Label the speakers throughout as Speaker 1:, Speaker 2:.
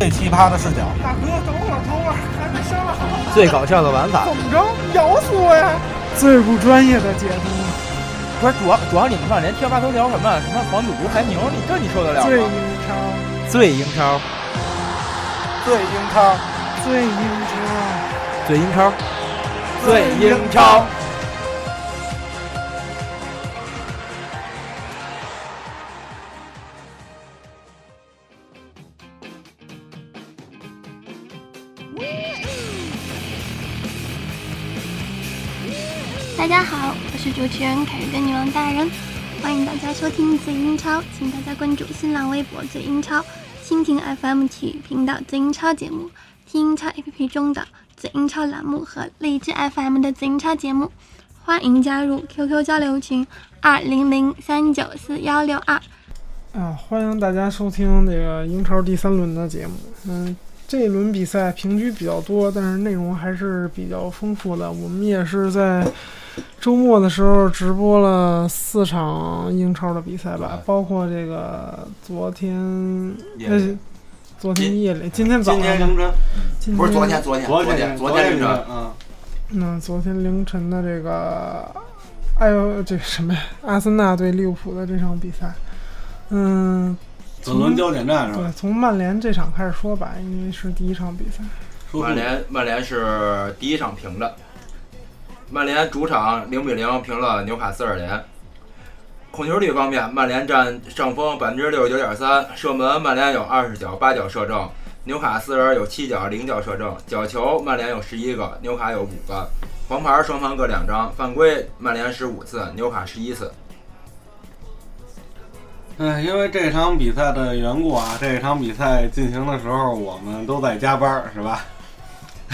Speaker 1: 最奇葩的视角，
Speaker 2: 大哥，等会儿，等会儿，还没上。
Speaker 3: 最搞笑的玩法。
Speaker 2: 怎么着？咬死我呀！最不专业的解读，
Speaker 3: 不是主要主要你们上连贴吧都聊什么什么黄赌毒还牛，你这你受得了
Speaker 2: 最
Speaker 3: 吗？
Speaker 2: 英超，
Speaker 3: 最英超，
Speaker 1: 最英超，
Speaker 2: 最英超，
Speaker 3: 最英超，
Speaker 1: 最英超。
Speaker 4: 大家好，我是主持人凯瑞的女王大人，欢迎大家收听最英超，请大家关注新浪微博最英超、蜻蜓 FM 体育频道最英超节目、听英超 APP 中的最英超栏目和荔枝 FM 的最英超节目。欢迎加入 QQ 交流群二零零三九四幺六二。
Speaker 2: 啊，欢迎大家收听这个英超第三轮的节目。嗯，这一轮比赛平局比较多，但是内容还是比较丰富的。我们也是在周末的时候直播了四场英超的比赛吧
Speaker 1: 对，
Speaker 2: 包括这个昨天，
Speaker 1: 夜里
Speaker 2: 呃，昨天夜里，今天早上
Speaker 5: 今
Speaker 2: 吧，
Speaker 5: 天凌晨，
Speaker 2: 今天
Speaker 5: 不是昨天，昨天，昨天，昨天凌晨，
Speaker 1: 嗯，
Speaker 2: 那昨天凌晨的这个，哎呦，这什么呀？阿森纳对利物浦的这场比赛，嗯，
Speaker 1: 左轮焦点战是吧？
Speaker 2: 对，从曼联这场开始说吧，因为是第一场比赛。
Speaker 1: 舒服
Speaker 5: 曼联，曼联是第一场平的，曼联主场零比零平了纽卡斯尔联。控球率方面，曼联占上风百分之六十九点三，射门曼联有二十脚，八脚射正；纽卡斯尔有七脚，零脚射正；角球曼联有十一个，纽卡有五个；黄牌双方各两张，犯规曼联十五次，纽卡十一次。
Speaker 1: 嗯，因为这场比赛的缘故啊，这场比赛进行的时候我们都在加班儿是吧？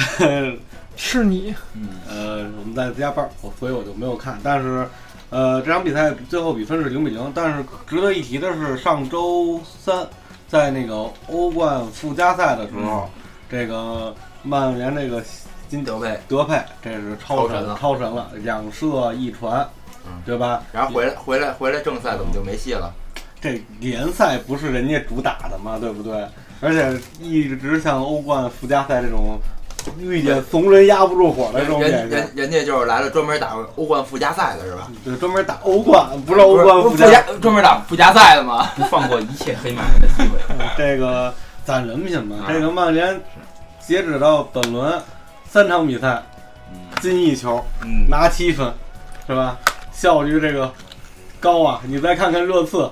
Speaker 2: 是你
Speaker 1: 呃，我们在加班儿，我所以我就没有看。但是，呃，这场比赛最后比分是零比零。但是值得一提的是，上周三在那个欧冠附加赛的时候，这个曼联这个金
Speaker 5: 嗯德佩，
Speaker 1: 德佩，这是超
Speaker 5: 超神了
Speaker 1: 超神了，两射一传
Speaker 5: 嗯，
Speaker 1: 对吧？
Speaker 5: 然后回来回来回来正赛怎么就没戏了？
Speaker 1: 这联赛不是人家主打的嘛，对不对？而且一直像欧冠附加赛这种遇见怂人压不住火的这种
Speaker 5: 人
Speaker 1: 典型。
Speaker 5: 人人家就是来了专门打欧冠附加赛的是吧？
Speaker 1: 对，专门打欧冠，不是欧冠
Speaker 5: 不
Speaker 1: 附
Speaker 5: 是
Speaker 1: 加。
Speaker 5: 专门打附加赛的吗？ 嗯
Speaker 6: 不放过一切黑马人的机会。
Speaker 1: 这个攒人品嘛，
Speaker 6: 啊
Speaker 5: 嗯
Speaker 1: 这个曼联截止到本轮三场比赛
Speaker 6: 嗯，
Speaker 1: 进一球，
Speaker 5: 嗯，
Speaker 1: 拿七分，是吧？效率这个高啊！你再看看热刺，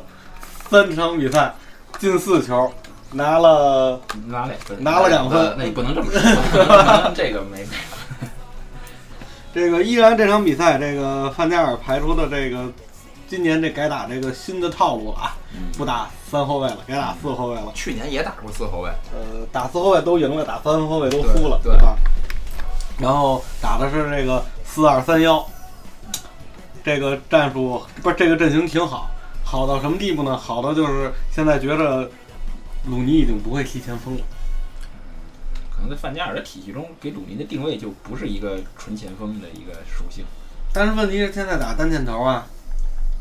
Speaker 1: 三场比赛进四球，拿了
Speaker 6: 拿两分，
Speaker 1: 拿了两分
Speaker 6: 那你不 能这么说，这个没
Speaker 1: 这个依然这场比赛，这个范加尔排出的这个今年这改打这个新的套路了啊，
Speaker 6: 嗯
Speaker 1: 不打三后卫了，改打四后卫了。
Speaker 5: 去年也打过四后卫，
Speaker 1: 呃，打四后卫都赢了，打三后卫都输了，
Speaker 5: 对
Speaker 1: 吧？然后打的是这个四二三幺，这个战术不是这个阵型挺好，好到什么地步呢？好到就是现在觉着鲁尼已经不会踢前锋了，
Speaker 6: 可能在范加尔的体系中，给鲁尼的定位就不是一个纯前锋的一个属性，
Speaker 1: 但是问题是现在打单箭头啊，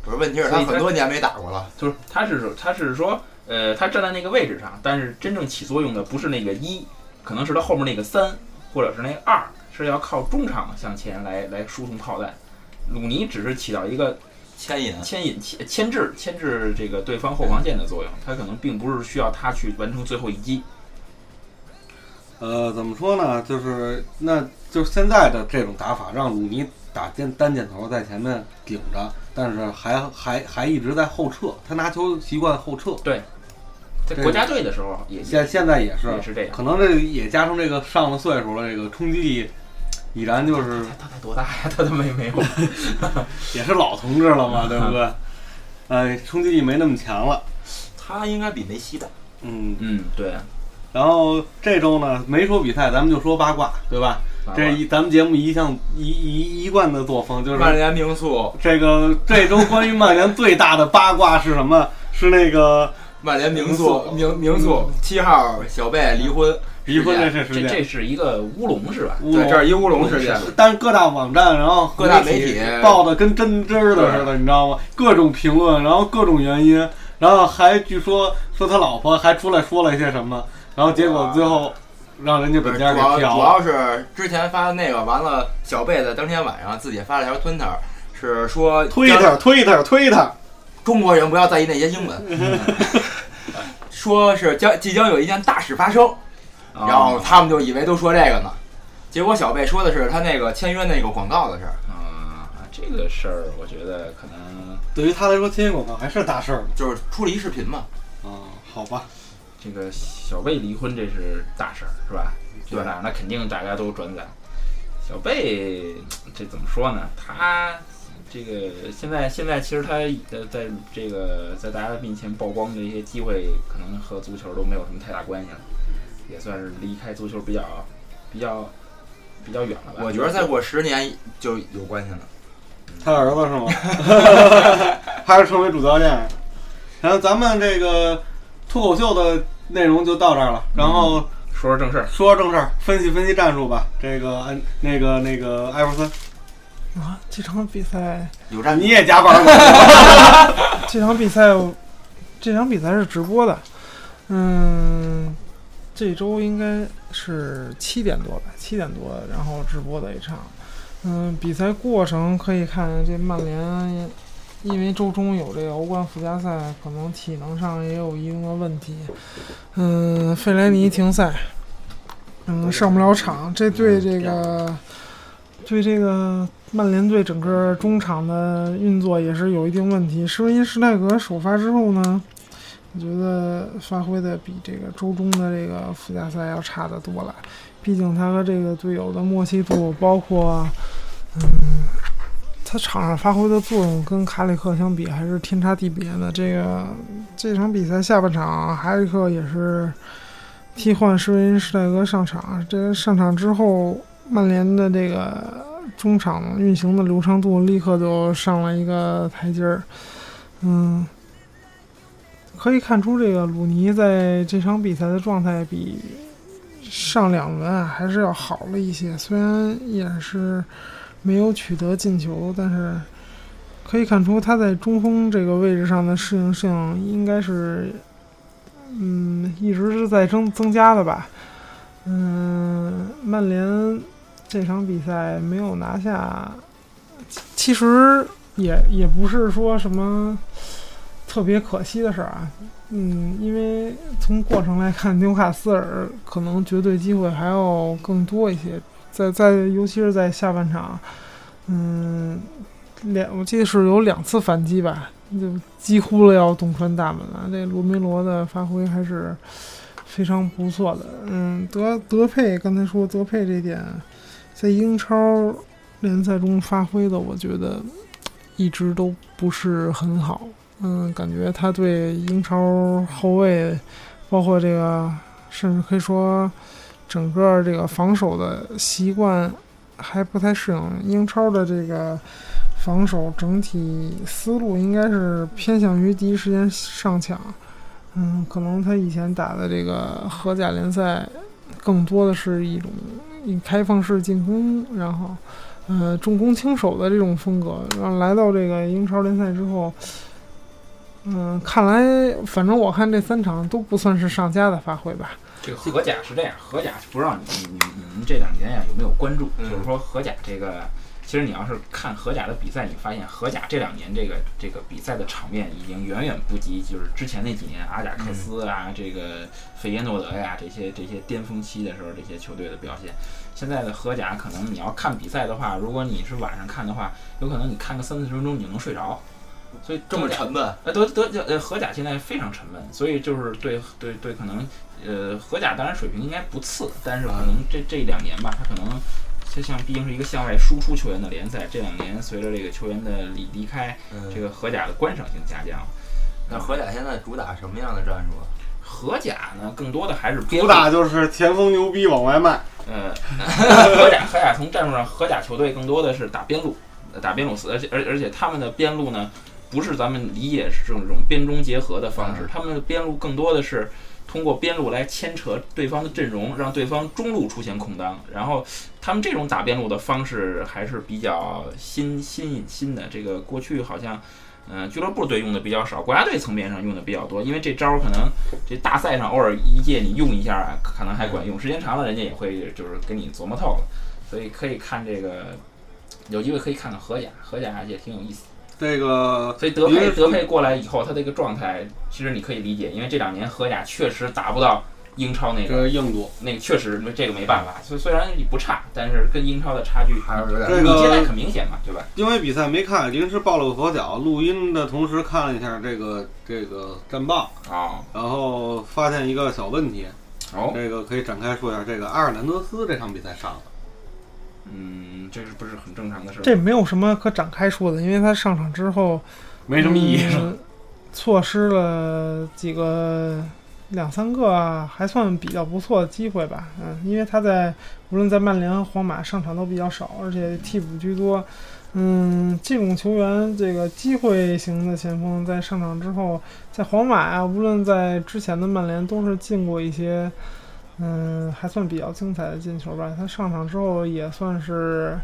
Speaker 5: 不是问题是他很多年没打过了。
Speaker 6: 就是他是他是说，呃，他站在那个位置上，但是真正起作用的不是那个一，可能是他后面那个三，或者是那个二，是要靠中场向前来来输送炮弹。鲁尼只是起到一个
Speaker 5: 牵引
Speaker 6: 牵引、牵牵制、牵制这个对方后防线的作用，他可能并不是需要他去完成最后一击。
Speaker 1: 呃，怎么说呢？就是那就是现在的这种打法，让鲁尼打单单箭头在前面顶着，但是还还还一直在后撤，他拿球习惯后撤，
Speaker 6: 在国家队的时候也
Speaker 1: 现现在也是
Speaker 6: 也是这样。
Speaker 1: 可能这也加上这个上了岁数了，这个冲击力已然就是
Speaker 6: 他才多大呀？他都没没有。
Speaker 1: 也是老同志了嘛，对不对？呃，冲击力没那么强了。
Speaker 5: 他应该比梅西大。
Speaker 1: 嗯，
Speaker 6: 嗯，对，
Speaker 1: 然后这周呢，没说比赛，咱们就说八卦，对吧？
Speaker 6: 啊
Speaker 1: 这一咱们节目一向一一一贯的作风就是
Speaker 5: 曼联名宿，
Speaker 1: 这个这周关于曼联最大的八卦是什么？是那个
Speaker 5: 曼联名宿，
Speaker 1: 名嗯
Speaker 5: 名名宿七号小贝离婚，
Speaker 1: 离婚这事事
Speaker 6: 这
Speaker 1: 件，
Speaker 6: 这是一个乌龙是吧？
Speaker 1: 乌
Speaker 5: 对，
Speaker 1: 龙
Speaker 5: 这是一乌龙事件。
Speaker 1: 但是各大网站，然后
Speaker 5: 各大媒
Speaker 1: 媒
Speaker 5: 体
Speaker 1: 报的跟真真儿的似的，你知道吗？各种评论，然后各种原因，然后还据说说他老婆还出来说了一些什么，然后结果最后让人家
Speaker 5: 不
Speaker 1: 本
Speaker 5: 是主
Speaker 1: 家给
Speaker 5: 要主
Speaker 1: 票了。
Speaker 5: 要是之前发的那个，完了小贝子当天晚上自己发了条 Twitter，是说
Speaker 1: 推
Speaker 5: 让
Speaker 1: 他，推他，推他！
Speaker 5: 中国人不要在意那些英文，说是将即将有一件大事发生，然后他们就以为都说这个呢。结果小贝说的是他那个签约那个广告的事儿，
Speaker 6: 啊，这个事儿我觉得可能
Speaker 1: 对于他来说，签约广告还是大事儿呢。
Speaker 5: 就是出了一视频嘛。
Speaker 1: 啊，好吧，
Speaker 6: 这个小贝离婚这是大事儿，是吧？对吧？那肯定大家都转载。小贝这怎么说呢？他这个现在现在其实他呃在这个在大家面前曝光的一些机会，可能和足球都没有什么太大关系了，也算是离开足球比较比较比较远了吧。
Speaker 5: 我觉得再过十年就有关系了。
Speaker 1: 他儿子是吗？ 还是成为主教练？然后咱们这个脱口秀的内容就到这儿了，然后
Speaker 6: 说说正事儿，
Speaker 1: 说说正事儿，分析分析战术吧。这个安那个那个艾弗森，
Speaker 2: 啊，这场比赛，
Speaker 5: 有战
Speaker 1: 你也加班 吧？
Speaker 2: 这场比赛，这场比赛是直播的，嗯，这周应该是七点多吧，七点多然后直播的一场，嗯，比赛过程可以看这曼联，因为周中有这个欧冠附加赛，可能体能上也有一定的问题，嗯，费莱尼停赛，嗯，上不了场，这对这个对这个曼联队整个中场的运作也是有一定问题。施温因施泰格首发之后呢，我觉得发挥的比这个周中的这个附加赛要差得多了。毕竟他和这个队友的默契度，包括嗯，他场上发挥的作用跟卡里克相比还是天差地别的。这个这场比赛下半场，哈里克也是替换施温因施泰格上场。这上场之后，曼联的这个中场运行的流畅度立刻就上了一个台阶儿。嗯，可以看出这个鲁尼在这场比赛的状态比上两轮啊还是要好了一些，虽然也是没有取得进球，但是。可以看出他在中锋这个位置上的适应性应该是，嗯，一直是在增增加的吧。嗯，曼联这场比赛没有拿下，其其实也也不是说什么特别可惜的事儿啊。嗯，因为从过程来看，纽卡斯尔可能绝对机会还要更多一些，在在尤其是在下半场，嗯，两我记得是有两次反击吧，就几乎了要洞穿大门了。这罗梅罗的发挥还是非常不错的。嗯，德德佩刚才说德佩这点，在英超联赛中发挥的，我觉得一直都不是很好。嗯，感觉他对英超后卫，包括这个，甚至可以说整个这个防守的习惯还不太适应。英超的这个防守整体思路应该是偏向于第一时间上抢。嗯，可能他以前打的这个荷甲联赛，更多的是一种以开放式进攻，然后呃重攻轻守的这种风格。然后来到这个英超联赛之后，嗯、看来反正我看这三场都不算是上佳的发挥吧。
Speaker 6: 这个荷甲是这样，荷甲不知道你你你你们这两年呀有没有关注？
Speaker 5: 嗯
Speaker 6: 就是说荷甲这个，其实你要是看荷甲的比赛，你发现荷甲这两年这个这个比赛的场面已经远远不及就是之前那几年阿贾克斯啊、这个费耶诺德呀、这些这些巅峰期的时候这些球队的表现。现在的荷甲可能你要看比赛的话，如果你是晚上看的话，有可能你看个三四十分钟你就能睡着。所以
Speaker 5: 这么
Speaker 6: 德甲
Speaker 5: 沉闷，
Speaker 6: 呃，德德甲呃荷甲现在非常沉闷，所以就是对对对，可能呃荷甲当然水平应该不次，但是可能这这两年吧，他可能就像毕竟是一个向外输出球员的联赛，这两年随着这个球员的离离开，这
Speaker 5: 嗯，
Speaker 6: 个荷甲的观赏性下降。
Speaker 5: 那荷甲现在主打什么样的战术啊？
Speaker 6: 荷甲呢，更多的还是
Speaker 1: 主打就是前锋牛逼往外卖，
Speaker 6: 呃，荷甲荷甲从战术上，荷甲球队更多的是打边路，呃打边路死，而且而而且他们的边路呢，不是咱们理解是这种边中结合的方式，他们的边路更多的是通过边路来牵扯对方的阵容，让对方中路出现空当，然后他们这种打边路的方式还是比较新新颖新的，这个过去好像。嗯、俱乐部队用的比较少，国家队层面上用的比较多，因为这招儿可能这大赛上偶尔一届你用一下啊，可能还管用，时间长了人家也会就是给你琢磨透了，所以可以看这个，有机会可以看看荷甲，荷甲也挺有意思。
Speaker 1: 这个
Speaker 6: 所以德佩
Speaker 1: 嗯
Speaker 6: 德佩过来以后，他这个状态其实你可以理解，因为这两年荷甲确实达不到英超那个
Speaker 1: 这是硬度，
Speaker 6: 那个，确实这个没办法。虽虽然你不差，但是跟英超的差距
Speaker 5: 还是有点
Speaker 1: 这
Speaker 6: 你现在
Speaker 1: 个
Speaker 6: 很明显嘛，对吧？
Speaker 1: 因为比赛没看，临时抱了个佛脚，录音的同时看了一下这个这个战报，
Speaker 6: 哦
Speaker 1: 然后发现一个小问题，
Speaker 6: 哦，
Speaker 1: 这个可以展开说一下。这个阿尔南德斯这场比赛上了，
Speaker 6: 嗯，这是不是很正常的事儿？
Speaker 2: 这没有什么可展开说的，因为他上场之后
Speaker 1: 没什么意义。是吧
Speaker 2: 嗯错失了几个两三个啊，还算比较不错的机会吧。嗯，因为他在无论在曼联、皇马上场都比较少，而且替补居多。嗯，这种球员，这个机会型的前锋，在上场之后，在皇马啊，无论在之前的曼联，都是进过一些，嗯，还算比较精彩的进球吧。他上场之后，也算是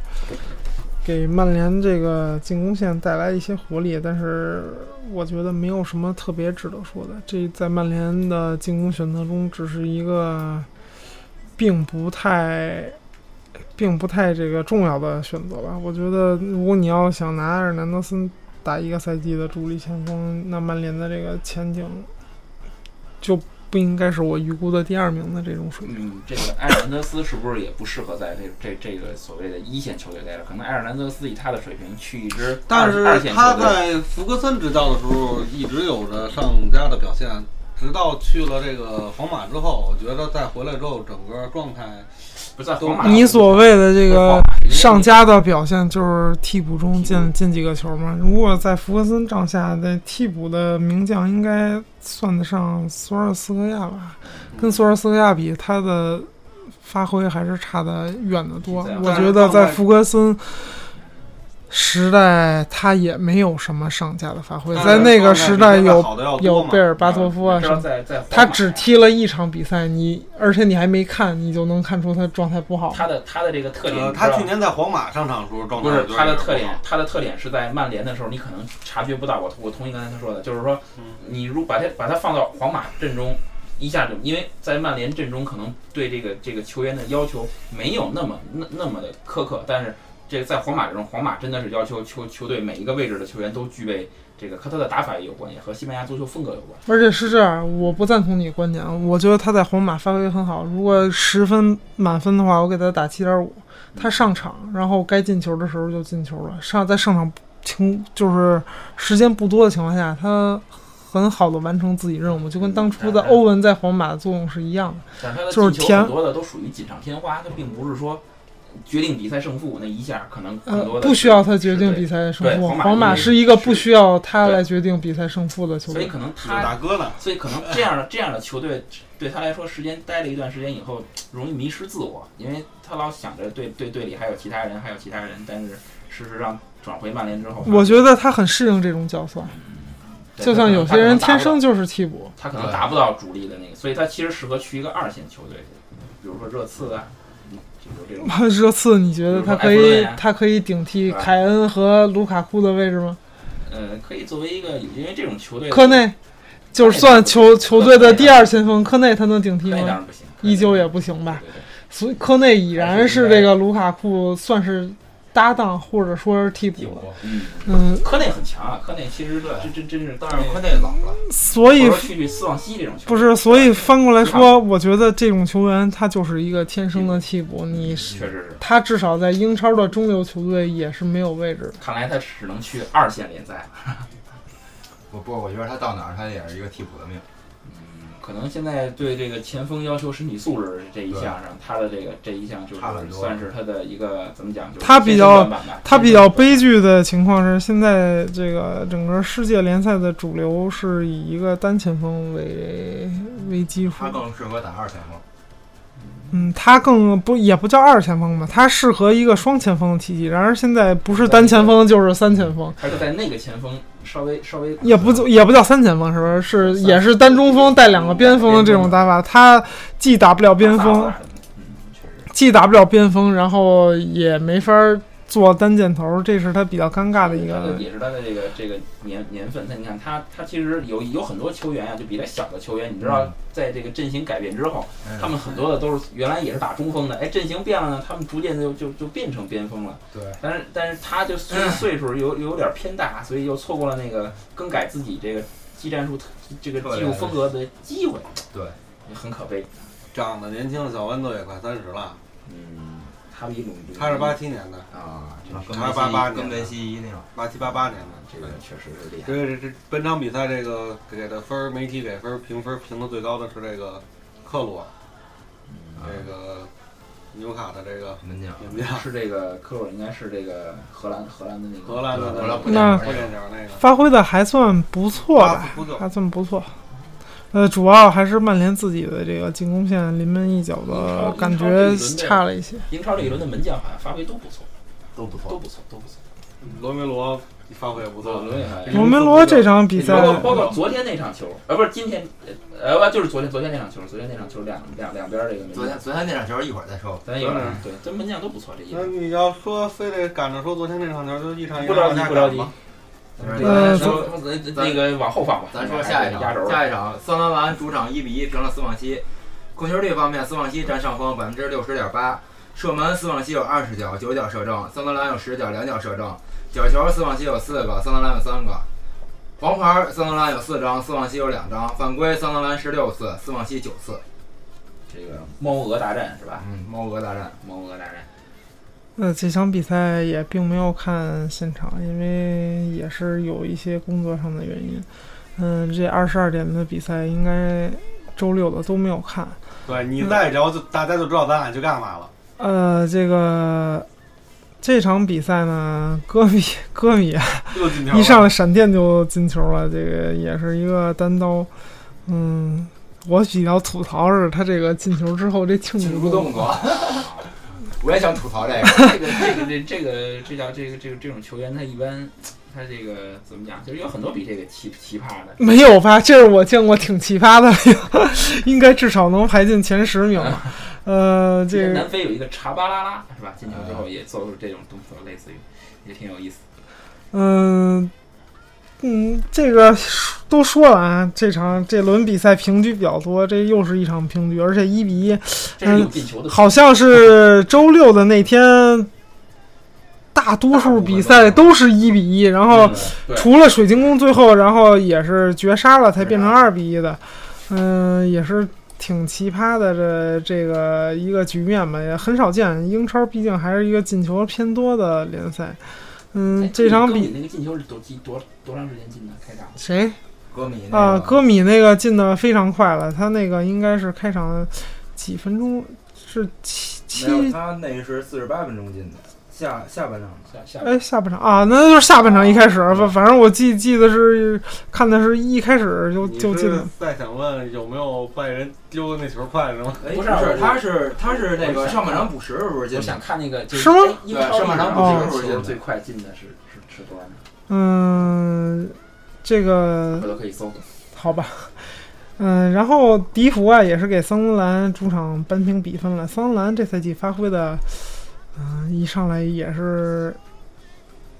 Speaker 2: 给曼联这个进攻线带来一些活力，但是我觉得没有什么特别值得说的。这在曼联的进攻选择中，只是一个并不太、并不太这个重要的选择吧。我觉得，如果你要想拿阿尔南德斯打一个赛季的主力前锋，那曼联的这个前景就不应该是我预估的第二名的这种水平。
Speaker 6: 嗯，这个埃尔南德斯是不是也不适合在这这这个所谓的一线球队待着？可能埃尔南德斯以他的水平去一支
Speaker 1: 但
Speaker 6: 二二
Speaker 1: 是
Speaker 6: 线
Speaker 1: 他
Speaker 6: 球队，
Speaker 1: 在福格森执教的时候一直有着上佳的表现，直到去了这个皇马之后，我觉得再回来之后，整个状态
Speaker 6: 不是在皇马。
Speaker 2: 你所谓的这个
Speaker 6: 因为你
Speaker 2: 上佳的表现就是替补中进进几个球嘛。如果在福格森帐下的替补的名将，应该算得上索尔斯克亚吧？
Speaker 6: 嗯
Speaker 2: 跟索尔斯克亚比，他的发挥还是差得远得多
Speaker 6: 是这。样
Speaker 2: 我觉得在福格森。时代他也没有什么上佳的发挥，在那个时代有
Speaker 1: 好的要
Speaker 2: 有
Speaker 1: 多嘛
Speaker 2: 贝尔巴托夫啊
Speaker 6: 你
Speaker 2: 什
Speaker 6: 嗯
Speaker 2: 么
Speaker 6: 知道，在在皇马
Speaker 2: 他只踢了一场比赛，你而且你还没看，你就能看出他状态不好。
Speaker 6: 他的他的这个特点，
Speaker 1: 呃，
Speaker 6: 你知道
Speaker 1: 他
Speaker 6: 吗
Speaker 1: 去年在皇马上场的时候状态
Speaker 6: 不是
Speaker 1: 我觉得
Speaker 6: 他的
Speaker 1: 也不
Speaker 6: 特点
Speaker 1: 好，
Speaker 6: 他的特点是在曼联的时候，你可能察觉不到。我我同意刚才他说的，就是说
Speaker 1: 嗯，
Speaker 6: 你如把他把他放到皇马阵中，一下就因为在曼联阵中可能对这个这个球员的要求没有那么那那么的苛刻，但是这个在皇马阵中，皇马真的是要求球球队每一个位置的球员都具备这个和他的打法也有关系，和西班牙足球风格有关。
Speaker 2: 而且是这样，我不赞同你的观点啊，我觉得他在皇马发挥很好。如果十分满分的话，我给他打七点五。他上场，然后该进球的时候就进球了。上在上场情就是时间不多的情况下，他很好的完成自己任务，就跟当初
Speaker 6: 嗯哎
Speaker 2: 的欧文在皇马的作用是一样的。
Speaker 6: 但是他的
Speaker 2: 就是
Speaker 6: 进球
Speaker 2: 田
Speaker 6: 很多的都属于锦上添花，他并不是说决定比赛胜负那一下，可能很多
Speaker 2: 呃，
Speaker 6: 的
Speaker 2: 不需要他
Speaker 6: 是
Speaker 2: 决定
Speaker 6: 对
Speaker 2: 比赛胜
Speaker 6: 对
Speaker 2: 负。
Speaker 6: 皇马
Speaker 2: 皇马
Speaker 6: 是
Speaker 2: 是一个不需要他
Speaker 6: 对
Speaker 2: 来决定比赛胜负的球
Speaker 6: 所以
Speaker 2: 队。
Speaker 6: 可能
Speaker 1: 是
Speaker 6: 他
Speaker 1: 大哥呢，
Speaker 6: 所以可能这样的这样的球队对他来说，时间待了一段时间以后，容易迷失自我，因为他老想着队队队里还有其他人，还有其他人，但是事实上转回曼联之后，
Speaker 2: 我觉得他很适应这种角色，
Speaker 6: 对
Speaker 2: 就像有些人天生
Speaker 6: 他
Speaker 2: 就是替补。
Speaker 6: 他可能达不到他可能达不到主力的那个，所以他其实适合去一个二线球队，比如说热刺啊，有 这种。
Speaker 2: 热刺，你觉得他可
Speaker 6: 比如说埃弗
Speaker 2: 以
Speaker 6: 顿呀
Speaker 2: 他可以顶替
Speaker 6: 对吧
Speaker 2: 凯恩和卢卡库的位置吗？
Speaker 6: 呃，可以作为一个，因为这种球队
Speaker 2: 科内就是哎算球球队的第二前锋，科内他能顶
Speaker 6: 科
Speaker 2: 替
Speaker 6: 内当
Speaker 2: 吗？
Speaker 6: 然不行，
Speaker 2: 依旧也不行吧。
Speaker 6: 对。对对
Speaker 2: 所以科内已然是这个卢卡库算是搭档或者说是替
Speaker 5: 替
Speaker 2: 补了。
Speaker 5: 补，
Speaker 6: 嗯，
Speaker 2: 嗯，
Speaker 6: 科内很强啊，科内其实这真真是，
Speaker 5: 但是科内老了，
Speaker 2: 所
Speaker 6: 或
Speaker 2: 以
Speaker 6: 者去去斯旺西这种球队，
Speaker 2: 不是，所以翻过来说，我觉得这种球员他就是一个天生的替补，你是
Speaker 6: 确实是。
Speaker 2: 他至少在英超的中流球队也是没有位置的。
Speaker 6: 看来他只能去二线联赛。
Speaker 5: 我不，我觉得他到哪儿他也是一个替补的命。
Speaker 6: 可能现在对这个前锋要求身体素质这一项上，他的这个这一项就是
Speaker 5: 差很多
Speaker 6: 算是他的一个怎么讲，就是
Speaker 2: 他比较
Speaker 6: 天生短板吧
Speaker 2: 他比较悲剧的情况是，现在这个整个世界联赛的主流是以一个单前锋为为基础
Speaker 5: 他，更适合打二前锋，
Speaker 2: 嗯，他更不也不叫二前锋吧，他适合一个双前锋的体系。然而现在不是单前锋就是三前锋，
Speaker 6: 他是在那个前锋稍微稍微
Speaker 2: 也不也不叫三前锋，是不是？是也是单中锋带两个边锋的这种打法，他既打不了边锋，
Speaker 6: 嗯，确实
Speaker 2: 既打不了边锋，然后也没法做单箭头，这是他比较尴尬的一
Speaker 6: 他的
Speaker 2: 个。
Speaker 6: 也是他的这个这个年年份。他你看他他其实有有很多球员啊，就比他小的球员，你
Speaker 5: 嗯
Speaker 6: 知道，在这个阵型改变之后，他们很多的都是原来也是打中锋的，哎，阵型变了呢，他们逐渐就就就变成边锋了。
Speaker 5: 对，
Speaker 6: 但是但是他就岁岁数有有点偏大，所以又错过了那个更改自己这个技战术特这个技术风格的机会。
Speaker 5: 对，
Speaker 6: 也很可悲。
Speaker 1: 长得年轻的小豌豆也快三十了，
Speaker 6: 嗯，他比鲁
Speaker 1: 他是八七年的，
Speaker 6: 啊，这
Speaker 5: 跟
Speaker 1: 他
Speaker 5: 梅
Speaker 1: 是八八
Speaker 5: 西跟
Speaker 1: 年的
Speaker 5: 梅西那种，
Speaker 1: 八七八八年的。
Speaker 6: 这个确实是厉害。
Speaker 1: 所以这这本场比赛这个给的分儿，媒体给分儿评分评的最高的是这个克罗，这个纽卡的这个
Speaker 5: 门将，
Speaker 1: 门将，
Speaker 6: 是这个科尔应该是这个荷兰荷兰的那个
Speaker 1: 荷兰的
Speaker 5: 荷兰不
Speaker 2: 那
Speaker 1: 不点球那个。
Speaker 2: 发挥的还算不错吧，
Speaker 1: 不错
Speaker 2: 还算不错。呃，主要还是曼联自己的这个进攻线临门一脚的感觉差了一些。
Speaker 6: 英超这一轮的门将好像发挥都不错，
Speaker 5: 都不
Speaker 6: 都。不错，都不错。
Speaker 1: 罗梅罗发挥也不错，
Speaker 6: 伦也还
Speaker 1: 嗯
Speaker 2: 罗梅罗这场比赛
Speaker 6: 包，括包括昨天那场球，呃，不是今天，呃，呃不就是昨天昨天那场球，昨天那场球两两两边儿这个门
Speaker 5: 昨
Speaker 6: 将
Speaker 5: 天，昨天那场球一会儿再说吧。
Speaker 6: 咱一会儿对，这门将都不错，这一
Speaker 1: 那
Speaker 6: 轮。
Speaker 1: 你要说非得赶着说昨天那场球就一场一
Speaker 6: 不
Speaker 1: 场
Speaker 6: 着
Speaker 1: 往
Speaker 6: 急
Speaker 1: 下
Speaker 6: 不着
Speaker 1: 赶
Speaker 6: 急
Speaker 1: 吗？，
Speaker 2: 呃
Speaker 5: 咱
Speaker 6: 咱
Speaker 5: 说，
Speaker 6: 说那个往后放吧，
Speaker 5: 咱说下一
Speaker 6: 压轴
Speaker 5: 场，。下一场桑德兰主场一比一平了斯旺西。控球率方面，斯旺西占上风百分之六十点八，射门斯旺西有二十脚，九脚射正；桑德兰有十脚，两脚射正。角球斯旺西有四个，桑德兰有三个。黄牌桑德兰有四张，斯旺西有两张。犯规桑德兰十六次，斯旺西九次。
Speaker 6: 这个猫鹅大战是吧？
Speaker 5: 嗯，猫鹅大战。
Speaker 6: 猫鹅大 战，
Speaker 2: 呃，这场比赛也并没有看现场，因为也是有一些工作上的原因。嗯、这二十二点的比赛应该周六的都没有看。
Speaker 1: 对你再聊就大家就知道咱俩去干嘛了。
Speaker 2: 呃，这个这场比赛呢，戈米戈米
Speaker 1: 又进球了
Speaker 2: 一上来闪电就进球了，这个也是一个单刀。嗯，我比较吐槽是他这个进球之后这庆
Speaker 5: 庆
Speaker 2: 祝
Speaker 5: 祝
Speaker 2: 动
Speaker 5: 动
Speaker 2: 作，
Speaker 5: 作。 我也想吐槽这个，
Speaker 6: 这个这个这这个这叫这个这个这种球员，他一般他这个怎么讲？就是有很多比这个奇奇葩的。
Speaker 2: 没有吧？这是我见过挺奇葩的 了，应该至少能排进前十 名吧。呃，
Speaker 6: 之
Speaker 2: 这
Speaker 6: 前
Speaker 2: 个
Speaker 6: 南非有一个查巴拉拉是吧？进球之后也做出这种动作，类似于也挺有意思。
Speaker 2: 嗯，嗯，这个都说了啊，这场这轮比赛平局比较多，这又是一场平局，而且一比一，
Speaker 6: 这是有进球的，
Speaker 2: 好像是周六的那天，大多数比赛都是一比一，然后
Speaker 6: 嗯对
Speaker 2: 除了水晶宫最后，然后也是绝杀了，才变成二比一的，嗯，也是。挺奇葩的这这个一个局面吧，也很少见。英超毕竟还是一个进球偏多的联赛，
Speaker 6: 哎
Speaker 2: 嗯，这场
Speaker 6: 戈
Speaker 2: 比
Speaker 6: 米那个进球是多几多多长时间进的？开场
Speaker 2: 谁
Speaker 5: 歌迷那
Speaker 6: 哎
Speaker 2: 啊？
Speaker 5: 个
Speaker 2: 戈米那个进的非常快了，他那个应该是开场几分钟，是七
Speaker 5: 没有，
Speaker 2: 七
Speaker 5: 他那是四十八分钟进的，下下半场
Speaker 6: 下下
Speaker 2: 哎下半场啊，那就是下半场一开始，反反正我记记得是看的是一开始就
Speaker 1: 你
Speaker 2: 就进
Speaker 1: 是
Speaker 2: 了，
Speaker 1: 再想问有没有拜仁丢的那球快是吗？
Speaker 5: 哎，
Speaker 6: 不是
Speaker 5: 是，
Speaker 6: 我
Speaker 5: 他是他是那
Speaker 6: 我
Speaker 5: 个
Speaker 6: 想
Speaker 5: 上半场补时是不是进的
Speaker 6: 我想？看那嗯个就是
Speaker 2: 吗
Speaker 6: 哎英超
Speaker 5: 对上半场
Speaker 6: 那
Speaker 2: 不
Speaker 5: 是
Speaker 6: 个
Speaker 5: 进的
Speaker 6: 球最快进的是是是多少呢？
Speaker 2: 嗯，这个
Speaker 6: 回头可以搜。
Speaker 2: 好吧。嗯，然后迪福啊也是给桑德兰主场扳平比分了。桑德兰这赛季发挥的，嗯、一上来也是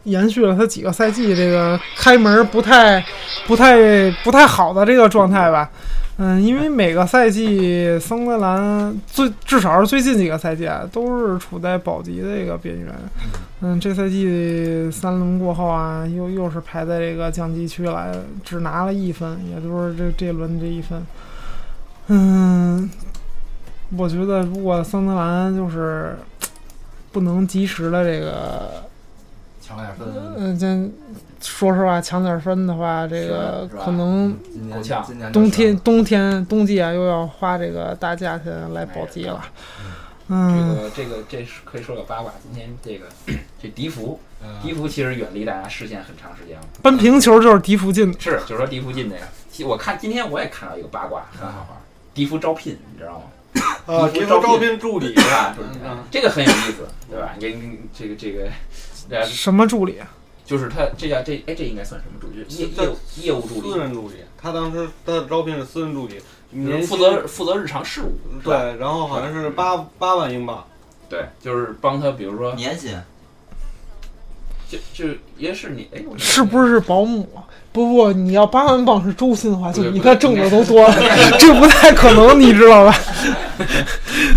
Speaker 2: 延续了他几个赛季这个开门不太、不太、不太好的这个状态吧。嗯，因为每个赛季桑德兰最至少是最近几个赛季啊，都是处在保级的这个边缘。嗯，这赛季三轮过后啊，又又是排在这个降级区来，只拿了一分，也就是这这轮这一分。嗯，我觉得如果桑德兰就是不能及时的这个，
Speaker 5: 抢点分，
Speaker 2: 嗯、先说实话抢点分的话，这个
Speaker 6: 是吧
Speaker 2: 可能
Speaker 5: 今
Speaker 6: 嗯够
Speaker 5: 年
Speaker 6: 呛
Speaker 5: 今年就
Speaker 2: 冬天
Speaker 5: 是
Speaker 2: 冬天冬季啊又要花这个大价钱来保级了。嗯，
Speaker 6: 这个这个这是可以说个八卦。今天这个 这迪福，
Speaker 5: 嗯
Speaker 6: 迪福其实远离大家视线很长时间了。
Speaker 2: 扳平球就是迪福进的，
Speaker 6: 是，就是说迪福进的呀。其我看今天我也看到一个八卦，很好玩。迪福招聘，你知道吗？
Speaker 1: 啊，
Speaker 6: 迪
Speaker 1: 迪
Speaker 6: 福
Speaker 1: 福
Speaker 6: 招
Speaker 1: 招
Speaker 6: 聘
Speaker 1: 聘助理
Speaker 6: 对吧？ 嗯就是
Speaker 1: 嗯
Speaker 6: 这个很有意思，对吧？你你这个这个，呃，
Speaker 2: 什么助理啊？就是
Speaker 6: 他这叫这哎，这应该算什么助理？就是业
Speaker 1: 这
Speaker 6: 业务业务助
Speaker 1: 私
Speaker 6: 理，
Speaker 1: 人助理，他当时他的招聘是私人助理，
Speaker 6: 就是
Speaker 1: 年薪
Speaker 6: 负责负责日常事务，是吧
Speaker 1: 对，然后好像是八八万英镑，
Speaker 6: 对，就是帮他，比如说
Speaker 5: 年薪
Speaker 6: 就就也是你，哎，我
Speaker 2: 是不是保姆？不不，你要八万镑是周薪的话，就
Speaker 6: 对
Speaker 2: 比
Speaker 6: 不对
Speaker 2: 他挣的都 多了，这不太可能，你知道吧？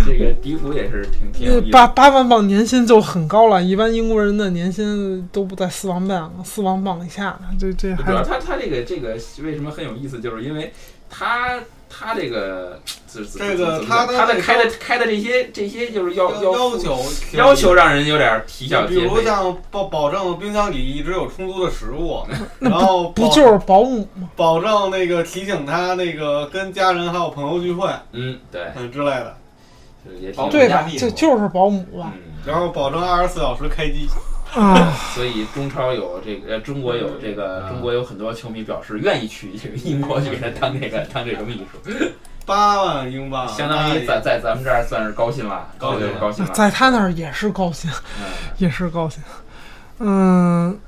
Speaker 6: 这个笛福 也是挺挺有意思
Speaker 2: 八
Speaker 6: 的？
Speaker 2: 八万镑年薪就很高了，一般英国人的年薪都不在四万镑、四万镑以下，这这
Speaker 6: 主
Speaker 2: 还
Speaker 6: 要他他这个这个为什么很有意思，就是因为他他这个这
Speaker 1: 这个
Speaker 6: 他
Speaker 1: 他的
Speaker 6: 他的
Speaker 1: 那个
Speaker 6: 开的开的这些这些就是要
Speaker 1: 要
Speaker 6: 要
Speaker 1: 要求
Speaker 6: 要求让人有点啼笑
Speaker 1: 比
Speaker 6: 皆
Speaker 1: 如
Speaker 6: 非。
Speaker 1: 像保保证冰箱里一直有充足的食物， 然后
Speaker 2: 不
Speaker 1: 保
Speaker 2: 就是保姆吗？
Speaker 1: 保证那个提醒他那个跟家人还有朋友聚会
Speaker 6: 嗯，对，
Speaker 1: 嗯之类的，嗯
Speaker 6: 就是也
Speaker 5: 保
Speaker 6: 挺
Speaker 5: 姆
Speaker 2: 哦对
Speaker 5: 家
Speaker 2: 吧
Speaker 5: 密？
Speaker 2: 就
Speaker 5: 嘛
Speaker 2: 就是保姆吧？
Speaker 6: 嗯，
Speaker 1: 然后保证二十四小时开机。
Speaker 2: 啊，
Speaker 6: 所以中超有这个，呃中国有这个，
Speaker 5: 嗯
Speaker 6: 中国有很多球迷表示愿意去英国去给他当这个当这个秘书，
Speaker 1: 八万英镑，
Speaker 6: 相当于在在咱们这儿算是高薪了，
Speaker 1: 啊高薪
Speaker 6: 对
Speaker 1: 了
Speaker 6: 高薪了。
Speaker 2: 啊在他那儿也是高薪，
Speaker 6: 嗯
Speaker 2: 也是高薪。嗯，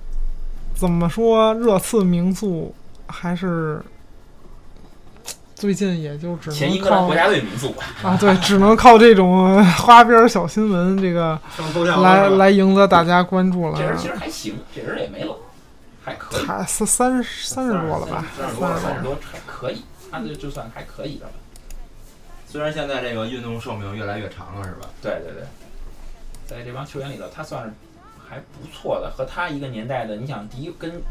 Speaker 2: 怎么说？热刺名宿还是最近也就只
Speaker 6: 前英
Speaker 2: 能
Speaker 6: 格兰
Speaker 2: 靠
Speaker 6: 国家队民宿，
Speaker 2: 啊，对，只能靠这种花边儿小新闻这个
Speaker 1: 上头条
Speaker 2: 来来赢得大家关注了
Speaker 6: 这。人其实还行，这人也没老，还可以，
Speaker 2: 才三三十三十多了吧？
Speaker 6: 三
Speaker 2: 三
Speaker 6: 十多，
Speaker 2: 十多
Speaker 6: 三十多还可以，他就就算还可以的了。
Speaker 5: 虽然现在这个运动寿命越来越长了，是吧？
Speaker 6: 对对对，在这帮球员里头，他算是还不错的，和他一个年代的，你想迪跟。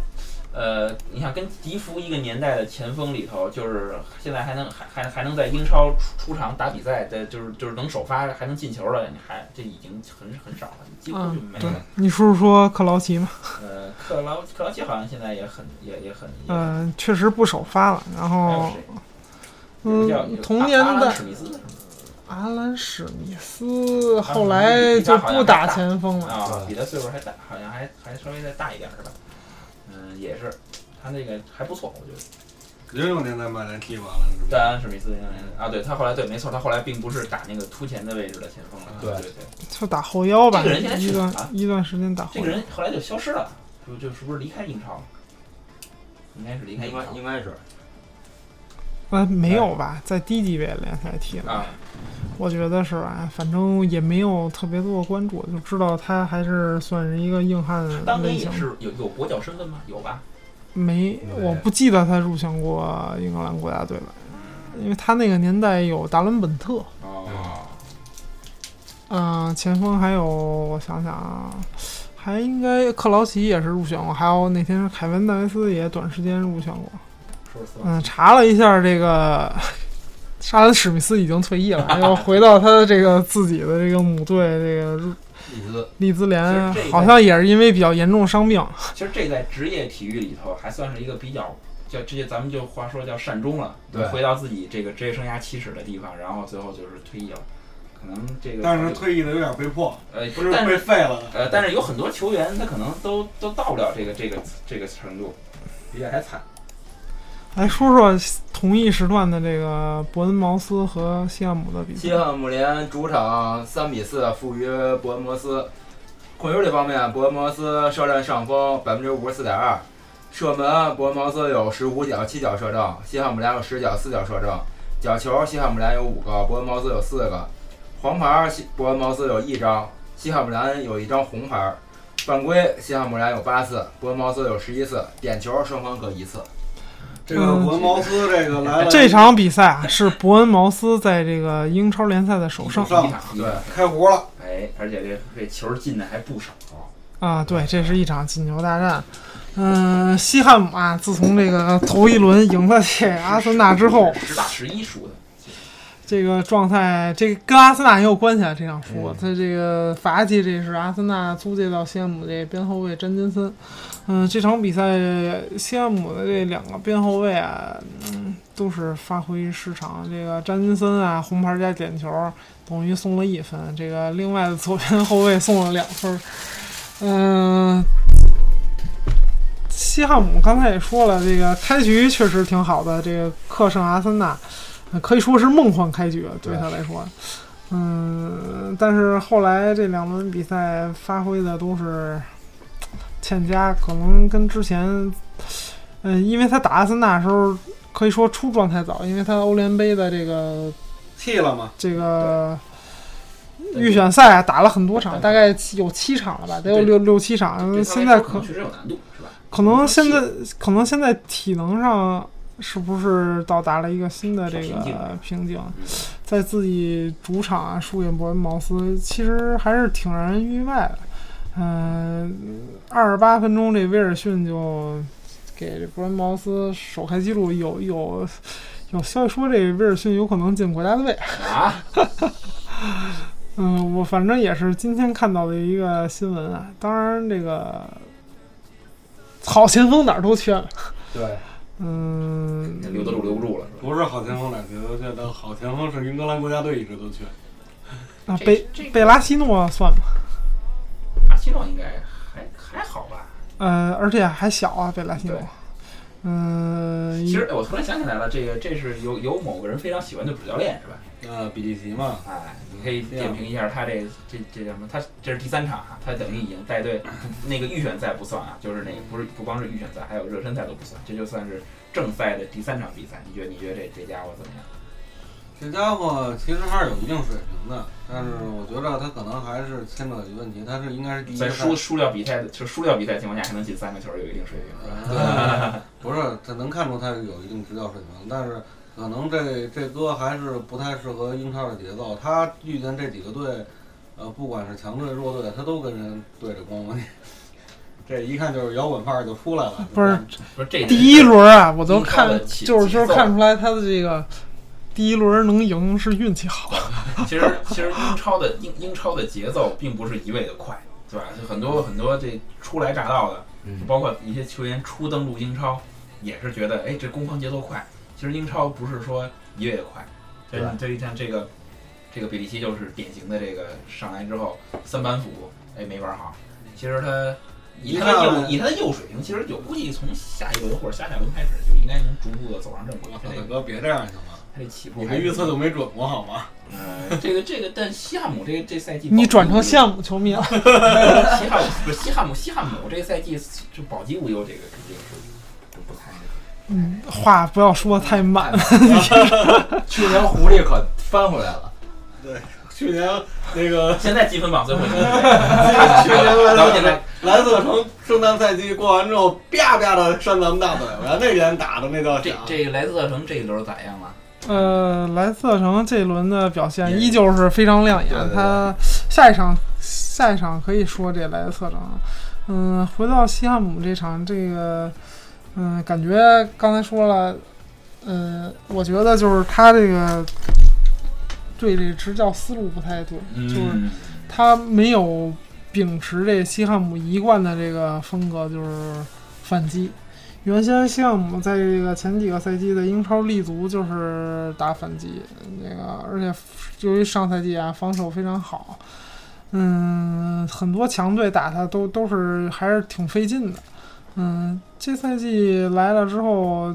Speaker 6: 呃，你想跟迪福一个年代的前锋里头，就是现在还能还还还能在英超出出场打比赛的，就是就是能首发还能进球的，你还这已经很很少了，几乎就
Speaker 2: 嗯
Speaker 6: 没，
Speaker 2: 对
Speaker 6: 有。，
Speaker 2: 你说说克劳奇嘛？
Speaker 6: 呃，克劳克劳奇好像现在也很也也很，也很
Speaker 2: 嗯，确实不首发了。然
Speaker 6: 还有
Speaker 2: 后，
Speaker 6: 谁？有个
Speaker 2: 嗯，
Speaker 6: 叫
Speaker 2: 同
Speaker 6: 阿
Speaker 2: 年
Speaker 6: 阿兰
Speaker 2: 代
Speaker 6: 史密斯是吗
Speaker 2: 阿兰史密斯后
Speaker 6: 他好像
Speaker 2: 来
Speaker 6: 比
Speaker 2: 就
Speaker 6: 他好像
Speaker 2: 不
Speaker 6: 还
Speaker 2: 打
Speaker 6: 大
Speaker 2: 前锋了。
Speaker 6: 啊，比他岁数还大，好像还还稍微再大一点儿是吧？嗯，也是，他那个还不错，我觉得。
Speaker 1: 零六年在曼联踢完了，是吧？
Speaker 6: 戴安史密斯应该啊，对他后来对，没错，他后来并不是打那个突前的位置的前锋了。
Speaker 5: 对
Speaker 6: 对对，
Speaker 2: 就打后腰吧
Speaker 6: 这个人现，在
Speaker 2: 一
Speaker 6: 去哪儿
Speaker 2: 段
Speaker 6: 了
Speaker 2: 一段时间打后
Speaker 6: 啊这
Speaker 2: 腰
Speaker 6: 个。人后来就消失了，就就是不是离开英超了？应该是离开英
Speaker 5: 应该
Speaker 6: 超
Speaker 5: 应该是
Speaker 2: 呃，没有吧，在低级别联赛踢的，
Speaker 6: 啊，
Speaker 2: 我觉得是吧，反正也没有特别多的关注，就知道他还是算是一个硬汉
Speaker 6: 当年
Speaker 2: 类
Speaker 6: 也
Speaker 2: 型。
Speaker 6: 是有有国脚身份吗？有吧？
Speaker 2: 没，我不记得他入选过英格兰国家队了，因为他那个年代有达伦本特，
Speaker 6: 哦，
Speaker 2: 嗯、前锋还有我想想啊，还应该克劳奇也是入选过，还有那天凯文戴维斯也短时间入选过。
Speaker 6: 说是
Speaker 2: 嗯，查了一下这个。 沙恩史密斯已经退役了，又回到他的这个自己的这个母队，这个入
Speaker 5: 利兹，
Speaker 2: 利兹联
Speaker 6: 其实这一代
Speaker 2: 好像也是因为比较严重伤病，
Speaker 6: 其实这在职业体育里头还算是一个比较叫这些，咱们就话说叫善终了，
Speaker 5: 对
Speaker 6: 回到自己这个职业生涯起始的地方，然后最后就是退役了。可能这个，
Speaker 1: 但是退役的有点被迫，
Speaker 6: 呃，
Speaker 1: 不
Speaker 6: 不
Speaker 1: 是
Speaker 6: 是，但
Speaker 1: 被
Speaker 6: 是
Speaker 1: 废了的。
Speaker 6: 呃，但是有很多球员他可能都都到不了这个这个这个程度，比这还惨。
Speaker 2: 来说说同一时段的这个伯恩茅斯和西汉姆的比
Speaker 5: 西
Speaker 2: 赛。
Speaker 5: 汉姆联主场三比四啊负于伯恩茅斯。控球这方面，伯恩茅斯射占上风，百分之五十四点二，射门伯恩茅斯有十五脚七脚射正，西汉姆联有十脚四脚射正，角球西汉姆联有五个，伯恩茅斯有四个，黄牌西伯恩茅斯有一张，西汉姆联有一张红牌，犯规西汉姆联有八次，伯恩茅斯有十一次，点球双方各一次。
Speaker 1: 这个
Speaker 2: 嗯
Speaker 1: 伯恩茅斯这个来了，
Speaker 2: 这场比赛啊，是伯恩茅斯在这个英超联赛的首胜
Speaker 6: 第一场，
Speaker 5: 对，
Speaker 1: 开胡了，
Speaker 6: 哎，而且这这球进的还不少。
Speaker 2: 啊，对，这是一场进球大战。嗯、西汉姆啊，自从这个头一轮赢了这阿森纳之后，
Speaker 6: 十打十一输的，
Speaker 2: 这个状态，这个跟阿森纳也有关系啊。这场输，他这个法基这是阿森纳租借到西汉姆这边后卫詹金森。嗯，这场比赛西汉姆的这两个边后卫啊，嗯，都是发挥失常。这个詹金森啊，红牌加点球，等于送了一分。这个另外的左边后卫送了两分。嗯。西汉姆刚才也说了，这个开局确实挺好的，这个客胜阿森纳，呃可以说是梦幻开局啊对他来说。嗯，但是后来这两轮比赛发挥的都是欠佳，可能跟之前，嗯，因为他打阿森纳的时候可以说出状态早，因为他欧联杯的这个
Speaker 1: 气了嘛。
Speaker 2: 这个预选赛啊打了很多场，大概七有七场了吧，得有
Speaker 6: 对
Speaker 2: 六六七场。
Speaker 6: 对他来
Speaker 2: 嗯现在
Speaker 6: 说
Speaker 2: 可
Speaker 6: 能确实有难度，是吧？
Speaker 2: 可能现在可能现在体能上是不是到达了一个新的这
Speaker 6: 小瓶颈
Speaker 2: 个瓶颈
Speaker 6: 嗯？
Speaker 2: 在自己主场啊输给伯恩茅斯，其实还是挺让人意外的。嗯、二十八分钟这威尔逊就给这伯恩茅斯首开纪录，有有有消息说这威尔逊有可能进国家队。
Speaker 6: 啊，
Speaker 2: 嗯，我反正也是今天看到的一个新闻啊。当然，这个好前锋哪儿都缺了。
Speaker 1: 对，
Speaker 2: 嗯，
Speaker 6: 留得住留不住了，是吧？
Speaker 1: 不是好前锋两球都缺，但好前锋是英格兰国家队一直都缺。
Speaker 2: 啊，
Speaker 6: 这
Speaker 2: 贝
Speaker 6: 这
Speaker 2: 贝拉西诺算吧。
Speaker 6: 阿西诺应该还还好吧？
Speaker 2: 呃，而且还小啊，贝拉西诺
Speaker 6: 对。
Speaker 2: 嗯，
Speaker 6: 其实哎我突然想起来了，这个这是有有某个人非常喜欢的主教练，是吧？
Speaker 1: 呃，比利时嘛，
Speaker 6: 哎，你可以点评一下他这这这叫什么？他这是第三场啊，他等于已经带队，那个预选赛不算啊，就是那个不是不光是预选赛，还有热身赛都不算，这就算是正赛的第三场比赛。你觉得你觉得这这家伙怎么样？
Speaker 1: 这家伙其实还是有一定水平的，但是我觉得他可能还是牵扯一个问题，他是应该是第一
Speaker 6: 在
Speaker 1: 赛
Speaker 6: 输输掉比赛的，就输掉比赛情况下还能进三个球，有一定水平，是吧？
Speaker 1: 呃，不是，他能看出他是有一定执教水平，但是可能这这哥还是不太适合英超的节奏。他遇见这几个队，呃，不管是强队弱队，他都跟人对着光光去。这一看就是摇滚范儿就出来了，
Speaker 2: 不是
Speaker 6: 说这
Speaker 2: 第一轮啊，我都
Speaker 6: 英超的
Speaker 2: 看，
Speaker 6: 节
Speaker 2: 就是说
Speaker 6: 节奏
Speaker 2: 看出来他的这个第一轮能赢是运气好。
Speaker 6: 其实其实英超的英英超的节奏并不是一味的快，对吧？就很多很多这初来乍到的，
Speaker 1: 嗯
Speaker 6: 包括一些球员初登陆英超，也是觉得哎这攻防节奏快。其实英超不是说一味的快，对吧？对于像这个这个比利奇就是典型的这个上来之后三板斧，哎没玩好。其实他以他的
Speaker 1: 一上啊
Speaker 6: 右
Speaker 1: 来
Speaker 6: 以他的右水平，其实有估计从下一轮或者下下轮开始就应该能逐步的走上正轨
Speaker 1: 我。操，
Speaker 6: 他这
Speaker 1: 大
Speaker 6: 个
Speaker 1: 哥别这样行吗？
Speaker 6: 他这起步
Speaker 1: 啊你
Speaker 6: 还
Speaker 1: 这
Speaker 6: 是
Speaker 1: 预测就没准过好吗？
Speaker 6: 呃，这个这个，但西汉姆这这赛季保级，
Speaker 2: 你转成项目球迷了，
Speaker 6: 西汉姆不是西汉姆，西汉姆这个赛季就保级无忧，这个这个是不太
Speaker 2: 嗯，话不要说太满。
Speaker 5: 去年狐狸可翻回来了，
Speaker 1: 去年那个
Speaker 6: 现在积分榜最后一名，
Speaker 1: 去 年
Speaker 6: 然后
Speaker 1: 蓝
Speaker 6: 现
Speaker 1: 色
Speaker 6: 在
Speaker 1: 蓝色城圣诞赛季过完之后，啪啪的扇咱们大嘴巴，那人打的那叫
Speaker 6: 这
Speaker 1: 响。
Speaker 6: 这个莱斯特城这一轮咋样了？
Speaker 2: 呃，莱斯特城这一轮的表现
Speaker 6: 也
Speaker 2: 依旧是非常亮眼
Speaker 5: 对对。对
Speaker 2: 他下一场，下一场可以说这莱斯特城。嗯，回到西汉姆这场，这个，嗯，感觉刚才说了，嗯，我觉得就是他这个对这执教思路不太对，就是
Speaker 6: 嗯，
Speaker 2: 他没有秉持这西汉姆一贯的这个风格，就是反击。原先西汉姆在这个前几个赛季的英超立足就是打反击，那个而且由于上赛季啊防守非常好，嗯，很多强队打他都都是还是挺费劲的。嗯，这赛季来了之后，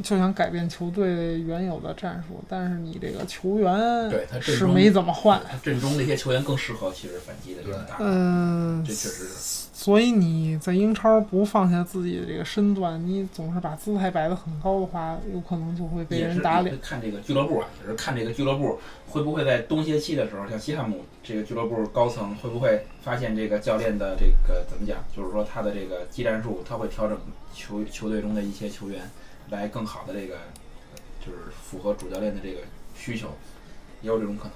Speaker 2: 就想改变球队原有的战术，但是你这个球员
Speaker 6: 对他阵
Speaker 2: 是
Speaker 6: 中
Speaker 2: 没怎么换，
Speaker 6: 他阵中那些球员更适合其实反击的这种打法，
Speaker 2: 嗯
Speaker 6: 这，确实是。
Speaker 2: 所以你在英超不放下自己的这个身段，你总是把姿态摆得很高的话，有可能就会被
Speaker 6: 也
Speaker 2: 人
Speaker 6: 是
Speaker 2: 打
Speaker 6: 也
Speaker 2: 脸
Speaker 6: 是。看这个俱乐部啊，也是看这个俱乐部会不会在冬歇期的时候，像西汉姆这个俱乐部高层会不会发现这个教练的这个怎么讲，就是说他的这个技战术，他会调整球球队中的一些球员，来更好的这个就是符合主教练的这个需求，也有这种可能。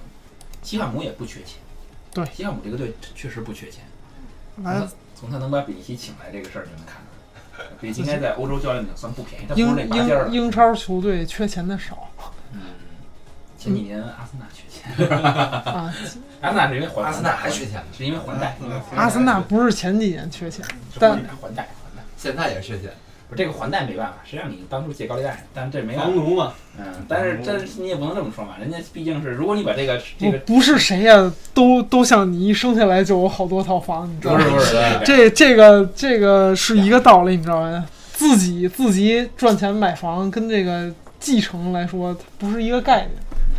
Speaker 6: 西汉姆也不缺钱，
Speaker 2: 对
Speaker 6: 西汉姆这个队确实不缺钱，
Speaker 2: 来
Speaker 6: 嗯从他能把比利奇请来这个事儿就能看出来，比利奇应该在欧洲教练里算不便宜，他不是
Speaker 2: 英
Speaker 6: 那拔尖儿的
Speaker 2: 英。英超球队缺钱的少
Speaker 6: 前几
Speaker 5: 嗯
Speaker 6: 年阿森纳缺钱，
Speaker 2: 啊，
Speaker 6: 阿森纳是因为还
Speaker 5: 阿森纳还缺钱嗯呢，
Speaker 6: 是因为还贷，
Speaker 2: 阿森纳不是前几年缺钱，
Speaker 6: 是
Speaker 2: 但
Speaker 6: 还贷还贷还贷，
Speaker 5: 现在也缺钱。
Speaker 6: 不是这个还贷没办法，谁让你当初借高利贷？但这没办
Speaker 1: 房
Speaker 6: 法，
Speaker 1: 奴嘛，
Speaker 6: 嗯，但是但是你也不能这么说嘛，人家毕竟是，如果你把
Speaker 5: 嗯
Speaker 6: 这个这
Speaker 2: 不
Speaker 6: 个
Speaker 2: 不是谁呀、都都像你一生下来就有好多套房，你知道
Speaker 6: 不
Speaker 2: 吗？
Speaker 6: 是不是，
Speaker 2: 这
Speaker 6: 对
Speaker 2: 这个这个是一个道理，你知道吗？自己自己赚钱买房跟这个继承来说，它不是一个概念。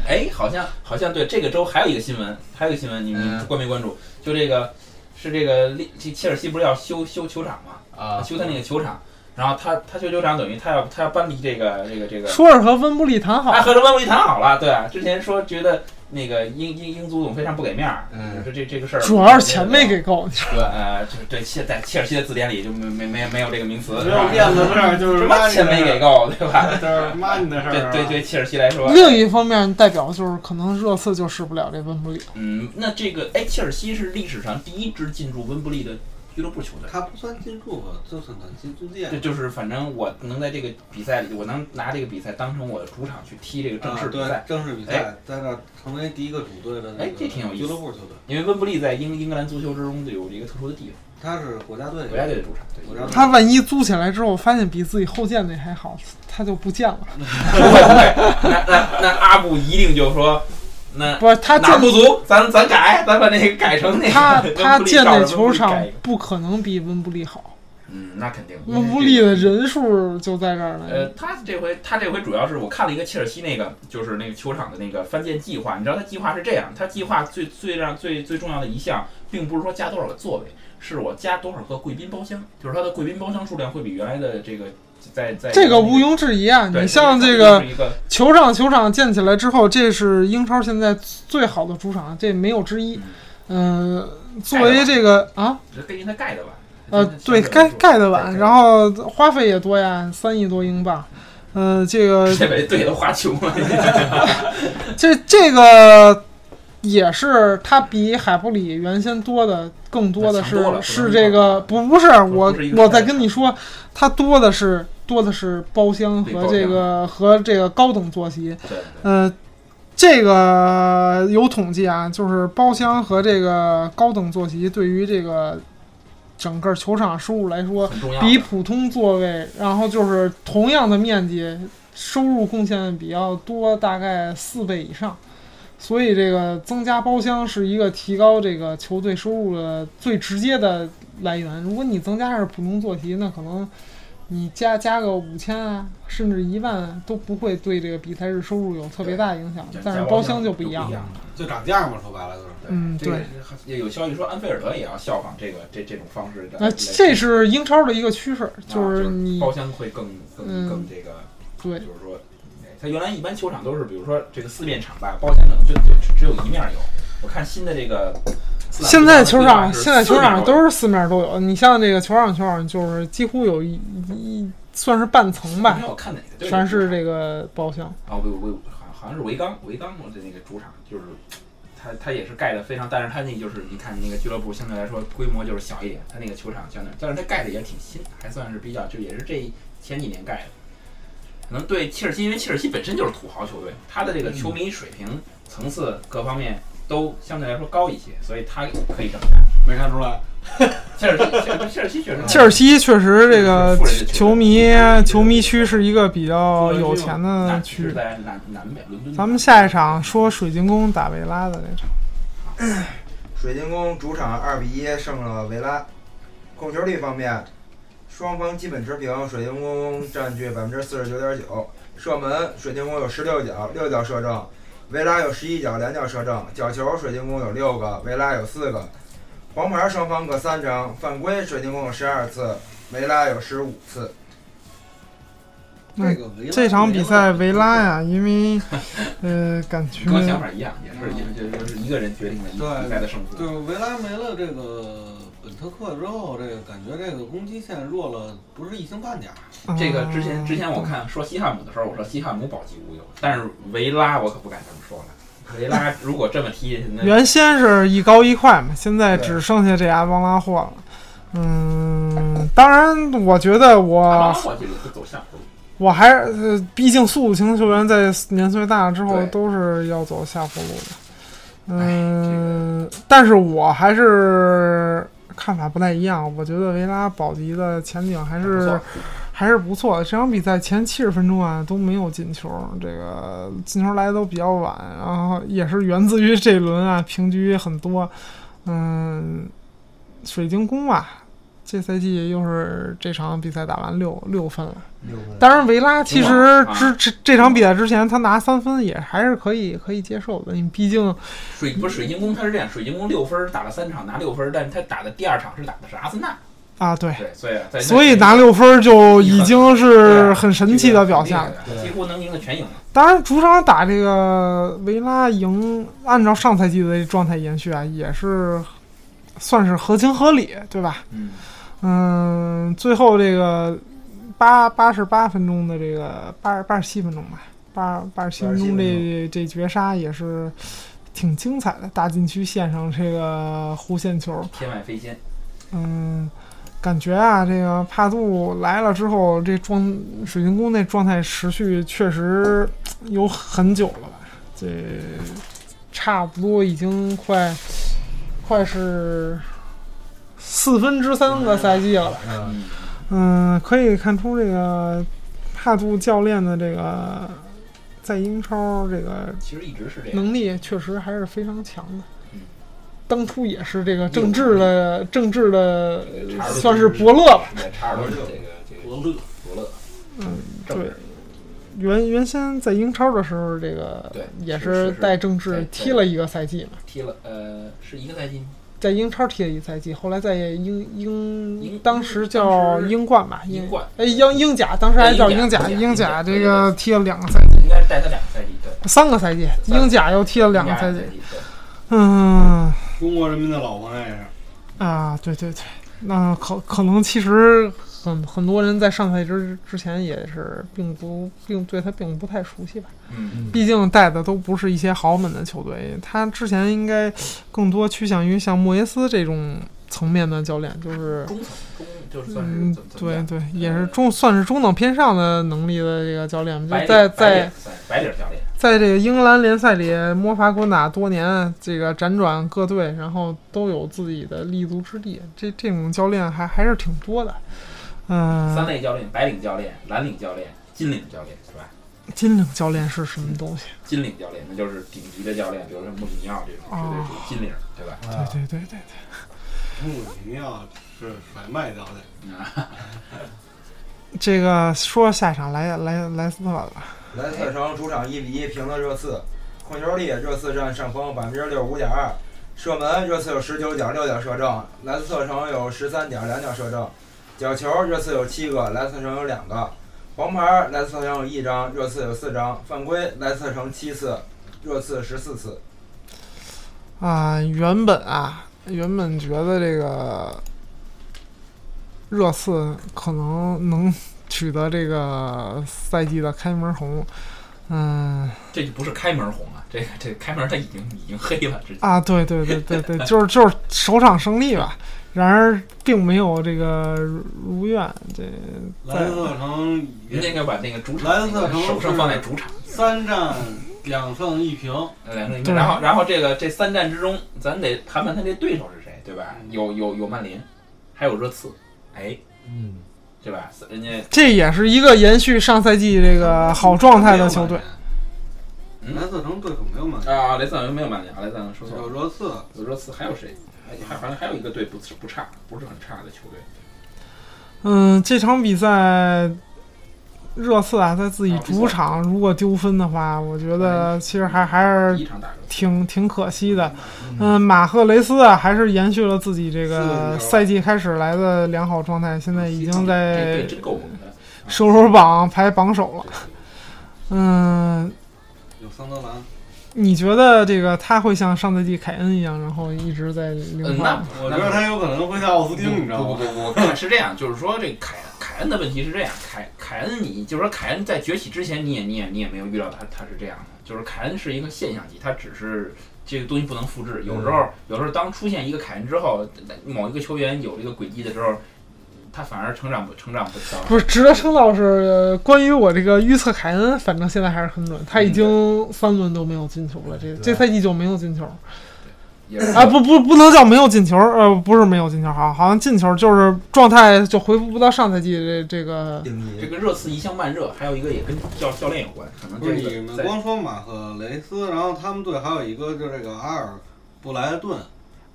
Speaker 6: 哎，好像好像对，这个周还有一个新闻，还有一个新闻，你们
Speaker 5: 嗯
Speaker 6: 关没关注？就这个是这个利这切尔西不是要修修球场吗？
Speaker 5: 啊，
Speaker 6: 修他那个球场，然后他他修球场等于他要他要搬离这个这个这个
Speaker 2: 舒尔和温布利谈好
Speaker 6: 哎，，合着温布利谈好了，对啊，之前说觉得那个英英英足总非常不给面儿，
Speaker 5: 嗯
Speaker 6: 说这这个事儿
Speaker 2: 主要是钱没给够。
Speaker 6: 对，呃，就是对切在切尔西的字典里就没没没没有这个名词，
Speaker 1: 没有面子事儿就是
Speaker 6: 什
Speaker 1: 妈
Speaker 6: 么
Speaker 1: 你的
Speaker 6: 钱
Speaker 1: 事
Speaker 6: 没给
Speaker 1: 儿，
Speaker 6: 够，对吧？
Speaker 1: 就是妈你的事儿
Speaker 6: 对
Speaker 1: 啊。
Speaker 6: 对对，切尔西来说，
Speaker 2: 另一方面，代表就是可能热刺就使不了这温布利。
Speaker 6: 嗯，那这个哎，切尔西是历史上第一支进驻温布利的俱乐部球队。
Speaker 1: 他不算进驻吧，就算他进租借
Speaker 6: 这就是，反正我能在这个比赛里，我能拿这个比赛当成我的主场去踢这个正式比赛，
Speaker 1: 啊、对正式比赛，在这儿成为第一个主队的、那个
Speaker 6: 哎这挺有意思
Speaker 1: 俱乐部球队，
Speaker 6: 因为温布利在英英格兰足球之中就有一个特殊的地位，
Speaker 1: 他是国家队，
Speaker 6: 国家队的主场。对，
Speaker 1: 国家队
Speaker 2: 他万一租起来之后，发现比自己后建那还好，他就不建了。
Speaker 6: 不会不会，那那那阿布一定就说，那
Speaker 2: 不是他
Speaker 6: 哪
Speaker 2: 建
Speaker 6: 儿不足，咱咱改，咱把那个改成那个
Speaker 2: 他
Speaker 6: 温布利
Speaker 2: 他建
Speaker 6: 照
Speaker 2: 那
Speaker 6: 着温布
Speaker 2: 球
Speaker 6: 利
Speaker 2: 场
Speaker 6: 改一个
Speaker 2: 不可能比温布利好，
Speaker 6: 嗯，那肯定。
Speaker 2: 温布利的人数就在这儿
Speaker 6: 呃
Speaker 2: 呢。，
Speaker 6: 他这回他这回主要是我看了一个切尔西那个，就是那个球场的那个翻建计划。你知道他计划是这样，他计划最最让最最重要的一项，并不是说加多少个座位，是我加多少个贵宾包厢，就是他的贵宾包厢数量会比原来的这个在在
Speaker 2: 这个毋庸置疑啊！
Speaker 6: 对
Speaker 2: 你像这
Speaker 6: 个
Speaker 2: 个
Speaker 6: 是一个
Speaker 2: 球场，球场建起来之后，这是英超现在最好的主场，这没有之一
Speaker 6: 嗯。
Speaker 2: 嗯，作为这个啊，
Speaker 6: 这跟人家盖的吧？
Speaker 2: 呃，对，盖盖的晚，然
Speaker 6: 后
Speaker 2: 后花费也多呀，三亿多英镑。嗯，这个
Speaker 6: 这把队都花穷 了。
Speaker 2: 这这个也是它比海布里原先多的更多的
Speaker 6: 那强多
Speaker 2: 是
Speaker 6: 了
Speaker 2: 是这个不不是我
Speaker 6: 不是一个
Speaker 2: 我在跟你说，它多的是多的是包厢
Speaker 6: 对
Speaker 2: 和
Speaker 6: 包厢
Speaker 2: 这个和这个高等坐席，
Speaker 6: 对对
Speaker 2: 呃，这个有统计啊，就是包厢和这个高等坐席对于这个整个球场收入来说
Speaker 6: 很重要的。
Speaker 2: 比普通座位，然后就是同样的面积，收入贡献比较多，大概四倍以上。所以这个增加包厢是一个提高这个球队收入的最直接的来源。如果你增加是普通坐席，那可能你加加个五千啊，甚至一万啊都不会对这个比赛日收入有特别大的影响
Speaker 6: 加。
Speaker 2: 但是
Speaker 6: 加
Speaker 2: 包
Speaker 6: 厢
Speaker 2: 厢就
Speaker 6: 不
Speaker 2: 不一样了。
Speaker 6: 了。
Speaker 1: 就涨价嘛，说白了就是。
Speaker 2: 嗯
Speaker 6: 这个
Speaker 2: 对
Speaker 6: 也有消息说安菲尔德也要效仿这个这这种方式的。
Speaker 2: 那这是英超的一个趋势，
Speaker 6: 啊
Speaker 2: 就是你
Speaker 6: 包厢会更更
Speaker 2: 嗯
Speaker 6: 更这个，
Speaker 2: 对
Speaker 6: 就是说，哎它原来一般球场都是，比如说这个四面场吧，包厢可能就就只只有一面有。我看新的这个斯坦
Speaker 2: 现
Speaker 6: 福
Speaker 2: 在
Speaker 6: 的
Speaker 2: 球
Speaker 6: 地
Speaker 2: 场，
Speaker 6: 方是四
Speaker 2: 现在球场
Speaker 6: 面
Speaker 2: 都
Speaker 6: 有
Speaker 2: 是四面都有。你像这个球场，球场就是几乎有一一算是半层吧
Speaker 6: 没，有看哪个队
Speaker 2: 全是
Speaker 6: 主
Speaker 2: 这个包厢。
Speaker 6: 场啊，维维好像好像是维冈维冈的那个主场，就是它它也是盖的非常，但是它那就是你看那个俱乐部相对来说规模就是小一点，它那个球场相对，但是它盖的也挺新，还算是比较就也是这前几年盖的。可能对切尔西，因为切尔西本身就是土豪球队，他的这个球迷水平、层次各方面都相对来说高一些，所以他可以这么干。
Speaker 1: 没看出来，
Speaker 6: 切尔西，切尔西切尔西确实，
Speaker 2: 切尔西确实这个
Speaker 6: 富人的
Speaker 2: 球迷球迷区是一个比较
Speaker 6: 富人区
Speaker 2: 有钱
Speaker 6: 那
Speaker 2: 的
Speaker 6: 只是
Speaker 2: 区。
Speaker 6: 在南南北伦
Speaker 2: 嗯
Speaker 6: 敦。
Speaker 2: 咱们下一场说水晶宫打维拉的那场，
Speaker 7: 水晶宫主场二比一胜了维拉。控球率方面，双方基本持平，水晶宫占据百分之四十九点九，射门水晶宫有十六脚，六脚射正；维拉有十一脚，两脚射正。角球水晶宫有六个，维拉有四个。黄牌双方各三张，犯规水晶宫有十二次，维拉有十五次。
Speaker 2: 嗯
Speaker 1: 这个维拉
Speaker 2: 这场比赛维拉呀，因为呃感觉
Speaker 6: 跟我想法一样，也是也是就是一个人决定了一
Speaker 1: 对
Speaker 6: 比赛的胜负
Speaker 1: 就。是维拉没了这个本特克之后，这个感觉这个攻击线弱了，不是一星半点儿。
Speaker 2: 啊
Speaker 6: 这个之前之前我看说西汉姆的时候，我说西汉姆保级无忧，但是维拉我可不敢这么说了。维拉如果这么踢，那
Speaker 2: 原先是一高一快嘛，现在
Speaker 6: 对
Speaker 2: 只剩下这阿邦拉霍了。嗯，当然，我觉得我
Speaker 6: 我这个走下坡路。
Speaker 2: 我还是呃毕竟速度型球员在年岁大了之后
Speaker 6: 对哎
Speaker 2: 都是要走下坡路的。嗯，但是我还是看法不太一样，我觉得维拉保级的前景还
Speaker 6: 不
Speaker 2: 是
Speaker 6: 错
Speaker 2: 还是不错的。这场比赛前七十分钟啊都没有进球，这个进球来的都比较晚，然后也是源自于这轮啊平局很多。嗯，水晶宫啊，这赛季又是这场比赛打完六六分了。
Speaker 7: 六分。
Speaker 2: 当然，维拉其实
Speaker 6: 挺好啊
Speaker 2: 之这这场比赛之前，他拿三分也还是可以可以接受的。你毕竟
Speaker 6: 水不是水晶宫，他是这样，水晶宫六分打了三场拿六分，但是他打的第二场是打的是阿森纳，
Speaker 2: 啊，对，
Speaker 6: 对，所以啊在那
Speaker 2: 所以拿六分就已经
Speaker 6: 对
Speaker 2: 是
Speaker 6: 啊
Speaker 2: 很神奇的表现了。，
Speaker 6: 这个很厉害的几乎能赢的全赢了。
Speaker 2: 当然，主场打这个维拉赢，按照上赛季的状态延续啊，也是算是合情合理，对吧？
Speaker 6: 嗯，
Speaker 2: 嗯，最后这个八八十八分钟的这个八八十七分钟吧，八八十七分钟这这绝杀也是挺精彩的，大禁区线上这个弧线球，
Speaker 6: 天外飞仙，
Speaker 2: 嗯，感觉啊，这个帕杜来了之后，这状水晶宫那状态持续确实有很久了吧？这差不多已经快快是四分之三个赛季了吧？
Speaker 7: 嗯，
Speaker 6: 嗯，
Speaker 2: 嗯，可以看出这个帕杜教练的这个在英超这个
Speaker 6: 其实一直是这样。
Speaker 2: 能力确实还是非常强的
Speaker 6: 嗯。
Speaker 2: 当初也是这个政治的政治的，
Speaker 6: 查
Speaker 2: 呃
Speaker 6: 尔顿
Speaker 2: 算是伯乐吧。
Speaker 6: 对，查尔顿这个这个
Speaker 1: 伯乐，
Speaker 6: 伯乐，
Speaker 2: 嗯，
Speaker 6: 正
Speaker 2: 对
Speaker 6: 是，
Speaker 2: 原原先在英超的时候，这个
Speaker 6: 对
Speaker 2: 也
Speaker 6: 是是是
Speaker 2: 带政
Speaker 6: 在
Speaker 2: 治
Speaker 6: 在
Speaker 2: 踢了一个赛季嘛，
Speaker 6: 踢了呃是一个赛季吗？
Speaker 2: 在英超踢了一赛季，后来在英英
Speaker 6: 英
Speaker 2: 当时叫
Speaker 6: 当时
Speaker 2: 英冠吧，英
Speaker 6: 英冠
Speaker 2: 哎英英甲，当时还叫
Speaker 6: 哎
Speaker 2: 英
Speaker 6: 英甲
Speaker 2: 甲，
Speaker 6: 英甲
Speaker 2: 英甲
Speaker 6: 对
Speaker 2: 这
Speaker 6: 对
Speaker 2: 个踢了两个赛季，
Speaker 6: 应该是带他两个赛季，对，
Speaker 2: 三个赛季，
Speaker 6: 三
Speaker 2: 英甲又踢了两
Speaker 6: 应
Speaker 2: 个
Speaker 6: 该是
Speaker 2: 赛
Speaker 6: 两
Speaker 2: 季
Speaker 6: 个，季，对。
Speaker 2: 嗯
Speaker 1: 中国人民的老朋友也是。
Speaker 2: 啊，对对对，那可可能其实很很多人在上赛季之之前也是并不并对他并不太熟悉吧。
Speaker 6: 嗯，
Speaker 2: 毕竟带的都不是一些豪门的球队，他之前应该更多趋向于像莫耶斯这种层面的教练，就是
Speaker 6: 中层中就是算是
Speaker 2: 嗯
Speaker 6: 怎么，怎么
Speaker 2: 对
Speaker 6: 讲
Speaker 2: 对，也是中算是中等偏上的能力的这个教练，就
Speaker 6: 白领
Speaker 2: 在
Speaker 6: 白
Speaker 2: 在
Speaker 6: 领算白领教练，
Speaker 2: 在这个英格兰联赛里摸爬滚打多年，这个辗转各队，然后都有自己的立足之地，这这种教练还还是挺多的。嗯、
Speaker 6: 三类教练：白领教练、蓝领教练、金领教练，是吧？
Speaker 2: 金领教练是什么东西？
Speaker 6: 金领教练那就是顶级的教练，比如说穆里尼奥这
Speaker 2: 哦
Speaker 6: 种，绝对属于金领，对吧？
Speaker 2: 对对对对对。
Speaker 1: 穆里尼奥是甩卖掉的，
Speaker 2: 这个说下一场莱莱莱斯特吧，
Speaker 7: 莱斯特城主场一比一平了热刺，控球率热刺占上风百分之六十五点二，射门热刺有十九点六脚射正，莱斯特城有十三点两脚射正，角球热刺有七个，莱斯特城有两个，黄牌莱斯特城有一张，热刺有四张，犯规莱斯特城七次，热刺十四次。
Speaker 2: 啊、原本啊，原本觉得这个热刺可能能取得这个赛季的开门红，嗯
Speaker 6: 这就不是开门红了，这个这开门他已经已经黑了，这
Speaker 2: 啊，对对对对对，就是就是首场胜利吧，然而并没有这个如如愿，这
Speaker 1: 莱斯特城
Speaker 6: 人家
Speaker 1: 也
Speaker 6: 应该把那个主场
Speaker 1: 蓝色
Speaker 6: 那个
Speaker 1: 城
Speaker 6: 首胜放在主场，
Speaker 1: 三战两胜一平，
Speaker 6: 呃两胜一
Speaker 2: 对
Speaker 6: 平。然后然后这个这三战之中，咱得谈谈他这对手是谁，对
Speaker 2: 嗯
Speaker 6: 吧？有有有曼联，还有热刺，哎，
Speaker 7: 嗯，
Speaker 6: 对吧？人家
Speaker 2: 这也是一个延续上赛季这个好状态的球队，
Speaker 1: 莱斯特城对手没有曼联，
Speaker 6: 啊，雷萨没有曼联，啊，雷萨说错
Speaker 1: 有
Speaker 6: 了。
Speaker 1: 热刺，
Speaker 6: 有热刺还有谁？还还好像还有一个队不是不差，不是很差的球队。
Speaker 2: 嗯，这场比赛热刺啊，在自己
Speaker 6: 啊比赛哎
Speaker 2: 主场如果丢分的话，我觉得其实还还
Speaker 6: 第
Speaker 2: 是
Speaker 6: 一场打热刺，
Speaker 2: 挺挺可惜的。嗯，马赫雷斯啊，还是延续了自己这
Speaker 1: 四个
Speaker 2: 个
Speaker 1: 进球
Speaker 2: 赛季开始来的良好状态，现在已经
Speaker 6: 这
Speaker 2: 在
Speaker 6: 队真够猛的。
Speaker 2: 收手榜排榜首了。嗯，
Speaker 1: 有桑德兰。
Speaker 2: 你觉得这个他会像上赛季凯恩一样，然后一直在
Speaker 6: 嗯
Speaker 2: 零，
Speaker 6: 那
Speaker 2: 化？
Speaker 1: 我觉得他有可能会像奥斯汀，你知道
Speaker 6: 不
Speaker 1: 吗？
Speaker 6: 不不不，看是这样，就是说这凯凯恩的问题是这样，凯凯恩你就是说凯恩在崛起之前，你也你也你也没有预料他他是这样的，就是凯恩是一个现象级，他只是这个东西不能复制。有时
Speaker 1: 嗯
Speaker 6: 候有时候当出现一个凯恩之后，某一个球员有这个轨迹的时候，他反而成长不成长不强。
Speaker 2: 不是值得称道是，呃关于我这个预测凯恩，反正现在还是很准，他已经三轮都没有进球了，这这赛季就没有进球
Speaker 6: 也是
Speaker 2: 啊，不不不能叫没有进球，呃，不是没有进球，好，好像进球就是状态就恢复不到上赛季这这个，
Speaker 7: 顶级
Speaker 6: 这个热刺一向慢热，还有一个也跟教教练有关，可能
Speaker 1: 不是
Speaker 6: 这
Speaker 1: 你们
Speaker 6: 啊个在
Speaker 1: 光说马赫雷斯，然后他们队还有一个就是这个阿尔布莱顿，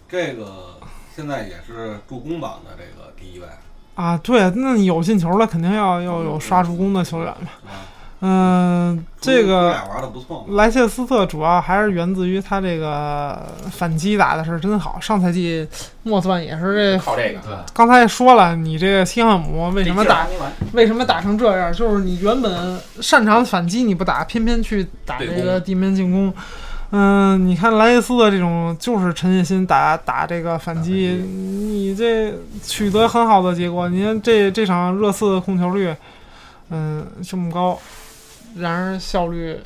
Speaker 1: 这个现在也是助攻榜的这个第一位。
Speaker 2: 啊，对，那你有进球了，肯定要要有刷助攻的球员嘛，
Speaker 1: 啊，
Speaker 2: 嗯，这
Speaker 1: 们
Speaker 2: 个
Speaker 1: 俩玩的不错嘛。
Speaker 2: 莱切斯特主要还是源自于他这个反击打的是真好。上赛季末段也是这，
Speaker 6: 靠这个。
Speaker 5: 对，
Speaker 2: 刚才也说了，你这个西汉姆为什么
Speaker 6: 这劲儿
Speaker 2: 打
Speaker 6: 还没完？
Speaker 2: 为什么打成这样？就是你原本擅长反击你不打，偏偏去打这
Speaker 6: 对攻
Speaker 2: 个地面进攻。嗯，你看莱切斯特这种就是陈奕新打打这个反击，
Speaker 5: 打反
Speaker 2: 你这取得很好的结果。你看这这场热刺的控球率，嗯，这么高，然而效率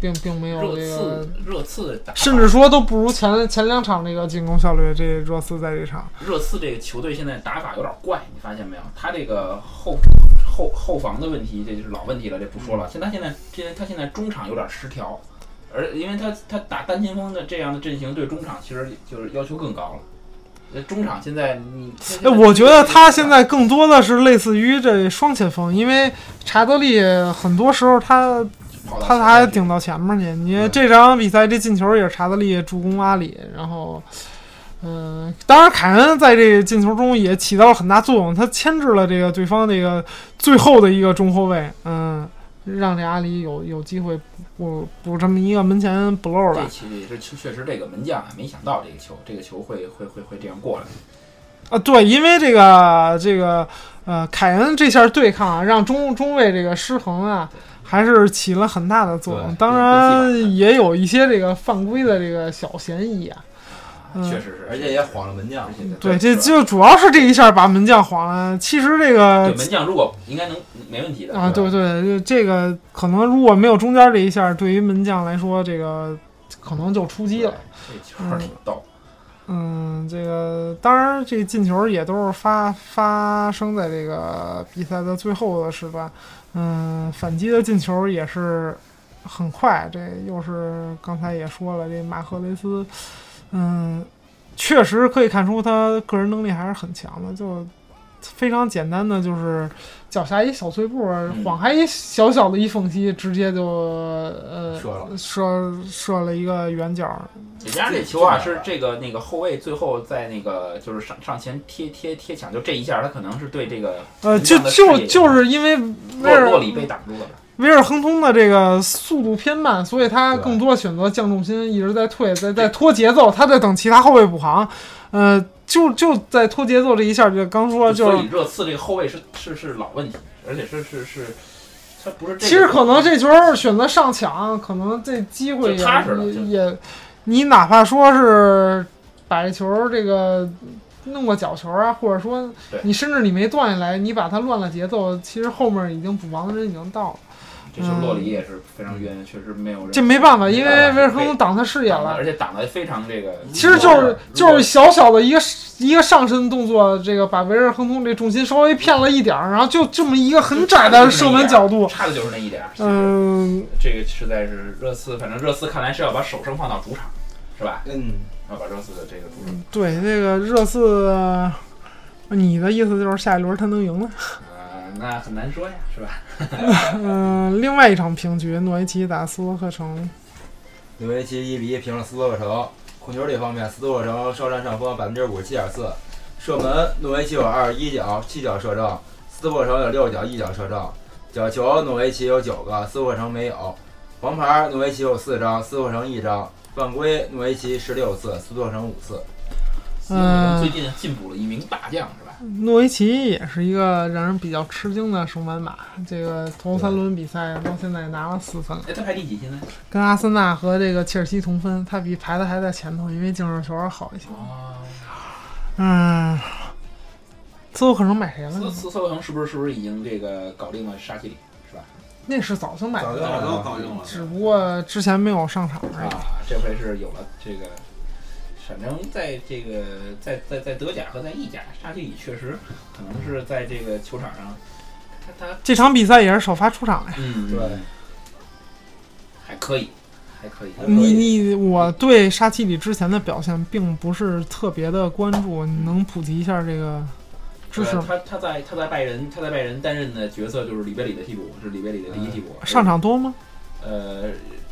Speaker 2: 并并没有
Speaker 6: 热
Speaker 2: 这个
Speaker 6: 刺，热刺打法，
Speaker 2: 甚至说都不如前前两场这个进攻效率。这热刺在这场，
Speaker 6: 热刺这个球队现在打法有点怪，你发现没有？他这个后后后防的问题，这就是老问题了，这不说
Speaker 2: 嗯
Speaker 6: 了。现在他现在这他现在中场有点失调，而因为他他打单前锋的这样的阵型，对中场其实就是要求更高了。呃中场现在你，他现
Speaker 2: 哎，
Speaker 6: 在
Speaker 2: 我觉得他现在更多的是类似于这双前锋，因为查德利很多时候他
Speaker 6: 跑到
Speaker 2: 他
Speaker 6: 前
Speaker 2: 还
Speaker 6: 面去
Speaker 2: 顶到前面去。你这
Speaker 5: 对
Speaker 2: 场比赛这进球也是查德利助攻阿里，然后。嗯，当然，凯恩在这进球中也起到了很大作用，他牵制了这个对方这个最后的一个中后卫，嗯，让这阿里有有机会补补这么一个门前补漏
Speaker 6: 这
Speaker 2: 吧。
Speaker 6: 期也是确确实这个门将啊，没想到这个球，这个球会会会会这样过来。
Speaker 2: 啊，对，因为这个这个呃，凯恩这下对抗啊，让中中卫这个失衡啊，还是起了很大的作用。
Speaker 5: 对
Speaker 2: 当然也有一些这个犯规的这个小嫌疑啊。嗯
Speaker 6: 确实是，
Speaker 5: 而且也晃了门将
Speaker 6: 而。且
Speaker 2: 对，
Speaker 6: 是
Speaker 2: 这
Speaker 6: 吧
Speaker 2: 就主要是这一下把门将晃了。其实这个
Speaker 6: 对门将如果应该能没问题的
Speaker 2: 啊，
Speaker 6: 对
Speaker 2: 对
Speaker 6: 吧
Speaker 2: 对，这个可能如果没有中间这一下，对于门将来说，这个可能就出击了。
Speaker 6: 对这球儿挺逗。
Speaker 2: 嗯，这个当然，这进球也都是发发生在这个比赛的最后的时段。嗯，反击的进球也是很快，这又是刚才也说了，这马赫雷斯，嗯，确实可以看出他个人能力还是很强的，就非常简单的就是脚下一小碎步，
Speaker 5: 嗯
Speaker 2: 晃开一小小的一缝隙，直接就呃
Speaker 5: 射了
Speaker 2: 射射了一个远角，
Speaker 6: 也加上这球啊，是这个那个后卫最后在那个就是上上前贴贴贴抢，就这一下他可能是对这个
Speaker 2: 呃，
Speaker 6: 一
Speaker 2: 就
Speaker 6: 样的视
Speaker 2: 就
Speaker 6: 野
Speaker 2: 就是因为威
Speaker 6: 洛
Speaker 2: 尔
Speaker 6: 洛里被挡住了吧？
Speaker 2: 威尔亨通的这个速度偏慢，所以他
Speaker 5: 对
Speaker 2: 更多选择降重心，一直在退，在在拖节奏，他在等其他后卫补航。呃，就就在拖节奏这一下，就刚说就
Speaker 6: 所
Speaker 2: 是
Speaker 6: 以，热刺这个后卫是是是老问题，而且是是是，他不是这个
Speaker 2: 其实可能这球选择上抢，可能这机会
Speaker 6: 就
Speaker 2: 也
Speaker 6: 踏实了
Speaker 2: 也
Speaker 6: 就
Speaker 2: 也，你哪怕说是把这球这个弄个角球啊，或者说
Speaker 6: 对
Speaker 2: 你甚至你没断下来，你把它乱了节奏，其实后面已经补防的人已经到了。
Speaker 6: 这球洛里也是非常冤，确实没有人
Speaker 2: 嗯这没办法，因为威尔
Speaker 6: 啊被
Speaker 2: 亨挡他视野
Speaker 6: 挡的
Speaker 2: 了
Speaker 6: 而。且挡的非常这个，
Speaker 2: 其实就是就是小小的一个一个上身动作，这个把维尔亨通这重心稍微骗了一点儿，然后就这么一个很窄的射门角度，
Speaker 6: 差的就是那一点儿。其实
Speaker 2: 嗯，
Speaker 6: 这个实在是热刺，反正热刺看来是要把首胜放到主场，是吧？
Speaker 7: 嗯，
Speaker 6: 要把热刺的这个主场
Speaker 2: 对，这个热刺，你的意思就是下一轮他能赢了？
Speaker 6: 呃，那很难说呀，是吧？
Speaker 2: 嗯，另外一场平局，诺维奇打斯托克城，
Speaker 7: 纽维奇一比一平了斯托克城。控球这方面，斯托克城稍占上风，百分之五十七点四。射门，诺维奇有二十一脚，七脚射正；斯托克城有六脚，一脚射正。角球，诺维奇有九个，斯托克城没有。黄牌，诺维奇有四张，斯托克城一张。犯规，诺维奇十六次，斯托克城五次。
Speaker 2: 嗯
Speaker 6: 最近进补了一名大将，是吧？
Speaker 2: 诺维奇也是一个让人比较吃惊的首满马，这个头三轮比赛到现在拿了四分了。
Speaker 6: 哎，他排第几现在？
Speaker 2: 跟阿森纳和这个切尔西同分，他比排的还在前头，因为净胜球要好一些。
Speaker 6: 啊，
Speaker 2: 嗯，最后可能买谁
Speaker 6: 斯
Speaker 2: 了？
Speaker 6: 斯特腾是不是是不是已经这个搞定了沙奇里，是吧？
Speaker 2: 那是早就买
Speaker 7: 早
Speaker 2: 的
Speaker 7: 就
Speaker 2: 了，
Speaker 1: 早就搞定了，
Speaker 2: 只不过之前没有上场而已。
Speaker 6: 啊，这回是有了这个，反正在这个在在在德甲和在意甲，沙奇里确实可能是在这个球场上，他他
Speaker 2: 这场比赛也是首发出场了呀。
Speaker 6: 嗯
Speaker 7: 对，
Speaker 6: 还可以，还可以。
Speaker 7: 还可以
Speaker 2: 嗯你你我对沙奇里之前的表现并不是特别的关注，你能普及一下这个知识
Speaker 6: 呃
Speaker 2: 吗？
Speaker 6: 他他在他在拜仁他在拜仁担任的角色就是里贝里的替补，是里贝里的第一替补。
Speaker 2: 上场多吗？
Speaker 6: 呃，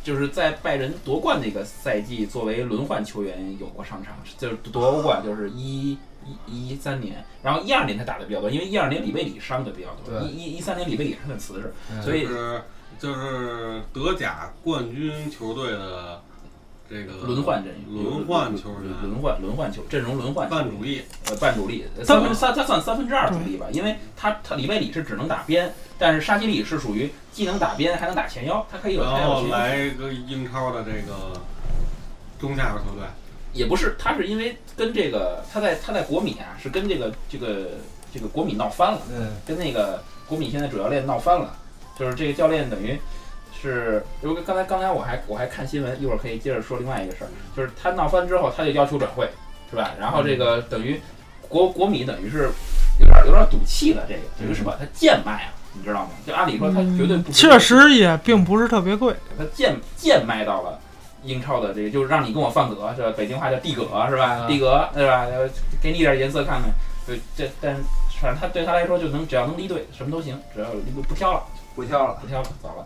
Speaker 6: 就是在拜仁夺冠那个赛季，作为轮换球员有过上场，就是夺欧冠，就是一一一三年，然后一二年他打的比较多，因为一二年里贝里伤的比较多，
Speaker 7: 对
Speaker 6: 一一一三年里贝里伤的瓷实，
Speaker 7: 嗯
Speaker 6: 所以
Speaker 1: 就是就是德甲冠军球队的这个
Speaker 6: 轮换阵
Speaker 1: 轮换球员，
Speaker 6: 轮换轮换球阵容轮换球
Speaker 1: 半主力，
Speaker 6: 呃半主力，呃三分三他算三分之二主力吧，因为他他里贝里是只能打边，但是沙基里是属于既能打边还能打前腰，他可以有他
Speaker 1: 然
Speaker 6: 有
Speaker 1: 后
Speaker 6: 前腰
Speaker 1: 来一个英超的这个中下游球队，
Speaker 6: 也不是，他是因为跟这个他在他在国米啊，是跟这个这个这个国米闹翻了，
Speaker 7: 嗯，
Speaker 6: 跟那个国米现在主教练闹翻了，就是这个教练等于是，如果刚才刚才我还我还看新闻，一会儿可以接着说另外一个事儿，就是他闹翻之后，他就要求转会，是吧？然后这个
Speaker 2: 嗯
Speaker 6: 等于国国米等于是有点有点赌气了，这个等于是把他贱卖了，你知道吗？就按理说他绝对不值
Speaker 2: 嗯确实也并不是特别贵。
Speaker 6: 他贱贱卖到了英超的这个，就是让你跟我放格，是吧？北京话叫地格，是吧？
Speaker 7: 啊
Speaker 6: 地格，对吧？呃给你点颜色看看，对，这但是反正他对他来说就能只要能离队，什么都行，只要不不挑了，
Speaker 7: 不挑了，
Speaker 6: 不挑了，早了。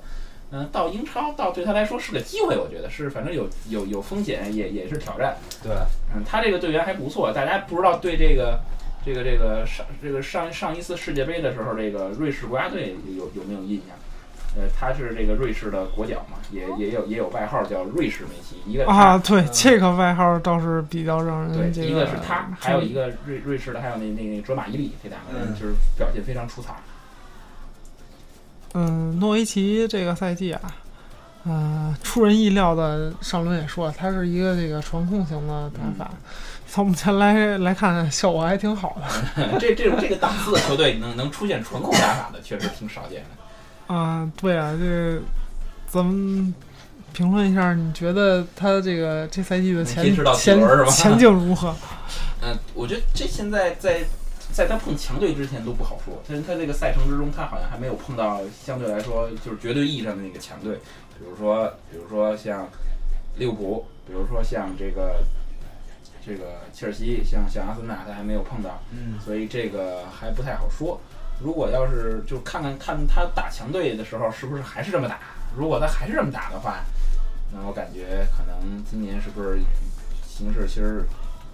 Speaker 6: 嗯，到英超到对他来说是个机会，我觉得是，反正有有有风险，也也是挑战。
Speaker 7: 对，
Speaker 6: 嗯，他这个队员还不错，大家不知道对这个这个这个上这个上上一次世界杯的时候，这个瑞士国家队有有没有印象？呃，他是这个瑞士的国脚嘛，也也有也有外号叫瑞士梅西，一个是他
Speaker 2: 啊，对，
Speaker 7: 嗯
Speaker 2: 这个外号倒是比较让
Speaker 6: 对
Speaker 2: 人，这
Speaker 6: 一个是他，还有一
Speaker 2: 个
Speaker 6: 个瑞瑞士的，还有那那那卓马伊利，这两个人
Speaker 7: 嗯
Speaker 6: 就是表现非常出彩。
Speaker 2: 嗯，诺维奇这个赛季啊，呃，出人意料的，上轮也说了，他是一个这个传控型的打法，
Speaker 6: 嗯
Speaker 2: 从目前来来看，效果还挺好的。
Speaker 6: 这这种这个档次的球队能能出现纯控打法的，确实挺少见的。
Speaker 2: 啊，对啊，这咱们评论一下，你觉得他这个这赛季的前
Speaker 6: 能坚持到几
Speaker 2: 前
Speaker 6: 轮是吧
Speaker 2: 前景如何？
Speaker 6: 嗯，我觉得这现在在在他碰强队之前都不好说，但是他这个赛程之中，他好像还没有碰到呃相对来说就是绝对意义上的那个强队，比如说比如说像利物浦，比如说像这个这个切尔西，像像阿森纳，他还没有碰到，
Speaker 7: 嗯，
Speaker 6: 所以这个还不太好说。如果要是就看看看他打强队的时候是不是还是这么打，如果他还是这么打的话，那我感觉可能今年是不是形势其实，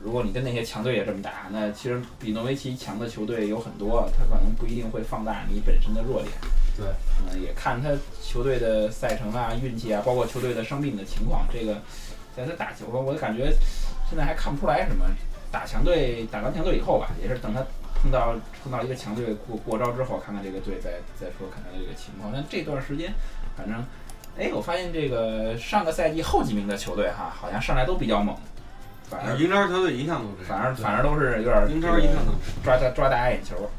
Speaker 6: 如果你跟那些强队也这么打，那其实比诺维奇强的球队有很多，他可能不一定会放大你本身的弱点。
Speaker 7: 对，
Speaker 6: 嗯，也看他球队的赛程啊、运气啊，包括球队的伤病的情况。这个在他打球，我感觉现在还看不出来什么。打强队，打完强队以后吧，也是等他碰到碰到一个强队过过招之后，看看这个队再再说看看这个情况。但这段时间，反正，哎，我发现这个上个赛季后几名的球队哈，好像上来都比较猛，反而
Speaker 1: 英超球队一向都这
Speaker 6: 反
Speaker 1: 样，
Speaker 6: 而反而都是有点
Speaker 1: 英超一向都这样
Speaker 6: 抓大抓大家眼球。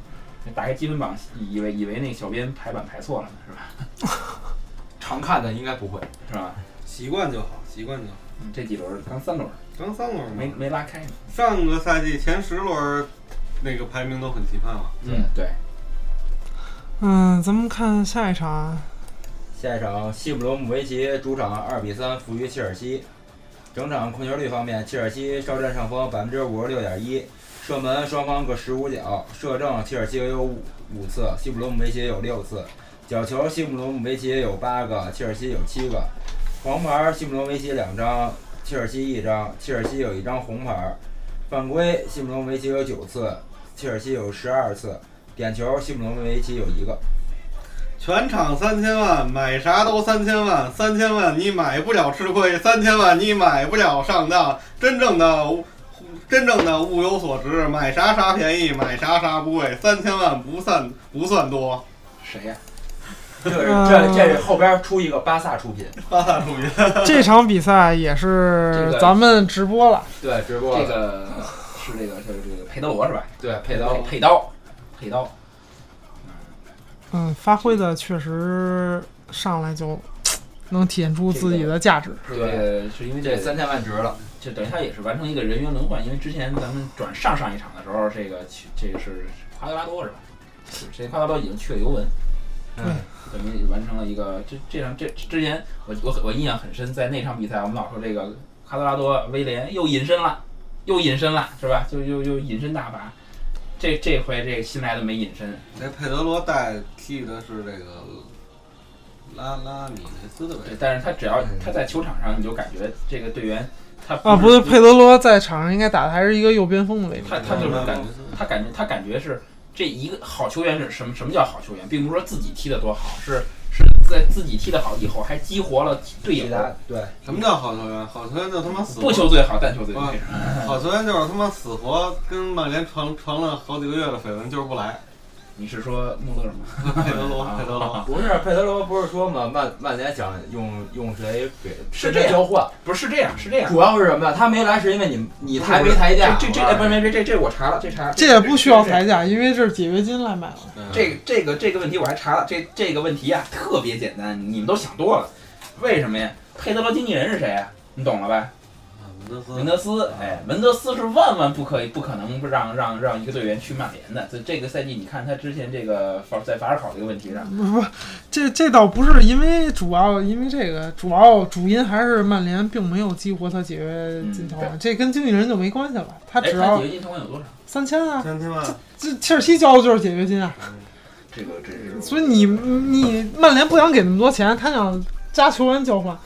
Speaker 6: 打开积分榜，以为以为那个小编排版排错了呢，是吧？
Speaker 5: 常看的应该不会。
Speaker 6: 是吧？
Speaker 1: 习惯就好，习惯就好。
Speaker 6: 嗯这几轮刚三轮
Speaker 1: 刚三轮
Speaker 6: 没
Speaker 1: 嘛，
Speaker 6: 没拉开呢。
Speaker 1: 上个赛季前十轮那个排名都很期盼啊了。
Speaker 6: 嗯，对，
Speaker 2: 嗯，咱们看下一场啊，
Speaker 7: 下一场西布罗姆维奇主场二比三负于切尔西，整场控球率方面，切尔西稍占上风百分之五十六点一，射门双方各十五脚，射正切尔西有五五次，西布罗姆维奇有六次，角球西布罗姆维奇有八个，切尔西有七个，黄牌西布罗姆维奇两张，切尔西一张，切尔西有一张红牌，犯规西布罗姆维奇有九次，切尔西有十二次，点球西布罗姆维奇有一个。
Speaker 1: 全场三千万，买啥都三千万，三千万你买不了吃亏，三千万你买不了上当。真正的物，真正的物有所值，买啥啥便宜，买啥啥不贵，三千万不算不算多。
Speaker 6: 谁呀、
Speaker 5: 这是
Speaker 2: 嗯
Speaker 5: 这这是后边出一个巴萨出品，
Speaker 1: 八大主角，
Speaker 2: 这场比赛也
Speaker 6: 这
Speaker 2: 是
Speaker 6: 个
Speaker 2: 咱们直播了，
Speaker 5: 对，直播
Speaker 6: 这个是这个就是这个佩德罗是吧？
Speaker 5: 对佩刀
Speaker 6: 佩刀，佩刀。
Speaker 2: 嗯，发挥的确实上来就能体现出自己的价值。
Speaker 6: 这个是因为
Speaker 5: 这
Speaker 6: 这
Speaker 5: 三千万值了，
Speaker 6: 这等于他也是完成一个人员轮换，因为之前咱们转上上一场的时候，这个去这个是夸德拉多是吧？是这夸德拉多已经去了尤文，
Speaker 2: 嗯，
Speaker 6: 等于完成了一个这这场这之前我我我印象很深，在那场比赛我们老说这个夸德拉多威廉又隐身了，又隐身了是吧？就又又隐身大法，这这回这新来的没隐身，
Speaker 1: 这佩德罗带踢的是这个拉拉米雷斯的位
Speaker 6: 对
Speaker 1: 置，
Speaker 6: 但是他只要他在球场上，你就感觉这个队员他
Speaker 2: 啊，不
Speaker 6: 是
Speaker 2: 对，佩德罗在场上应该打的还是一个右边锋的位置。
Speaker 6: 他他就是
Speaker 1: 拉
Speaker 6: 感
Speaker 1: 米雷
Speaker 6: 觉
Speaker 1: 斯
Speaker 6: 他感觉他感觉是这一个好球员是什么什么叫好球员，并不是说自己踢得多好，是是在自己踢得好以后还激活了队
Speaker 7: 其
Speaker 6: 友，
Speaker 7: 他对
Speaker 1: 什么叫好球员？好球员就他妈死活
Speaker 6: 不求最好，但求最
Speaker 1: 啊
Speaker 6: 那什么。
Speaker 1: 好球员就是他妈死活跟曼联传传了好几个月的绯闻，就是不 来。
Speaker 6: 你是说穆勒吗？
Speaker 1: 佩德罗，佩德罗，
Speaker 5: 不是佩德罗不是说嘛，曼曼联想用用谁给
Speaker 6: 是
Speaker 5: 跟谁
Speaker 6: 这样
Speaker 5: 交换，
Speaker 6: 不是是这样，是这样。
Speaker 5: 主要是什么呀？他没来是因为你你抬
Speaker 6: 不
Speaker 5: 没
Speaker 6: 是
Speaker 5: 抬价，
Speaker 6: 这这这
Speaker 5: 我告
Speaker 6: 哎
Speaker 5: 诉
Speaker 6: 不是
Speaker 5: 你
Speaker 6: 没没这这我查了，这查了
Speaker 2: 这也不需要
Speaker 6: 这这
Speaker 2: 抬价，因为这是解约金来买了。
Speaker 6: 这个这个这个问题我还查了，这这个问题啊特别简单，你们都想多了。为什么呀？佩德罗经纪人是谁呀、你懂了吧？
Speaker 1: 门德
Speaker 2: 嗯
Speaker 6: 门
Speaker 1: 斯，
Speaker 6: 德斯，哎，门德斯是万万不可以不可能让让让一个队员去曼联的。所以这个赛季，你看他之前这个法在法尔考这个问题上，
Speaker 2: 不不，这这倒不是因为主要因为这个，主要主因还是曼联并没有激活他解约金条款，
Speaker 6: 嗯
Speaker 2: 这跟经纪人就没关系了。他
Speaker 6: 哎，
Speaker 2: 只
Speaker 6: 他
Speaker 2: 要
Speaker 6: 解约金条款有多少？
Speaker 2: 三千啊，
Speaker 1: 三千万，
Speaker 2: 这切尔西交的就是解约金啊，
Speaker 6: 嗯这个这是
Speaker 2: 所以你你曼联不想给那么多钱，他想加球员交换。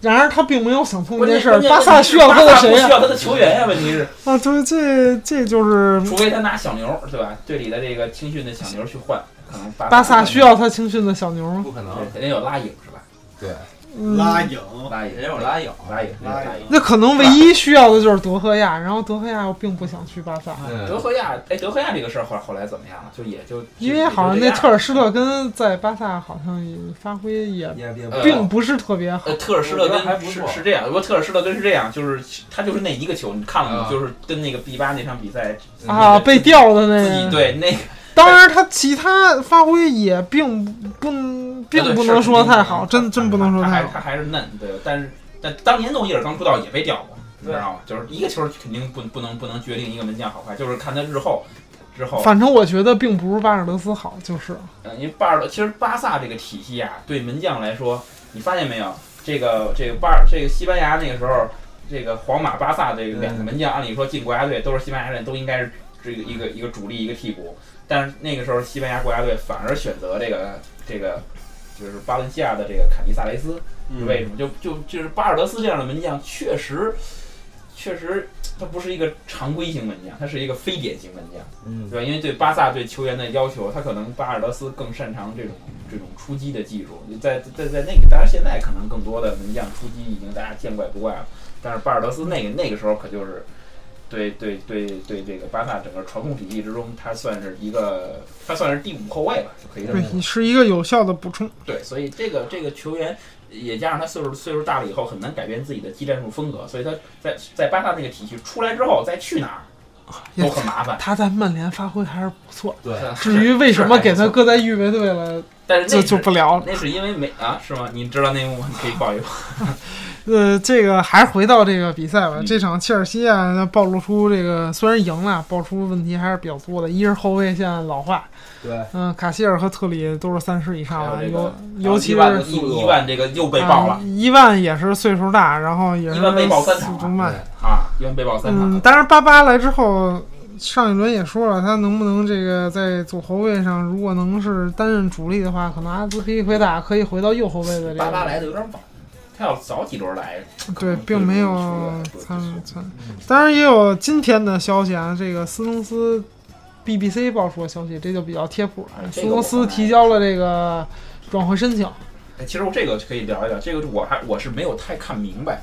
Speaker 2: 然而他并没有想通这
Speaker 6: 关键
Speaker 2: 件事儿，
Speaker 6: 关键
Speaker 2: 巴萨需要他
Speaker 6: 巴
Speaker 2: 的
Speaker 6: 萨不
Speaker 2: 谁啊呀
Speaker 6: 需、要他的球员呀、问题是，
Speaker 2: 啊？对，这这就是
Speaker 6: 除非他拿小牛，对吧？队里的这个青训的小牛去换，可能巴
Speaker 2: 巴萨需要他青训的小牛吗？
Speaker 5: 不可能
Speaker 6: 对，肯定有拉影是吧？
Speaker 2: 嗯、
Speaker 1: 拉影，
Speaker 6: 拉影
Speaker 5: 人有拉影，
Speaker 6: 拉影
Speaker 1: 拉
Speaker 6: 拉影。
Speaker 2: 那可能唯一需要的就是德赫亚，然后德赫亚又并不想去巴萨，
Speaker 6: 德
Speaker 5: 嗯，
Speaker 6: 赫亚，哎，德赫亚这个事儿后来后来怎么样了？就也就
Speaker 2: 因为好像那特
Speaker 6: 特
Speaker 2: 尔施特根在巴萨好像也发挥也
Speaker 7: 也
Speaker 5: 嗯
Speaker 7: 也
Speaker 6: 呃
Speaker 2: 并不是特别好。
Speaker 6: 呃特尔施特
Speaker 5: 我觉得还
Speaker 6: 根
Speaker 5: 不
Speaker 6: 是
Speaker 5: 错
Speaker 6: 是这样，不过特尔施特根是这样，就是他就是那一个球，你看了吗？
Speaker 5: 啊
Speaker 6: 就是跟那个 B 八那场比赛
Speaker 5: 嗯呃
Speaker 2: 啊，被调的
Speaker 6: 自己
Speaker 2: 那个，
Speaker 6: 对那个
Speaker 2: 当然他其他发挥也并不并不能说太好，真真不能说
Speaker 6: 他还
Speaker 2: 太
Speaker 6: 是他
Speaker 2: 好。
Speaker 6: 还是嫩，对，但是但当年诺伊尔刚出道也被调过，你知
Speaker 5: 对
Speaker 6: 道吗？就是一个球肯定不不能不能决定一个门将好坏，就是看他日后之后
Speaker 2: 反正我觉得并不如巴尔德斯好，就是
Speaker 6: 呃，因为巴尔德其实巴萨这个体系啊，对门将来说，你发现没有？这个这个巴尔这个西班牙那个时候，这个皇马、巴萨这个两个门将，按理说进国家队都是西班牙人，都应该是这个一个一个主力一个替补。但是那个时候西班牙国家队反而选择这个这个就是巴伦西亚的这个坎迪萨雷斯，为什么？就就就是巴尔德斯这样的门将，确实确实他不是一个常规型门将，他是一个非典型门将。
Speaker 7: 嗯
Speaker 6: 对吧？因为对巴萨对球员的要求，他可能巴尔德斯更擅长这种这种出击的技术，在在在那个，当然现在可能更多的门将出击已经大家见怪不怪了，但是巴尔德斯那个那个时候可就是对对对对这个巴萨整个传控体系之中，他算是一个他算是第五后卫吧，就可以这么
Speaker 2: 对
Speaker 6: 说。
Speaker 2: 你是一个有效的补充。
Speaker 6: 对，所以这个这个球员也加上他岁数岁数大了以后，很难改变自己的技战术风格，所以他在在巴萨那个体系出来之后再去哪儿都很麻烦。
Speaker 2: 他在曼联发挥还是不错，
Speaker 5: 对，
Speaker 2: 至于为什么给他
Speaker 6: 是
Speaker 2: 搁在预备队了，
Speaker 6: 但是
Speaker 2: 就
Speaker 6: 那
Speaker 2: 就是不聊了。
Speaker 6: 那是因为没啊，是吗？你知道内幕吗？你可以报一报。
Speaker 2: 呃，这个还是回到这个比赛吧。
Speaker 6: 嗯
Speaker 2: 这场切尔西啊，那暴露出这个虽然赢了，暴露出问题还是比较多的。一是后卫线老化，
Speaker 7: 对，
Speaker 2: 嗯、卡希尔和特里都是三十以上
Speaker 6: 还
Speaker 2: 了，
Speaker 6: 有这
Speaker 2: 啊尤
Speaker 6: 个
Speaker 2: 尤其
Speaker 6: 伊
Speaker 2: 是嗯
Speaker 6: 万
Speaker 2: 啊
Speaker 6: 伊伊万这个又被爆了
Speaker 2: 伊万也是岁数大，然后也是
Speaker 6: 伊万被爆三场
Speaker 2: 速度慢。
Speaker 6: 啊，伊万被爆三
Speaker 2: 嗯，
Speaker 6: 场。
Speaker 2: 当然巴巴来之后，上一轮也说了，他能不能这个在左后卫上，如果能是担任主力的话，可能阿兹皮奎达可以回到右后卫的这个。
Speaker 6: 巴巴来的有点晚，他要早几轮来，
Speaker 2: 对，并没有参
Speaker 6: 嗯
Speaker 2: 参。当然也有今天的消息啊，这个斯通斯 BBC 爆出的消息，这就比较贴谱
Speaker 6: 哎
Speaker 2: 了。
Speaker 6: 这
Speaker 2: 斯
Speaker 6: 个
Speaker 2: 通斯
Speaker 6: 我
Speaker 2: 提交了这个转会申请，
Speaker 6: 哎其实我这个可以聊一聊，这个我还我是没有太看明白，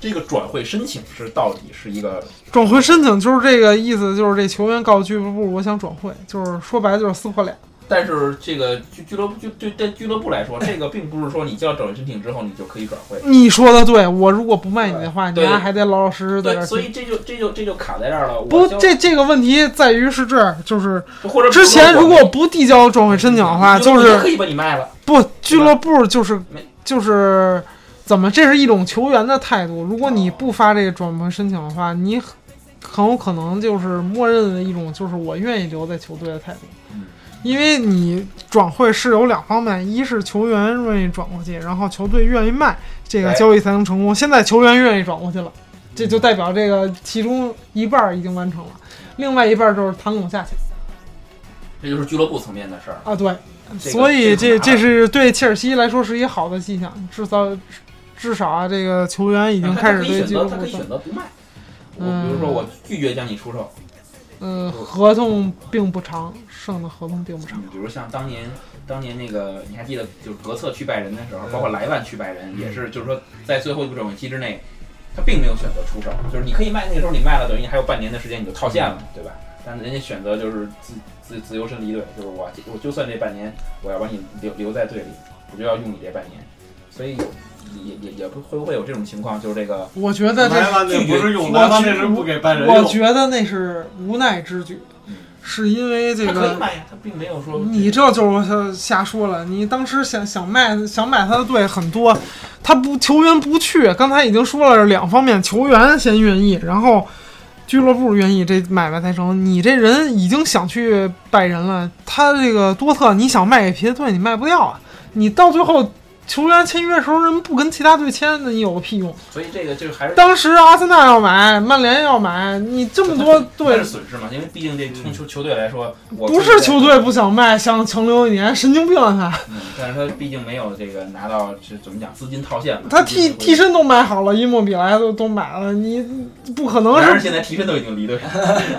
Speaker 6: 这个转会申请是到底是一个
Speaker 2: 转会申请就是这个意思，就是这球员告俱乐部我想转会，就是说白了就是撕破脸。
Speaker 6: 但是这个俱俱乐部就对对俱乐部来说，这个并不是说你交转会申请之后你就可以转会。
Speaker 2: 你说的对，我如果不卖你的话，你
Speaker 6: 对
Speaker 2: 丫还得老老实实在这
Speaker 6: 对，
Speaker 2: 儿
Speaker 6: 所
Speaker 2: 踢。
Speaker 6: 以这就这就这就卡在这儿了。我
Speaker 2: 不，
Speaker 6: 就
Speaker 2: 这这个问题在于是这儿，就是
Speaker 6: 或者
Speaker 2: 之前如
Speaker 6: 我
Speaker 2: 果不递交转会申请的话，
Speaker 6: 俱乐
Speaker 2: 就
Speaker 6: 部
Speaker 2: 是
Speaker 6: 可以把你卖了。
Speaker 2: 不，俱乐部就是
Speaker 6: 没
Speaker 2: 就是怎么，这是一种球员的态度。如果你不发这个转会申请的话，你很很有可能就是默认的一种就是我愿意留在球队的态度。
Speaker 6: 嗯
Speaker 2: 因为你转会是有两方面，一是球员愿意转过去，然后球队愿意卖，这个
Speaker 6: 哎
Speaker 2: 交易才能成功。现在球员愿意转过去了，这
Speaker 6: 嗯
Speaker 2: 就代表这个其中一半儿已经完成了，另外一半儿就是谈拢下去
Speaker 6: 这就是俱乐部层面的事儿。
Speaker 2: 啊。对，
Speaker 6: 这个
Speaker 2: 所以
Speaker 6: 这个
Speaker 2: 这
Speaker 6: 很麻烦
Speaker 2: 这是对切尔西来说是一好的迹象，至少至少啊，这个球员已经
Speaker 6: 他
Speaker 2: 开始
Speaker 6: 可以
Speaker 2: 对
Speaker 6: 选
Speaker 2: 俱
Speaker 6: 择，
Speaker 2: 乐
Speaker 6: 他
Speaker 2: 部
Speaker 6: 可以
Speaker 2: 的
Speaker 6: 选择不卖。我
Speaker 2: 嗯
Speaker 6: 比如说，我拒绝将你出售，
Speaker 2: 呃合同并不长，剩的合同并不长。
Speaker 6: 比如像当年当年那个，你还记得就是格策去拜仁的时候，包括莱万去拜仁，也是就是说在最后一个转会期之内，他并没有选择出售，就是你可以卖，那个时候你卖了，等于你还有半年的时间你就套现了，对吧？但人家选择就是自自自由身离队，就是我我就算这半年我要把你留留在队里，我就要用你这半年，所以有也也也不会不会有这种情况，就是这个
Speaker 2: 我觉得这
Speaker 1: 莱万那不是用，
Speaker 2: 我
Speaker 1: 莱万那是不给拜仁
Speaker 2: 我
Speaker 1: 用。
Speaker 2: 觉得那是无奈之举，是因为这
Speaker 6: 嗯他可以
Speaker 2: 个
Speaker 6: 卖呀，他嗯并没有说
Speaker 2: 你这就是瞎说了。你当时想想卖想买他的队很多，他不球员不去，刚才已经说了是两方面，球员先愿意，然后俱乐部愿意，这买卖才成。你这人已经想去拜仁了，他这个多特你想卖给别的队，你卖不掉啊。你到最后球员签约的时候人不跟其他队签，那你有个屁用？
Speaker 6: 所以这个就是还是
Speaker 2: 当时阿森纳要买，曼联要买，你这么多
Speaker 6: 它
Speaker 2: 队
Speaker 6: 是。损失嘛，因为毕竟这从球球队来说，我
Speaker 2: 不是球队不想卖，想停留一年，神经病啊！他
Speaker 6: 嗯，但是他毕竟没有这个拿到这怎么讲资金套现嘛，
Speaker 2: 他替
Speaker 6: 资金回
Speaker 2: 替身都买好了，伊莫比莱都都买了，你不可能
Speaker 6: 然而
Speaker 2: 是
Speaker 6: 现在替身都已经离队了，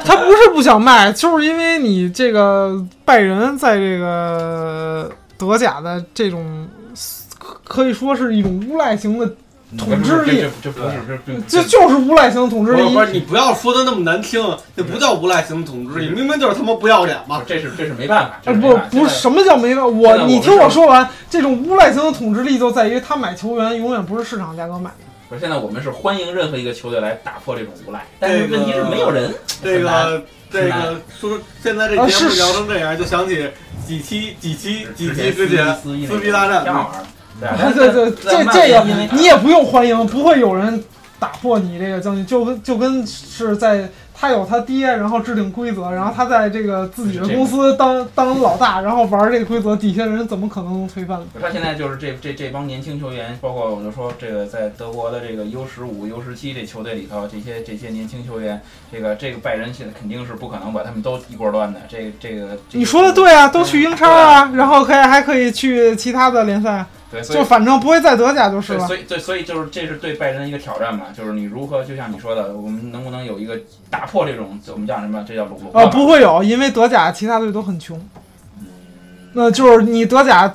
Speaker 2: 他不是不想卖，就是因为你这个拜仁在这个德甲的这种可可以说是一种无赖型的统治力，
Speaker 6: 这不是这不是
Speaker 2: 这就是无赖型统治
Speaker 1: 不是
Speaker 2: 力
Speaker 1: 不。是，你不要说的那么难听，那不叫无赖型统治力，明明就是他妈不要脸嘛！
Speaker 6: 这是这是没办法，
Speaker 2: 啊
Speaker 6: 这是没
Speaker 2: 不
Speaker 6: 办法
Speaker 2: 不是
Speaker 6: 现在
Speaker 2: 什么叫没办
Speaker 6: 现在
Speaker 2: 我
Speaker 6: 我
Speaker 2: 你
Speaker 6: 们
Speaker 2: 听我
Speaker 6: 是
Speaker 2: 说完，这种无赖型的统治力就在于他买球员永远不是市场价格买的。
Speaker 6: 不是现在我们是欢迎任何一个球队来打破这种无赖，但
Speaker 1: 这
Speaker 6: 是
Speaker 1: 个
Speaker 6: 问题是没有人
Speaker 1: 这
Speaker 6: 很难
Speaker 1: 个这个说现在这
Speaker 2: 啊
Speaker 1: 节目
Speaker 2: 是
Speaker 1: 聊成这样，就想起几期几期几期之
Speaker 6: 之
Speaker 1: 前
Speaker 6: 撕逼
Speaker 1: 撕逼大
Speaker 6: 挺
Speaker 1: 战，
Speaker 6: 好玩的，
Speaker 2: 对
Speaker 6: 但
Speaker 2: 对对，啊这这
Speaker 6: 也
Speaker 2: 个你也不用欢迎，不会有人打破你这个将军，就跟就跟是在他有他爹，然后制定规则，然后他在这个自己的公司当当老大，然后玩这个规则，底下人怎么可能能推翻呢？
Speaker 6: 他现在就是这这这帮年轻球员，包括我就说这个在德国的这个 U 十五、U 十七这球队里头，这些这些年轻球员，这个这个拜仁现在肯定是不可能把他们都一锅端的。这个这个，这个
Speaker 2: 你说的对啊，都去英超啊，然后可以还可以去其他的联赛，啊
Speaker 6: 对，所以
Speaker 2: 就反正不会在德甲就是
Speaker 6: 对，
Speaker 2: 了。
Speaker 6: 所以对，所以就是这是对拜仁的一个挑战嘛，就是你如何就像你说的，我们能不能有一个打破这种我们叫什么？这叫垄断
Speaker 2: 呃，不，会有，因为德甲其他队都很穷。那就是你德甲，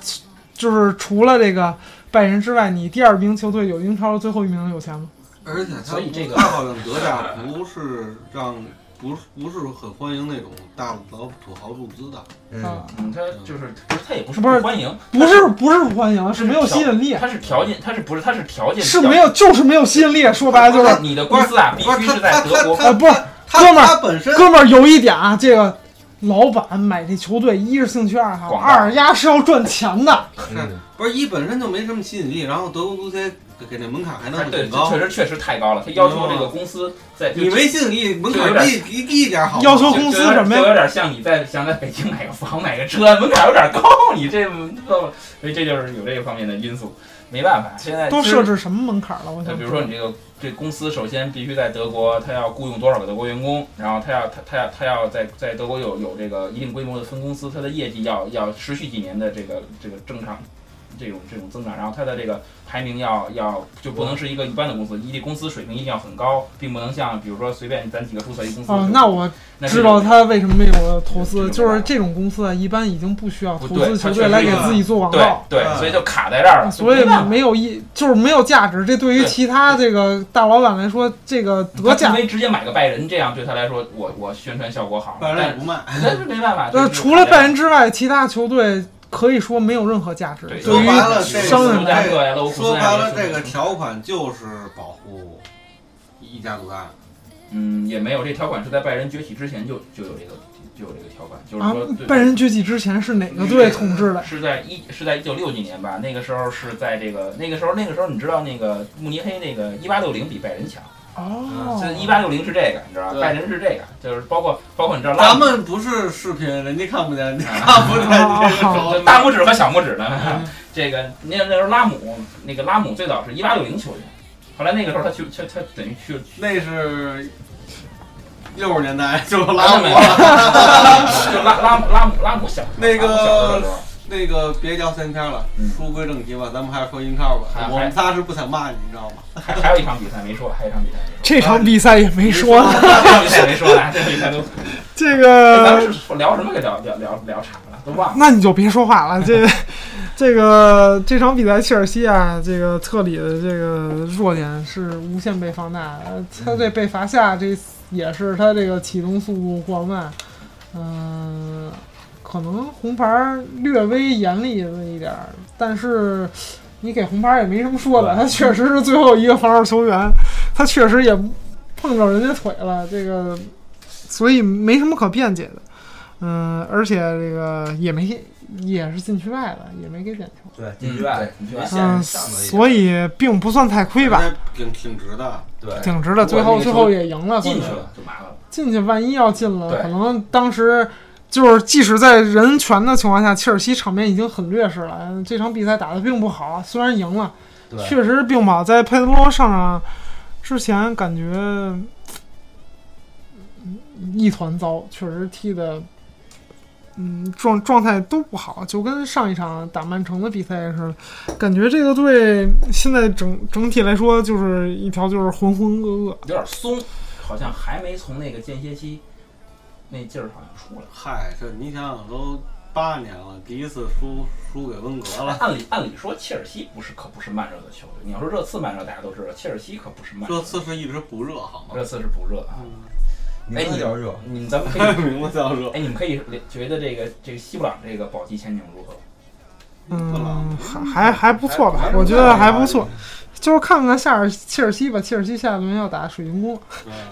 Speaker 2: 就是除了这个拜仁之外，你第二名球队有英超最后一名的有钱吗？
Speaker 1: 而且他
Speaker 6: 所以这个
Speaker 1: 他好像德甲不是让不是不是很欢迎那种大老土豪入资的，
Speaker 7: 嗯，
Speaker 2: 啊，
Speaker 6: 嗯，他就是不是他也不是
Speaker 2: 不是
Speaker 6: 欢迎，
Speaker 2: 不是不是不欢迎，是没有吸引力，
Speaker 6: 他是条件，他是不是他是条件
Speaker 2: 是没有就是没有吸引力。说白了 就是，
Speaker 6: 你的公司啊，必
Speaker 1: 不
Speaker 6: 须
Speaker 1: 是
Speaker 6: 是在
Speaker 1: 他
Speaker 6: 德
Speaker 1: 他
Speaker 6: 国。
Speaker 1: 他
Speaker 2: 呃不是
Speaker 1: 他他
Speaker 2: 哥们儿
Speaker 1: 他本身
Speaker 2: 哥们儿有一点啊，这个老板买这球队，一是兴趣爱好，
Speaker 6: 广告
Speaker 2: 二丫是要赚钱的。
Speaker 7: 嗯
Speaker 1: 不是一本身就没什么吸引力，然后德国足协给给那门槛还那
Speaker 6: 哎
Speaker 1: 么
Speaker 6: 对，
Speaker 1: 挺
Speaker 6: 这
Speaker 1: 高
Speaker 6: 确，实确实太高了。他要求这个公司在
Speaker 1: 你没吸引力，门
Speaker 6: 就有
Speaker 1: 槛
Speaker 6: 点
Speaker 1: 低低低一点好吗。
Speaker 2: 要求
Speaker 6: 就
Speaker 2: 公司
Speaker 6: 就有点
Speaker 2: 什么呀
Speaker 6: 就有点像你在想在北京买个房、买个车，门槛有点高，你这知道吧？所以这就是有这方面的因素，没办法。现在
Speaker 2: 都
Speaker 6: 设
Speaker 2: 设
Speaker 6: 置，
Speaker 2: 置什么门槛了？我
Speaker 6: 呃
Speaker 2: 想
Speaker 6: 比如说你这个这公司，首先必须在德国，他要雇佣多少个德国员工，然后他要他他要他要在在德国有有这个一定规模的分公司，他的业绩要要持续几年的这个这个正常。这种这种增长，然后它的这个排名要要就不能是一个一般的公司，一定公司水平一定要很高，并不能像比如说随便咱几个注册一公司
Speaker 2: 啊
Speaker 6: 就，
Speaker 2: 那我
Speaker 6: 那
Speaker 2: 知道
Speaker 6: 这种
Speaker 2: 他为什么没有投资，
Speaker 6: 嗯
Speaker 2: 就是这种公司啊，一般已经不需要投
Speaker 6: 不对
Speaker 2: 资球
Speaker 6: 它
Speaker 2: 队
Speaker 6: 确
Speaker 2: 来
Speaker 6: 实
Speaker 2: 给
Speaker 1: 是
Speaker 2: 自己做广
Speaker 6: 对
Speaker 2: 告。啊
Speaker 6: 对，所以就卡在这儿了，
Speaker 2: 所以
Speaker 6: 就没办法
Speaker 2: 没有意，就是没有价值。这对于
Speaker 6: 对
Speaker 2: 其他这个大老板来说，这个德
Speaker 6: 他因
Speaker 2: 甲，
Speaker 6: 为直接买个拜仁，这样对他来说，我我宣传效果好，
Speaker 1: 拜仁也
Speaker 6: 但
Speaker 1: 不卖。
Speaker 6: 但是没办法，
Speaker 2: 呃，
Speaker 6: 就是
Speaker 2: 除了拜仁之外，其他球队可以说没有任何价值。
Speaker 6: 对
Speaker 2: 对
Speaker 1: 说
Speaker 2: 于啊
Speaker 1: 白了，这
Speaker 2: 商人
Speaker 1: 这
Speaker 6: 来说
Speaker 1: 说白了，这个条款就是保护一家独大。
Speaker 6: 嗯也没有这条款是在拜仁崛起之前就就有这个就有这个条款，就是
Speaker 2: 啊
Speaker 6: 说对，
Speaker 2: 拜仁崛起之前是哪个队统治的？
Speaker 6: 是在一是在一九六几年吧，那个时候是在这个那个时候那个时候你知道那个慕尼黑那个一八六零比拜仁强，
Speaker 2: 哦
Speaker 6: 所，以一八六零是这个你知道吧，
Speaker 1: 对
Speaker 6: 拜仁是这个，就是包括包括你知道拉
Speaker 1: 咱们不是视频，人家看不见，你看不见 你这个手。
Speaker 6: 大拇指和小拇指呢？
Speaker 1: 嗯
Speaker 6: 这个那那时候拉姆，那个拉姆最早是一八六零球员，后来那个时候他去他他等于去
Speaker 1: 那是六十年代就
Speaker 6: 拉
Speaker 1: 拉
Speaker 6: 姆
Speaker 1: 我
Speaker 6: 了，就拉拉姆拉姆拉姆小
Speaker 1: 那个
Speaker 6: 拉姆小的时候
Speaker 1: 那个别聊闲天了，
Speaker 6: 嗯
Speaker 1: 书归正题吧，咱们还是说英超吧
Speaker 6: 还。
Speaker 1: 我们仨是不想骂你，你知道吗？
Speaker 6: 还还有一场比赛没说，还有一场比赛没说，
Speaker 2: 这场比赛也没说呢。
Speaker 6: 这场比赛没说呢，这比赛都，
Speaker 2: 这
Speaker 6: 哎咱
Speaker 2: 个
Speaker 6: 们是聊什么给聊聊聊聊岔了，都忘了。
Speaker 2: 那你就别说话了。这这个这场比赛，切尔西啊，这个特里的这个弱点是无限被放大的。他这被罚下，这也是他这个启动速度过慢。嗯、可能红牌略微严厉了一点儿，但是。你给红牌也没什么说的，他确实是最后一个防守球员，他确实也碰着人家腿了，这个，所以没什么可辩解的。嗯，而且这个也没也是禁区外的，也没给点球，
Speaker 7: 对，进去外，
Speaker 6: 嗯对进去
Speaker 7: 没
Speaker 6: 外
Speaker 7: 限
Speaker 2: 嗯，
Speaker 7: 制上头一点。
Speaker 2: 所以并不算太亏吧，
Speaker 1: 人家挺挺直的。
Speaker 7: 对，
Speaker 2: 挺值的。最
Speaker 6: 如果
Speaker 2: 后
Speaker 6: 那
Speaker 2: 最
Speaker 6: 球
Speaker 2: 后也赢了，
Speaker 6: 进去
Speaker 2: 算是
Speaker 6: 了就麻烦了。
Speaker 2: 进去万一要进了，
Speaker 6: 对
Speaker 2: 可能当时就是即使在人全的情况下，切尔西场面已经很劣势了。这场比赛打得并不好，虽然赢了，
Speaker 7: 对
Speaker 2: 确实并不好。在佩德罗上场之前，感觉嗯一团糟，确实踢的。嗯，状状态都不好，就跟上一场打曼城的比赛似的，感觉这个队现在整整体来说就是一条就是浑浑噩噩。
Speaker 6: 有点松，好像还没从那个间歇期那劲儿好像出来。
Speaker 1: 嗨，这你想想都八年了，第一次输输给温格了。
Speaker 6: 按理按理说，切尔西不是可不是慢热的球队。你要说热刺慢热，大家都知道，切尔西可不是慢热
Speaker 1: 这
Speaker 6: 的球
Speaker 1: 次
Speaker 6: 队。
Speaker 1: 是一直不热，好吗
Speaker 6: 热？刺是不热啊。
Speaker 7: 明天就热。
Speaker 6: 你们咱们可以，
Speaker 1: 名字叫热。
Speaker 6: 哎，你们可以觉得这个这个西布朗这个保级前景如何？
Speaker 2: 嗯，还还还不
Speaker 7: 不
Speaker 2: 错吧，我觉得还不错。。就是看看下尔切尔西吧，切尔西下一轮要打水晶宫，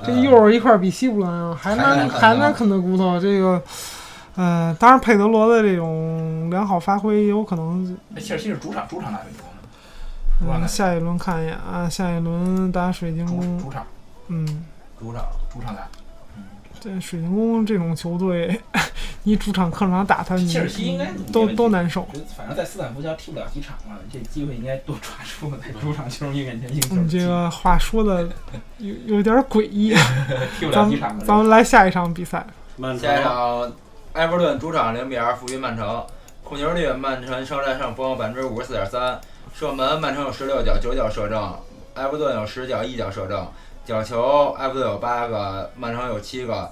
Speaker 2: 这又是一块比西布伦啊，嗯还难还
Speaker 7: 还
Speaker 2: 难
Speaker 7: 难
Speaker 2: 啃的骨头。这个，呃，当然佩德罗的这种良好发挥也有可能，
Speaker 6: 哎，切尔西是主场主场打水晶宫的，主场
Speaker 2: 嗯，
Speaker 6: 打
Speaker 2: 下一轮看一眼啊，下一轮打水晶
Speaker 6: 主
Speaker 2: 宫，
Speaker 6: 主场
Speaker 2: 嗯，
Speaker 7: 主场
Speaker 6: 主场打。
Speaker 2: 这水晶宫这种球队， 你主场客场打他，你
Speaker 6: 切尔西应该
Speaker 2: 都
Speaker 6: 没问题
Speaker 2: 都难受。
Speaker 6: 觉得反正在斯坦福桥踢不了几场了，这机会应该多抓住，在主场球迷面前硬
Speaker 2: 你
Speaker 6: 劲
Speaker 2: 嗯这个话说的有有点诡 异，
Speaker 6: 踢不
Speaker 2: 咱
Speaker 6: 了几场
Speaker 2: 们
Speaker 6: 了。
Speaker 2: 咱们来下一场比赛。
Speaker 1: 曼城
Speaker 5: 下一场，埃弗顿主场零比二负于曼城，控球率曼城稍占上风，百分之五十四点三，射门曼城有十六脚，九脚射正，埃弗顿有十脚，一脚射正，角球埃弗顿有八个，曼城有七个，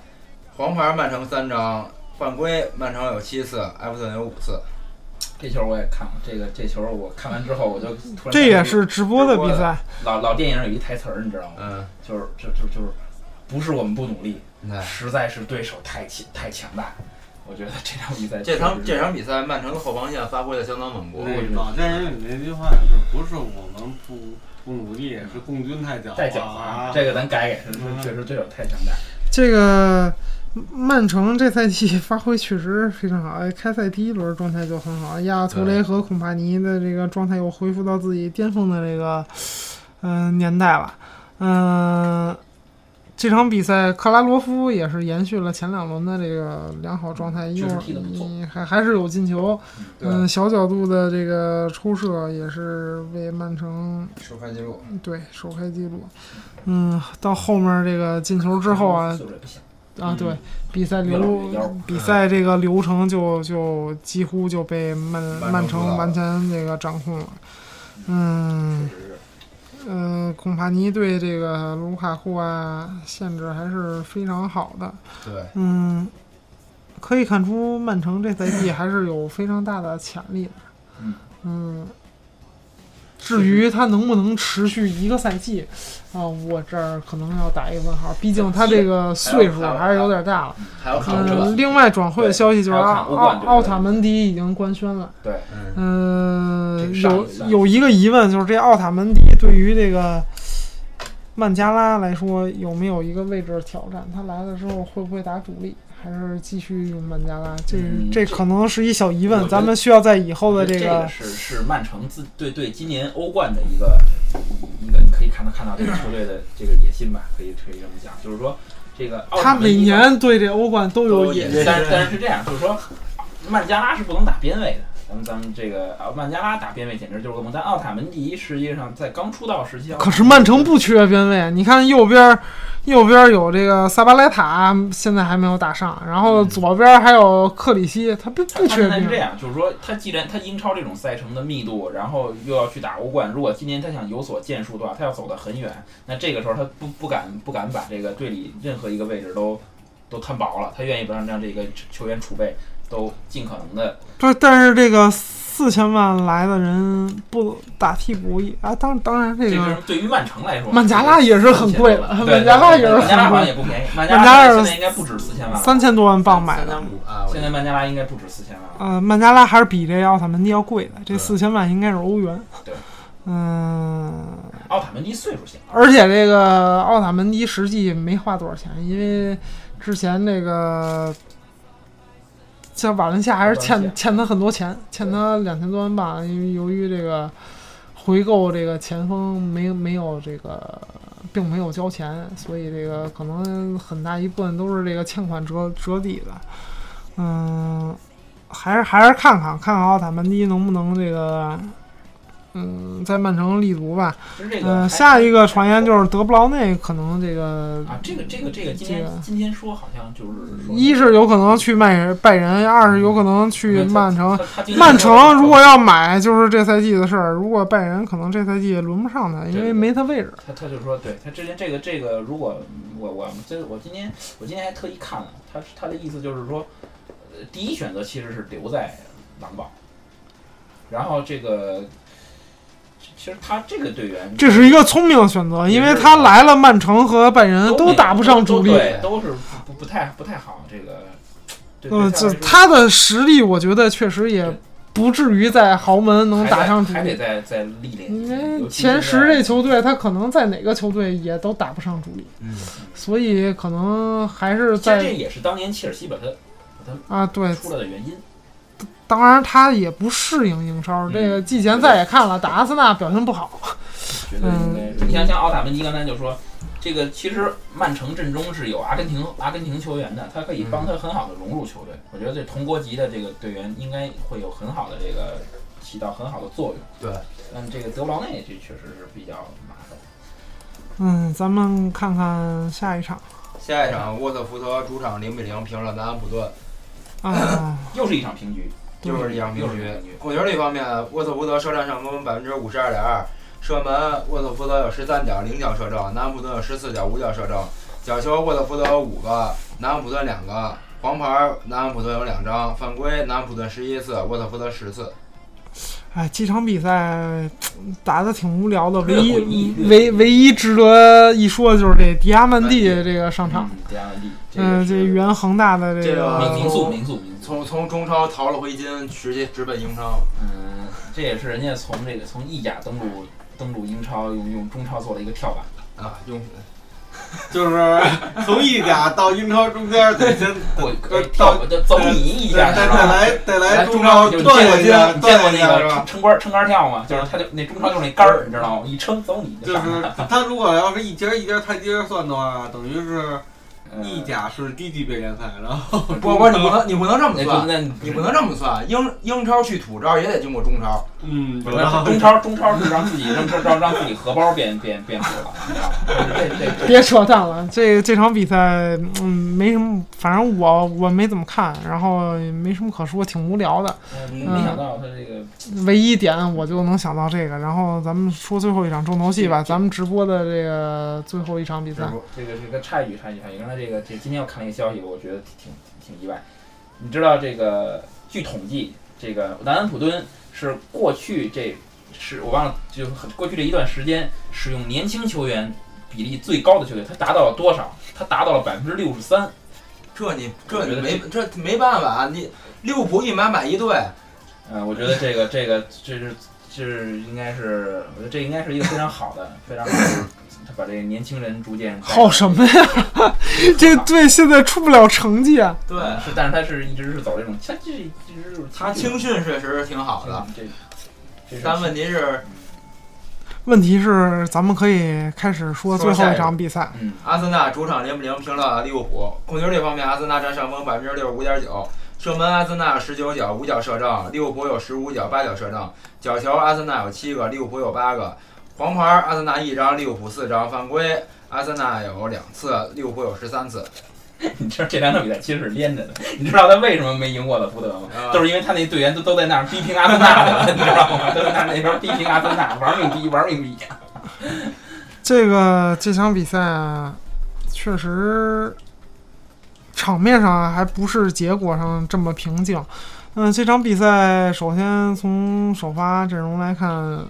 Speaker 5: 黄牌曼城三张，犯规曼城有七次，埃弗顿有五次。
Speaker 6: 这球我也看了，这个这球我看完之后我就突然
Speaker 2: 这也是直播的比赛，
Speaker 6: 老老电影有一台词儿，你知道吗？
Speaker 5: 嗯，
Speaker 6: 就是就就就是不是我们不努力，
Speaker 5: 哎
Speaker 6: 实在是对手太强太强大。我觉得这场比赛
Speaker 5: 这场
Speaker 6: 确
Speaker 5: 这
Speaker 6: 实
Speaker 5: 场比赛曼城的后防线发挥的相当稳固。
Speaker 1: 那老电影里那句话是不是我们不不努力，是共军太狡
Speaker 6: 太狡
Speaker 1: 啊
Speaker 6: 猾，这个咱改改，确实对手太强大。
Speaker 2: 这个曼城这赛季 发挥确实非常好，哎开赛第一轮状态就很好，亚亚图雷和孔帕尼的这个状态又恢复到自己巅峰的这个嗯、呃年代了，嗯、这场比赛，克拉罗夫也是延续了前两轮的这个良好状态，
Speaker 6: 嗯确
Speaker 2: 又
Speaker 6: 实踢得不错
Speaker 2: 还还是有进球，
Speaker 7: 对
Speaker 2: 嗯，小角度的这个抽射也是为曼城
Speaker 7: 收看记录，
Speaker 2: 对首开纪录。嗯，到后面这个进球之后啊
Speaker 6: 岁数也不小，
Speaker 2: 啊，
Speaker 6: 嗯
Speaker 2: 对比赛
Speaker 6: 越
Speaker 2: 流
Speaker 6: 老越妖
Speaker 2: 比赛这个流程就就几乎就被曼曼
Speaker 7: 曼城主
Speaker 2: 城
Speaker 7: 导
Speaker 2: 完全这个掌控了。嗯
Speaker 6: 确实是
Speaker 2: 呃，孔帕尼对这个卢卡库啊限制还是非常好的。
Speaker 7: 对，
Speaker 2: 嗯，可以看出曼城这赛季还是有非常大的潜力的。
Speaker 6: 嗯
Speaker 2: 嗯至于他能不能持续一个赛季，啊、我这儿可能要打一个问号，毕竟他这个岁数还是有点大了。
Speaker 5: 还有
Speaker 6: 还有
Speaker 5: 看
Speaker 6: 这
Speaker 5: 这
Speaker 6: 个
Speaker 2: 嗯，另外转会的消息就是奥
Speaker 6: 还要看欧冠
Speaker 2: 奥
Speaker 6: 对不对
Speaker 2: 奥塔门迪已经官宣了。
Speaker 6: 对，
Speaker 5: 嗯，
Speaker 2: 嗯、
Speaker 6: 这上一
Speaker 2: 有
Speaker 6: 赛季
Speaker 2: 有一个疑问就是这奥塔门迪对于这个曼加拉来说有没有一个位置挑战？他来了之后会不会打主力，还是继续用曼加拉？这、
Speaker 6: 嗯
Speaker 2: 这
Speaker 6: 这
Speaker 2: 可能是一小疑
Speaker 6: 我
Speaker 2: 问，
Speaker 6: 觉得
Speaker 2: 咱们需要在以后
Speaker 6: 我
Speaker 2: 的
Speaker 6: 觉得
Speaker 2: 这
Speaker 6: 这
Speaker 2: 个
Speaker 6: 个是是曼城自对对今年欧冠的一个一个，你可以看到看到这个球队的这个野心吧，可以可以这么讲，就是说这个奥
Speaker 2: 他
Speaker 6: 塔梅
Speaker 2: 每
Speaker 6: 利
Speaker 2: 年对这欧冠都
Speaker 6: 都
Speaker 2: 有
Speaker 6: 有野
Speaker 2: 野心。
Speaker 6: 但但是是这样，就是说曼加拉是不能打边位的，咱们咱们这个啊，曼加拉打边卫简直就是噩梦。但奥塔门迪实际上在刚出道时期，
Speaker 2: 可是曼城不缺边卫，啊你看右边儿，右边儿有这个萨巴莱塔，现在还没有打上，然后左边儿还有克里希，他不
Speaker 6: 嗯他
Speaker 2: 不
Speaker 6: 他
Speaker 2: 缺
Speaker 6: 现在
Speaker 2: 边
Speaker 6: 是这
Speaker 2: 卫。
Speaker 6: 样，就是说，他既然他英超这种赛程的密度，然后又要去打欧冠，如果今年他想有所建树的话，他要走得很远，那这个时候他不不敢不敢把这个队里任何一个位置都都摊薄了，他愿意让让这个球员储备都尽可能的
Speaker 2: 不是，但是这个四千万来的人不打替补也啊，当当然这
Speaker 6: 这
Speaker 2: 个
Speaker 6: 是对于曼城来说，
Speaker 2: 曼加拉也是很贵 了
Speaker 6: 对
Speaker 2: 曼加拉也是很贵
Speaker 6: 曼加拉好像也不便宜，曼
Speaker 2: 曼加
Speaker 6: 拉
Speaker 2: 拉
Speaker 6: 现在应该不止四千万了，
Speaker 2: 三千多万镑买
Speaker 5: 三
Speaker 2: 的
Speaker 5: 点。五啊，我
Speaker 6: 现在曼加拉应该不止四千万了。
Speaker 2: 呃，曼加拉还是比这个奥塔门迪要贵的，这
Speaker 5: 对
Speaker 2: 四千万应该是欧元。
Speaker 6: 对，
Speaker 2: 嗯，
Speaker 6: 奥塔门迪岁数小，
Speaker 2: 而且这个奥塔门迪实际没花多少钱，因为之前那个像瓦伦西亚还是
Speaker 6: 瓦伦
Speaker 2: 欠
Speaker 6: 西亚
Speaker 2: 欠他很多钱，欠他两千多万镑，因为由于这个回购这个前锋没没有这个。并没有交钱，所以这个可能很大一部分都是这个欠款折折抵的。嗯，还是还是看看看看奥塔门迪能不能这个，嗯，在曼城立足吧。
Speaker 6: 就是这个
Speaker 2: 嗯，
Speaker 6: 还。
Speaker 2: 下一个传言就是德布劳内可能这个，
Speaker 6: 啊，这个这个这个，今
Speaker 2: 这个
Speaker 6: 天今天说好像就是说
Speaker 2: 啊一是有可能去拜仁，拜仁；二是有可能去曼城。
Speaker 6: 嗯他。他今天
Speaker 2: 曼
Speaker 6: 说
Speaker 2: 城如果要买，就是这赛季的事儿；如果拜仁，可能这赛季轮不上他，因为没他位置。
Speaker 6: 他他就说，对他之前这个这个，如果我我这我今天我今天还特意看了，他他的意思就是说，呃，第一选择其实是留在狼堡，然后这个其实他这个队员
Speaker 2: 这是一个聪明的选择，因为他来了曼城和拜仁
Speaker 6: 都没
Speaker 2: 打不上主
Speaker 6: 都
Speaker 2: 力。
Speaker 6: 对，都是不不不太不太好这个。对
Speaker 2: 呃，
Speaker 6: 对
Speaker 2: 这
Speaker 6: 来说
Speaker 2: 他的实力，我觉得确实也不至于在豪门能
Speaker 6: 还
Speaker 2: 打
Speaker 6: 得
Speaker 2: 上主
Speaker 6: 还得
Speaker 2: 力。
Speaker 6: 再再历练一
Speaker 2: 因
Speaker 6: 下，
Speaker 2: 为
Speaker 6: 尤其
Speaker 2: 前
Speaker 6: 是
Speaker 2: 十
Speaker 6: 在
Speaker 2: 这球队，他可能在哪个球队也都打不上主力。
Speaker 7: 嗯，
Speaker 2: 所以可能还是
Speaker 6: 其实这
Speaker 2: 在
Speaker 6: 也是当年切尔西把他把
Speaker 2: 啊，
Speaker 6: 他
Speaker 2: 对，
Speaker 6: 出来的原因。
Speaker 2: 当然他也不适应英超。这个季前赛也看了，打阿森纳表现不好，
Speaker 6: 觉得应
Speaker 2: 嗯
Speaker 6: 该，你像像奥塔门迪刚才就说，这个其实曼城阵中是有阿根廷阿根廷球员的，他可以
Speaker 2: 嗯
Speaker 6: 帮他很好的融入球队。我觉得这同国籍的这个队员应该会有很好的这个起到很好的作用。
Speaker 5: 对，
Speaker 6: 但这个德布劳内这确实是比较麻烦。
Speaker 2: 嗯，咱们看看下一场
Speaker 5: 下一场沃特福德主场零比零平了南安普顿，
Speaker 2: 啊，
Speaker 6: 又是一场平局，
Speaker 2: 对
Speaker 5: 就是一场平
Speaker 6: 又是一
Speaker 5: 局
Speaker 6: 场平局。
Speaker 5: 控球率方面，沃特福德射占上风百分之五十二点二，射门沃特福德有十三脚零脚射正，南安普顿有十四脚五脚射正，角球沃特福德有五个，南安普顿两个，黄牌南安普顿有两张，犯规南安普顿十一次，沃特福德十次。
Speaker 2: 哎，几场比赛打的挺无聊的，唯
Speaker 6: 略过一
Speaker 2: 一
Speaker 6: 略过一
Speaker 2: 唯唯一值得一说的就是这迪亚曼蒂
Speaker 5: 曼蒂
Speaker 2: 这个上场，
Speaker 6: 嗯，迪亚文蒂，
Speaker 2: 嗯，这原恒大的这
Speaker 5: 这个
Speaker 2: 个
Speaker 5: 呃
Speaker 6: 民民宿民宿民宿，
Speaker 5: 从从中超逃了回金，直接直奔英超。
Speaker 6: 嗯，这也是人家从这个从意甲登陆登陆英超，用用中超做了一个跳板。
Speaker 5: 啊，用
Speaker 1: 就是 从意甲到英超中间得 先
Speaker 6: 我
Speaker 1: 到
Speaker 6: 跳我就走你意
Speaker 1: 对
Speaker 6: 甲
Speaker 1: 再
Speaker 6: 是
Speaker 1: 再
Speaker 6: 吧？
Speaker 1: 来再来中
Speaker 6: 中
Speaker 1: 超
Speaker 6: 就
Speaker 1: 锻
Speaker 6: 是见过
Speaker 1: 炼一下，
Speaker 6: 那个见
Speaker 1: 锻
Speaker 6: 过
Speaker 1: 炼一
Speaker 6: 那
Speaker 1: 下是
Speaker 6: 个
Speaker 1: 吧
Speaker 6: 撑？撑杆撑杆跳吗？就是他就那中超就是那杆儿，你知道吗？一撑走你
Speaker 1: 就
Speaker 6: 上
Speaker 1: 是他如果要是一节儿一节儿台阶儿算的话，等于是
Speaker 6: 嗯
Speaker 1: 意甲是低级别联赛，然后
Speaker 6: 不
Speaker 5: 不不，你不能你不能这么
Speaker 6: 那
Speaker 5: 算
Speaker 6: 就，那
Speaker 5: 你不能这么算。英英超去土招也得经过中超。
Speaker 1: 嗯，有道理
Speaker 6: 那中超中超是让自己让让让自己荷包变变变鼓了，你知道吗？这这这
Speaker 2: 别扯淡了，这这场比赛，嗯，没什么，反正我我没怎么看，然后也没什么可说，挺无聊的。
Speaker 6: 嗯没想到他这个
Speaker 2: 唯一点我就能想到这个，然后咱们说最后一场重头戏吧，咱们直播的这个最后一场比赛，
Speaker 6: 这个这个插一句插一句插一句，刚才这个这今天我看了一个消息，我觉得挺挺挺意外。你知道这个？据统计，这个南安普敦是过去这是我忘了，就是很过去这一段时间使用年轻球员比例最高的球队，它达到了多少？它达到了百分之六十三。
Speaker 5: 这你这
Speaker 6: 我觉
Speaker 5: 你
Speaker 6: 得
Speaker 5: 没这没办法，你利物浦一买买一队，
Speaker 6: 嗯，我觉得这个这个这是这是应该是，我觉得这应该是一个非常好的非常好的，他把这个年轻人逐渐带
Speaker 2: 好什么呀？这队现在出不了成绩啊！
Speaker 5: 对
Speaker 6: 嗯是，但是他是一直是走这种，他这一直是
Speaker 5: 他青训确实挺好的，
Speaker 6: 这这是
Speaker 5: 但问题是
Speaker 2: 问题是，咱们可以开始说最后一场比赛，
Speaker 6: 嗯。
Speaker 5: 阿森纳主场零比零平了利物浦，控球率方面阿森纳占上风百分之六十五点九，射门阿森纳十九脚，五脚射正；利物浦有十五脚，八脚射正；角球阿森纳有七个，利物浦有八个；黄牌阿森纳一张，利物浦四张；犯规阿森纳有两次，利物浦有十三次。
Speaker 6: 你知道这两场比赛其实是连着的，你知道他为什么没赢沃特福德吗？
Speaker 5: 啊
Speaker 6: 都是因为他那队员都都在那儿逼平阿森纳去了，你知道吗？都在那儿那边逼平阿森纳，玩命逼，玩命逼。
Speaker 2: 这个这场比赛啊确实场面上还不是结果上这么平静。嗯、这场比赛首先从首发阵容来看，呃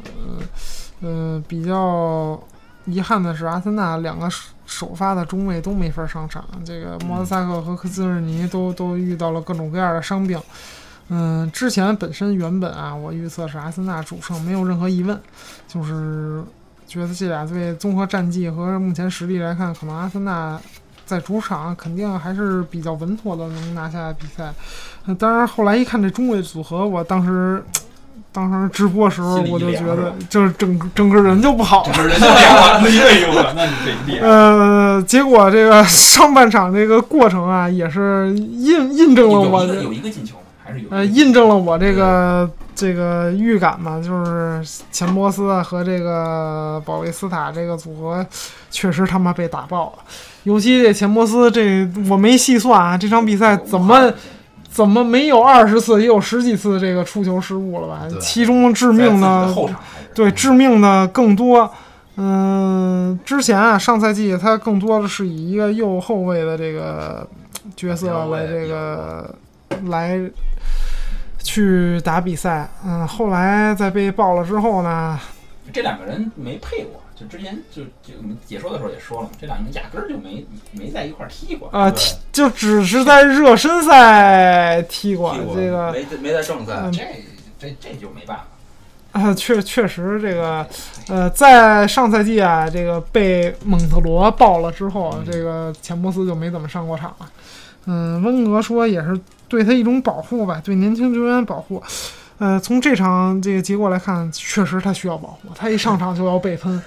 Speaker 2: 呃，比较遗憾的是阿森纳两个首首发的中卫都没法上场，这个莫德萨克和科斯日尼都都遇到了各种各样的伤病。嗯，之前本身原本啊，我预测是阿森纳主胜，没有任何疑问，就是觉得这俩队综合战绩和目前实力来看，可能阿森纳在主场肯定还是比较稳妥的能拿下比赛。呃当然后来一看这中卫组合，我当时当时直播时候
Speaker 6: 心里一
Speaker 2: 我就
Speaker 6: 凉
Speaker 2: 觉
Speaker 6: 是
Speaker 2: 得
Speaker 6: 吧
Speaker 2: 就是整整个人就不好了
Speaker 6: 整。个人就凉了，哎呦我，那你这厉害。
Speaker 2: 呃，结果这个 上半场这个过程啊，也是印印证了
Speaker 6: 有
Speaker 2: 我
Speaker 6: 一个
Speaker 2: 这
Speaker 6: 有一个进球吗？还是有一个
Speaker 2: 呃印证了我这个这个预感嘛，就是钱伯斯啊和这个保卫斯塔这个组合，确实他妈被打爆了。尤其这钱伯斯这，我没细算啊，这场比赛怎么？怎么没有二十次，也有十几次这个出球失误了吧
Speaker 5: 对？
Speaker 2: 其中致
Speaker 6: 在自己
Speaker 2: 命
Speaker 6: 的
Speaker 2: 的
Speaker 6: 后场还是
Speaker 2: 对致命的更多。嗯，之前啊，上赛季他更多的是以一个右后卫的这个角色来这个来去打比赛。嗯，后来在被爆了之后呢，
Speaker 6: 这两个人没配过，就之前就就我们解说的时候也说了嘛，这两个人压根儿就没没在一块儿踢过
Speaker 2: 啊
Speaker 6: 对
Speaker 2: 踢就只是在热身赛踢过
Speaker 5: 屁股
Speaker 2: 这个。
Speaker 5: 没没在正赛
Speaker 2: 嗯，
Speaker 6: 这这这就没办法。
Speaker 2: 啊，确确实这个，呃，在上赛季啊，这个被蒙特罗爆了之后，啊这个钱伯斯就没怎么上过场了。嗯，温格说也是对他一种保护吧，对年轻球员保护。呃，从这场这个结果来看，确实他需要保护，他一上场就要被喷，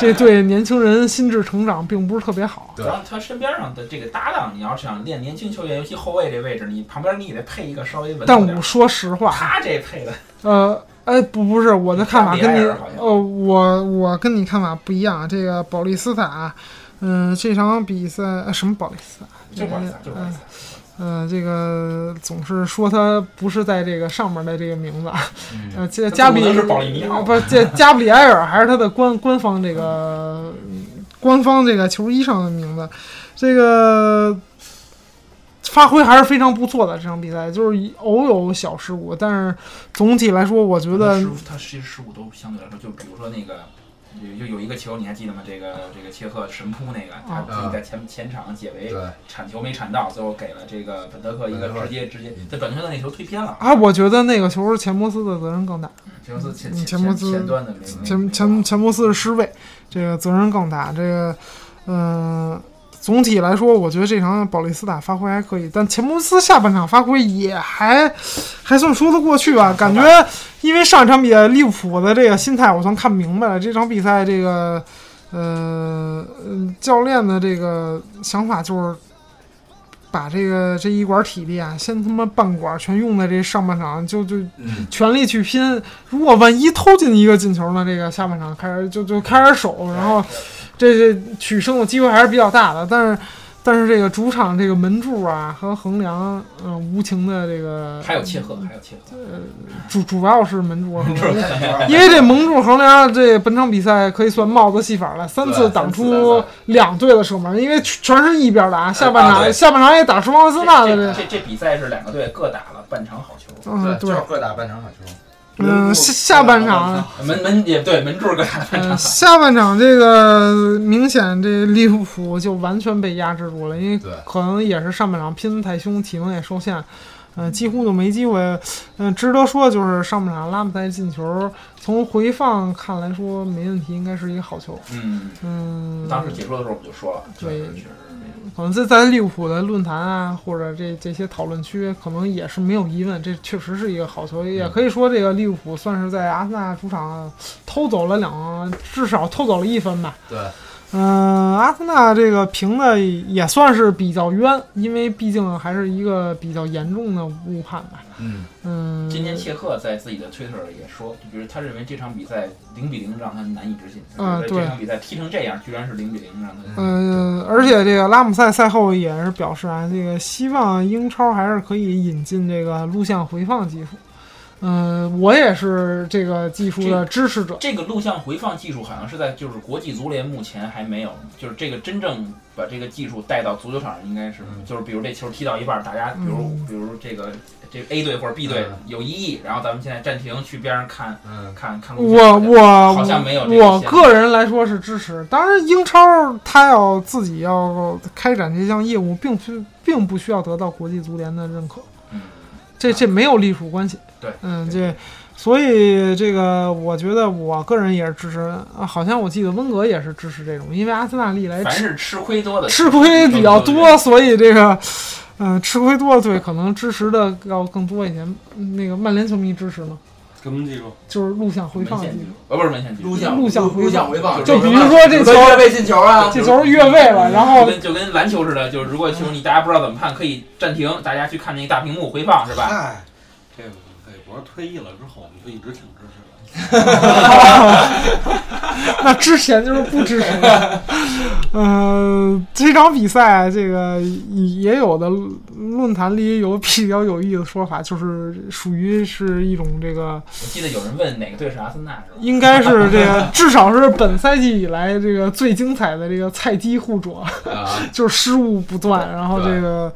Speaker 2: 这对年轻人心智成长并不是特别好。
Speaker 5: 对
Speaker 6: 然后他身边上的这个搭档，你要是想练年轻球员，尤其后卫这位置，你旁边你也得配一个稍微稳
Speaker 2: 但
Speaker 6: 妥点
Speaker 2: 我
Speaker 6: 儿。
Speaker 2: 说实话，
Speaker 6: 他这配的，
Speaker 2: 呃，哎，不，不是我的看法跟
Speaker 6: 你看
Speaker 2: 你
Speaker 6: 比埃尔好，像
Speaker 2: 呃，我我跟你看法不一样。啊这个保利斯塔，嗯、这场比赛、呃什么保利斯塔？
Speaker 6: 就管他，就管他。
Speaker 2: 呃，这个总是说他不是在这个上面的这个名字啊，
Speaker 5: 嗯，
Speaker 2: 呃，这加比
Speaker 6: 那不能是保利尼奥
Speaker 2: 呃不是 这加布里埃尔还是他的官官方这个嗯官方这个球衣上的名字，这个发挥还是非常不错的。这场比赛就是偶有小失误，但是总体来说，我觉得
Speaker 6: 失误，他其实失误都相对来说，就比如说那个。有有有一个球，你还记得吗？这个这个切赫神扑那个，他自己在前前场解围，
Speaker 5: 对，
Speaker 6: 铲球没铲到，最后给了这个本德克一个
Speaker 5: 本德克
Speaker 6: 直接直接，他转圈的那球推偏了。
Speaker 2: 啊，我觉得那个球是钱伯斯的责任更大，
Speaker 6: 前公司前
Speaker 2: 嗯
Speaker 6: 前
Speaker 2: 前公
Speaker 6: 前
Speaker 2: 司
Speaker 6: 前端的没没
Speaker 2: 钱钱钱伯斯是失位，这个责任更大。这个，嗯、总体来说，我觉得这场保利斯塔发挥还可以，但钱伯斯下半场发挥也还还算说得过去吧。感觉因为上一场比赛利物浦的这个心态，我算看明白了。这场比赛这个，呃，嗯教练的这个想法就是把这个这一管体力啊，先他妈半管全用在这上半场，就就
Speaker 5: 嗯，
Speaker 2: 全力去拼。如果万一偷进一个进球呢，这个下半场开始就就开始守，然后这这取胜的机会还是比较大的。但是但是这个主场这个门柱啊和横梁，嗯、无情的这个
Speaker 6: 还有切赫，还有切赫，
Speaker 2: 主主要是门柱和横梁。
Speaker 7: 对
Speaker 2: 因为这蒙住横梁，这本场比赛可以算帽子戏法了，三次哎挡出两队的射门，因为全是一边打，下半
Speaker 5: 啊对
Speaker 2: 场下半场也打双方阿森纳的
Speaker 6: 这
Speaker 2: 这，
Speaker 6: 这这比赛是两个队各打了半场好球，
Speaker 2: 嗯
Speaker 7: 就
Speaker 2: 对
Speaker 7: 是，各打半场好球。
Speaker 2: 嗯下下半场
Speaker 6: 门门也对门柱各打了半
Speaker 2: 呃，
Speaker 6: 场好球。
Speaker 2: 下半场这个明显这利物浦就完全被压制住了，因为
Speaker 5: 对
Speaker 2: 可能也是上半场拼得太凶，体能也受限，嗯、几乎就没机会。嗯、值得说就是上半场拉姆塞进球，从回放看来说没问题，应该是一个好球。
Speaker 6: 嗯，
Speaker 2: 嗯，
Speaker 6: 当时解说的时候我们就说了，确实
Speaker 2: 对
Speaker 6: 确实没
Speaker 2: 可能在在利物浦的论坛啊，或者这这些讨论区，可能也是没有疑问，这确实是一个好球。
Speaker 5: 嗯
Speaker 2: 也可以说，这个利物浦算是在阿森纳主场偷走了两，至少偷走了一分吧。
Speaker 5: 对，
Speaker 2: 嗯、阿森纳这个评的也算是比较冤，因为毕竟还是一个比较严重的误判吧。
Speaker 5: 嗯，
Speaker 2: 嗯，
Speaker 6: 今天切赫在自己的推特里也说，就比如他认为这场比赛零比零让他难以置信，他
Speaker 2: 啊
Speaker 6: 觉得这场比赛踢成这样，居然是零比零让他。
Speaker 2: 嗯，而且这个拉姆赛赛后也是表示啊，这个希望英超还是可以引进这个录像回放技术。嗯，我也是这个技术的支持者。
Speaker 6: 这个录像回放技术好像是在就是国际足联目前还没有，就是这个真正把这个技术带到足球场上，应该是就是比如这球踢到一半，大家比如
Speaker 2: 嗯
Speaker 6: 比如这个这 A 队或者 B 队
Speaker 5: 嗯
Speaker 6: 有异议，然后咱们现在暂停去边上看
Speaker 5: 嗯，
Speaker 6: 看看录像。
Speaker 2: 我我
Speaker 6: 好像没有这个
Speaker 2: 我
Speaker 6: 现象
Speaker 2: 个人来说是支持。当然，英超它要自己要开展这项业务，并不并不需要得到国际足联的认可。
Speaker 6: 嗯
Speaker 2: 这这没有隶属关系。
Speaker 6: 对
Speaker 2: 嗯，这所以这个我觉得我个人也是支持的啊。好像我记得温格也是支持这种，因为阿森纳历来
Speaker 6: 凡
Speaker 2: 哎吃
Speaker 6: 是吃亏多的
Speaker 2: 吃亏比较
Speaker 6: 都
Speaker 2: 多，所以这个。嗯，吃亏多的队可能支持的要更多一些。嗯那个曼联球迷支持吗？
Speaker 1: 什么技术？
Speaker 2: 就是录像回
Speaker 6: 是文
Speaker 2: 放技
Speaker 6: 献技
Speaker 2: 术
Speaker 6: 术，，呃，不是文献技术，
Speaker 5: 录像
Speaker 2: 录像回放
Speaker 5: 录像回放，
Speaker 2: 就比如说这球
Speaker 5: 越位进球啊，
Speaker 2: 这球越位了，然
Speaker 6: 就
Speaker 2: 后
Speaker 6: 跟就跟篮球似的，就是如果
Speaker 2: 嗯
Speaker 6: 球你大家不知道怎么看，可以暂停，大家去看那个大屏幕回放，是吧？
Speaker 2: 嗯
Speaker 1: 嗨，哎这个美国退役了之后，我们就一直挺支持的。
Speaker 2: 那之前就是不支持 的。呃，这场比赛啊这个也也有的论坛里有比较有意思的说法，就是属于是一种这个，
Speaker 6: 我记得有人问哪个队是阿森纳，是吧？
Speaker 2: 应该是这个至少是本赛季以来这个最精彩的这个菜鸡互啄，
Speaker 5: 啊，
Speaker 2: 就是失误不断，然后
Speaker 5: 对
Speaker 2: 这个。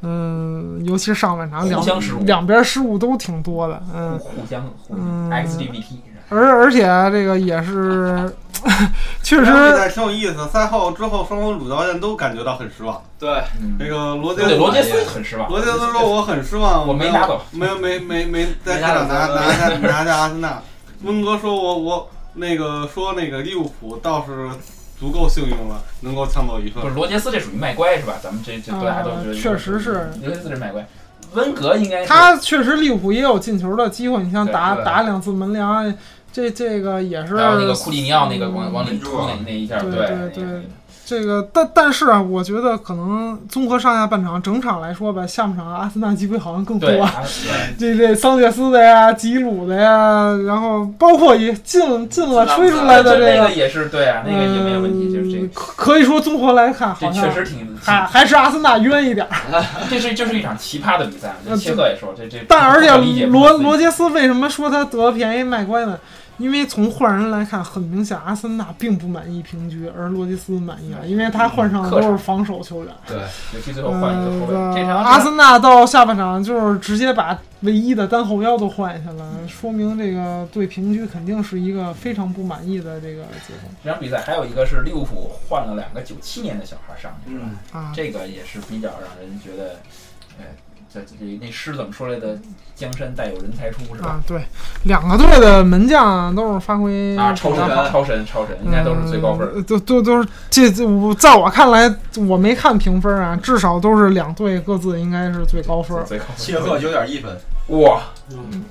Speaker 2: 嗯，尤其是上半场两
Speaker 6: 互相失误
Speaker 2: 两边失误都挺多的，嗯，
Speaker 6: 互相互
Speaker 2: 嗯
Speaker 6: XGBT 是吧
Speaker 2: 而而且啊这个也是， 确
Speaker 1: 这
Speaker 2: 实
Speaker 1: 场比赛挺有意思，赛后之后双方主教练都感觉到很失望。
Speaker 5: 对，
Speaker 1: 那
Speaker 6: 嗯，
Speaker 1: 个罗杰
Speaker 6: 对，罗杰斯很失望，
Speaker 1: 罗杰斯说我很失望，
Speaker 6: 我没拿走，
Speaker 1: 没有没没没在
Speaker 5: 没
Speaker 1: 客
Speaker 5: 拿走
Speaker 1: 场拿拿下拿下阿森纳。温格说我我那个说那个利物浦倒是足够幸运了，能够抢走一分
Speaker 6: 不。是罗杰斯这属于卖乖是吧？咱们这这
Speaker 2: 啊
Speaker 6: 大家都觉得
Speaker 2: 确实是
Speaker 6: 罗杰斯是卖乖，温格应该是
Speaker 2: 他确实利物浦也有进球的机会，你像
Speaker 6: 对
Speaker 2: 打
Speaker 5: 对
Speaker 2: 打两次门梁，这这个也是
Speaker 6: 还有那个库蒂尼奥那个往
Speaker 2: 嗯
Speaker 6: 往里突那那一下，
Speaker 2: 对
Speaker 6: 对
Speaker 2: 对对这个，但但是啊，我觉得可能综合上下半场整场来说吧，下半场阿森纳机会好像更
Speaker 6: 对啊
Speaker 2: 多，
Speaker 6: 他
Speaker 2: 这
Speaker 6: 对
Speaker 2: 这桑切斯的呀，吉鲁的呀，然后包括也进进了吹出来的
Speaker 6: 那
Speaker 2: 这
Speaker 6: 个也是对啊，那个也没有问题，就是这
Speaker 2: 嗯可可以说综合来看，
Speaker 6: 这
Speaker 2: 好
Speaker 6: 确
Speaker 2: 像
Speaker 6: 实挺，
Speaker 2: 还还是阿森纳冤一点。
Speaker 6: 这是就是一场奇葩的比赛。啊
Speaker 2: 呃
Speaker 6: 切赫也说这这，
Speaker 2: 但而
Speaker 6: 不啊可理
Speaker 2: 且
Speaker 6: 解
Speaker 2: 罗
Speaker 6: 不可
Speaker 2: 罗
Speaker 6: 思议
Speaker 2: 杰斯为什么说他得便宜卖乖呢？因为从换人来看，很明显阿森纳并不满意平局，而罗杰斯满意了，因为他换上的都是防守球员。
Speaker 6: 尤嗯其最后换一个后卫，这
Speaker 2: 呃，
Speaker 6: 场
Speaker 2: 阿森纳到下半场就是直接把唯一的单后腰都换下了，说明这个对平局肯定是一个非常不满意的这个结果
Speaker 6: 这场比赛还有一个是利物浦换了两个九七年的小孩上去，是吧？
Speaker 5: 嗯，
Speaker 2: 啊。
Speaker 6: 这个也是比较让人觉得，呃，这这那诗怎么说来的？江山代有人才出，是吧？
Speaker 2: 啊，对，两个队的门将都是发挥
Speaker 6: 啊，超神
Speaker 5: 神，
Speaker 6: 超神，超神，应该都是最高分儿。
Speaker 2: 嗯都都都是这这我在我看来，我没看评分啊，至少都是两队各自应该是最高分
Speaker 6: 最高分。
Speaker 5: 切赫九点一分，
Speaker 2: 嗯
Speaker 6: 哇，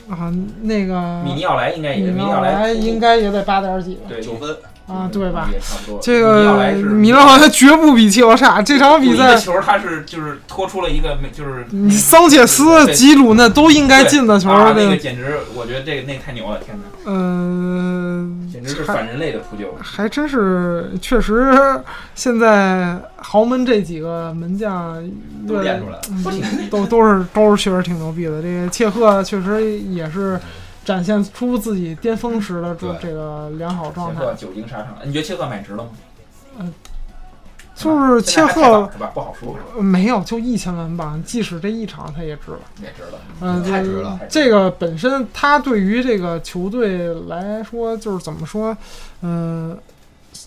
Speaker 2: 啊。那个
Speaker 6: 米尼奥莱应该也，
Speaker 2: 米尼
Speaker 6: 米奥
Speaker 2: 奥
Speaker 6: 莱
Speaker 2: 莱应该也得八点几吧
Speaker 6: 对
Speaker 5: 九分，
Speaker 2: 啊，对吧？
Speaker 6: 也差不多。
Speaker 2: 这
Speaker 6: 米尼奥
Speaker 2: 个
Speaker 6: 莱是
Speaker 2: 米兰好像绝不比切罗差。这场 比
Speaker 6: 有一
Speaker 2: 赛，
Speaker 6: 个球他是就是拖出了一个没就是
Speaker 2: 你桑切斯、
Speaker 6: 对
Speaker 2: 吉鲁那都应该进的球，
Speaker 6: 啊，那
Speaker 2: 这
Speaker 6: 个
Speaker 2: 个
Speaker 6: 简直，我觉得这个那个太牛了，天哪，
Speaker 2: 嗯，
Speaker 6: 简直是
Speaker 2: 还
Speaker 6: 反人类的扑救。
Speaker 2: 还真是，确实，现在豪门这几个门将
Speaker 5: 都
Speaker 2: 越来
Speaker 5: 练出来了，
Speaker 6: 不仅
Speaker 2: 都都是都是确实挺牛逼的。这个切赫确实也是展现出自己巅峰时的这
Speaker 5: 对
Speaker 2: 这个良好状
Speaker 6: 切
Speaker 2: 态
Speaker 6: 赫。久经沙场，你觉得切赫买值了吗？
Speaker 2: 就是切
Speaker 6: 现在还太早
Speaker 2: 赫
Speaker 6: 是吧？不好说，
Speaker 2: 呃没有就一千万镑，即使这一场他也值了。
Speaker 6: 也值了。
Speaker 2: 嗯，
Speaker 5: 太值
Speaker 2: 就是
Speaker 5: 了
Speaker 2: 这个本身他对于这个球队来说，就是怎么说，嗯、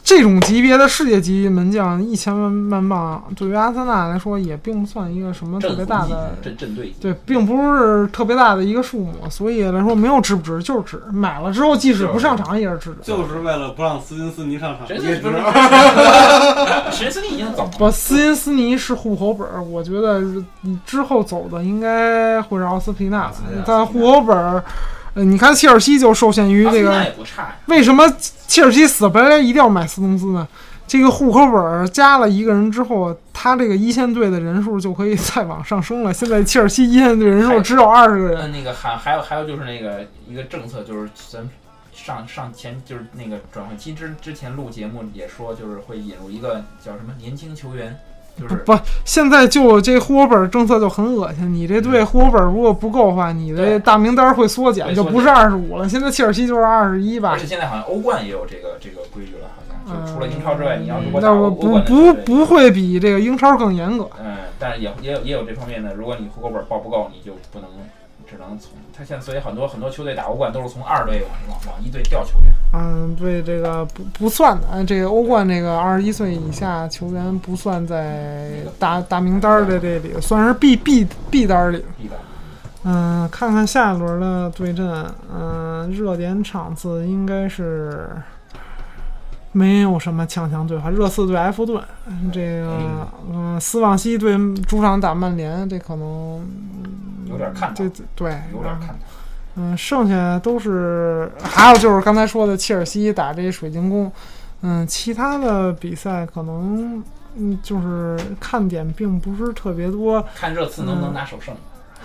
Speaker 2: 这种级别的世界级门将一千万万镑，对于阿森纳来说也并不算一个什么特
Speaker 6: 正
Speaker 2: 别大的
Speaker 6: 阵阵对
Speaker 2: 对，并不是特别大的一个数目，所以来说没有值不值，就是值。买了之后，即使不上场也是值的。
Speaker 1: 就是为了不让斯金斯尼上场，
Speaker 6: 谁
Speaker 1: 也
Speaker 6: 谁
Speaker 1: 值
Speaker 6: 不是？谁斯利已经走
Speaker 2: 不，
Speaker 6: 了，
Speaker 2: 斯金斯尼是户口本儿，我觉得之后走的应该会是奥斯皮纳了
Speaker 5: 斯皮纳。
Speaker 2: 但户口本儿，呃，你看切尔西就受限于
Speaker 6: 阿
Speaker 2: 这
Speaker 6: 森
Speaker 2: 个
Speaker 6: 纳也不差呀。
Speaker 2: 为什么切尔西死白赖一定要买斯通斯呢？这个户口本儿加了一个人之后，他这个一线队的人数就可以再往上升了。现在切尔西一线队人数只有二十个人，
Speaker 6: 那呃那个还还有还有就是那个一个政策，就是咱们上上前就是那个转会期之之前录节目也说，就是会引入一个叫什么年轻球员，就是
Speaker 2: 不，现在就这户口本儿政策就很恶心。你这队户口本儿如果不够的话，你的
Speaker 6: 嗯对
Speaker 2: 大名单儿会缩减，
Speaker 6: 会
Speaker 2: 就
Speaker 6: 缩
Speaker 2: 不是二十五了。现在切尔西就是二十一吧嗯
Speaker 6: 而。且现在好像欧冠也有这个这个规矩了，好像就除了英超之外，你要如果打
Speaker 2: 那我
Speaker 6: 欧
Speaker 2: 不
Speaker 6: 冠的
Speaker 2: 不
Speaker 6: 球队
Speaker 2: 不会比这个英超更严格。
Speaker 6: 嗯，但是也也有也有这方面的，如果你户口本报不够，你就不能，只能从他现在，所以很多很多球队打欧冠都是从二队往往往一队调球员。
Speaker 2: 嗯，对这个不不算的，啊，这个欧冠这个二十一岁以下球员不算在大大名单儿的这里，算是 B B B 单儿里。
Speaker 6: 一般
Speaker 2: 嗯，看看下一轮的对阵，嗯、热点场次应该是没有什么强强对话，热刺对埃弗顿，这个嗯、斯旺西对主场打曼联，这可能
Speaker 6: 有点看头
Speaker 2: 嗯这，对
Speaker 6: 有点看头。
Speaker 2: 嗯，剩下都是，还有就是刚才说的切尔西打这水晶宫，嗯，其他的比赛可能，嗯，就是看点并不是特别多，
Speaker 6: 看热刺能不能拿首胜。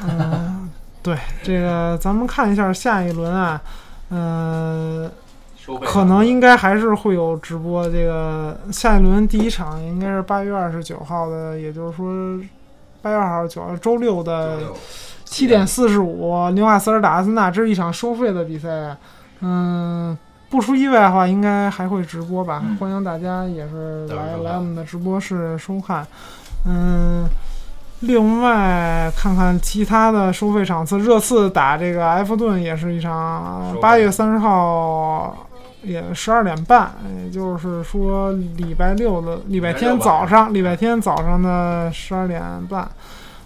Speaker 2: 嗯， 对，这个咱们看一下下一轮啊，嗯、
Speaker 5: 收费吧啊
Speaker 2: 可能应该还是会有直播，这个下一轮第一场应该是八月二十九号的，也就是说八月二号九号周六的七点四十五，纽卡斯尔打阿森纳，这是一场收费的比赛。嗯，不出意外的话，应该还会直播吧？
Speaker 6: 嗯
Speaker 2: 欢迎大家也是
Speaker 5: 到时
Speaker 2: 来
Speaker 5: 候收看
Speaker 2: 来我们的直播室收看。嗯，另外看看其他的收费场次，热刺打这个埃弗顿也是一场
Speaker 5: 收费
Speaker 2: 八月三十号。也十二点半，也就是说礼拜六的礼拜天早上，礼拜天早上的十二点半。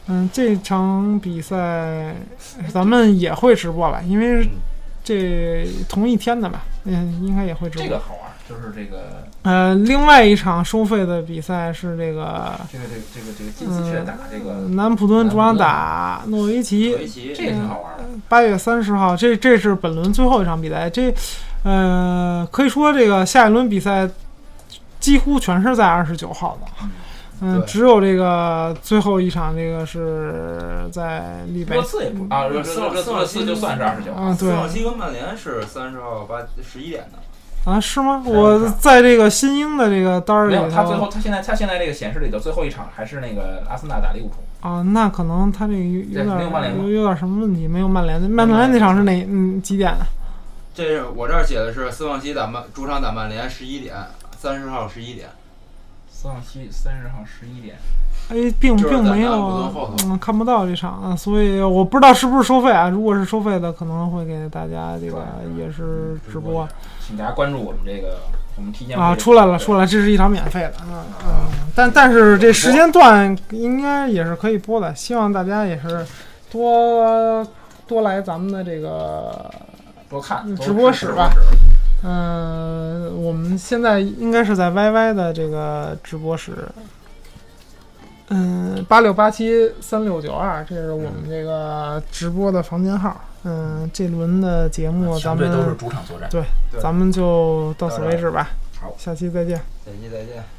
Speaker 2: 嗯，这场比赛咱们也会直播吧，因为这同一天的吧，嗯，应该也会直播。
Speaker 6: 这个好玩，就是这个
Speaker 2: 呃，另外一场收费的比赛是这个
Speaker 6: 这个这个这个这个金丝雀打这
Speaker 2: 呃
Speaker 6: 个，
Speaker 2: 南普敦主场打诺维奇，
Speaker 5: 围棋
Speaker 6: 这也挺好玩的。
Speaker 2: 八月三十号，这这是本轮最后一场比赛。这，呃，可以说这个下一轮比赛几乎全是在二十九号的，嗯，
Speaker 5: 对
Speaker 2: 只有这个最后一场这个是在礼拜
Speaker 6: 热刺也不啊，热刺热刺热刺就算是二十九。
Speaker 2: 啊，
Speaker 5: 斯
Speaker 2: 对
Speaker 5: 旺西跟曼联是三十号八十一点的，
Speaker 2: 啊，是吗？
Speaker 6: 是
Speaker 2: 我在这个新英的这个单儿
Speaker 6: 没
Speaker 2: 里
Speaker 6: 有，他最后
Speaker 2: 头
Speaker 6: 他现在他现在这个显示里头最后一场还是那个阿森纳打利物浦，
Speaker 2: 啊，那可能他这个有有
Speaker 6: 对没有曼联
Speaker 2: 点
Speaker 6: 吗
Speaker 2: 有有点什么问题，没有曼联的。曼联那场是哪嗯几点啊？
Speaker 5: 这是我这儿写的是斯旺西打曼主场打曼联十一点，三十号十一点，
Speaker 6: 斯旺西三十号十一点。
Speaker 2: 哎，并
Speaker 5: 就是
Speaker 2: 并
Speaker 5: 在
Speaker 2: 没
Speaker 5: 南普
Speaker 2: 有
Speaker 5: 敦后，头
Speaker 2: 嗯，看不到这场啊，所以我不知道是不是收费啊。如果是收费的，可能会给大家这个
Speaker 6: 转
Speaker 2: 也是嗯直播
Speaker 6: 请大家关注我们这个，我们提前
Speaker 2: 啊。
Speaker 6: 会
Speaker 2: 出来了，出来了，这是一场免费的啊啊！但但是这时间段应该也是可以播的，希望大家也是多多来咱们的这个
Speaker 6: 多看
Speaker 2: 嗯
Speaker 6: 多
Speaker 2: 直播
Speaker 6: 看
Speaker 2: 室
Speaker 6: 直
Speaker 2: 吧
Speaker 6: 播室
Speaker 2: 嗯，我们现在应该是在 YY 的这个直播室，嗯，八六八七三六九二，这是我们这个直播的房间号。嗯，这轮的节目咱
Speaker 3: 啊强队都是
Speaker 2: 们
Speaker 3: 主场作战。
Speaker 2: 咱们就到此为止吧。
Speaker 7: 好
Speaker 2: 下期再见。
Speaker 5: 再见再见。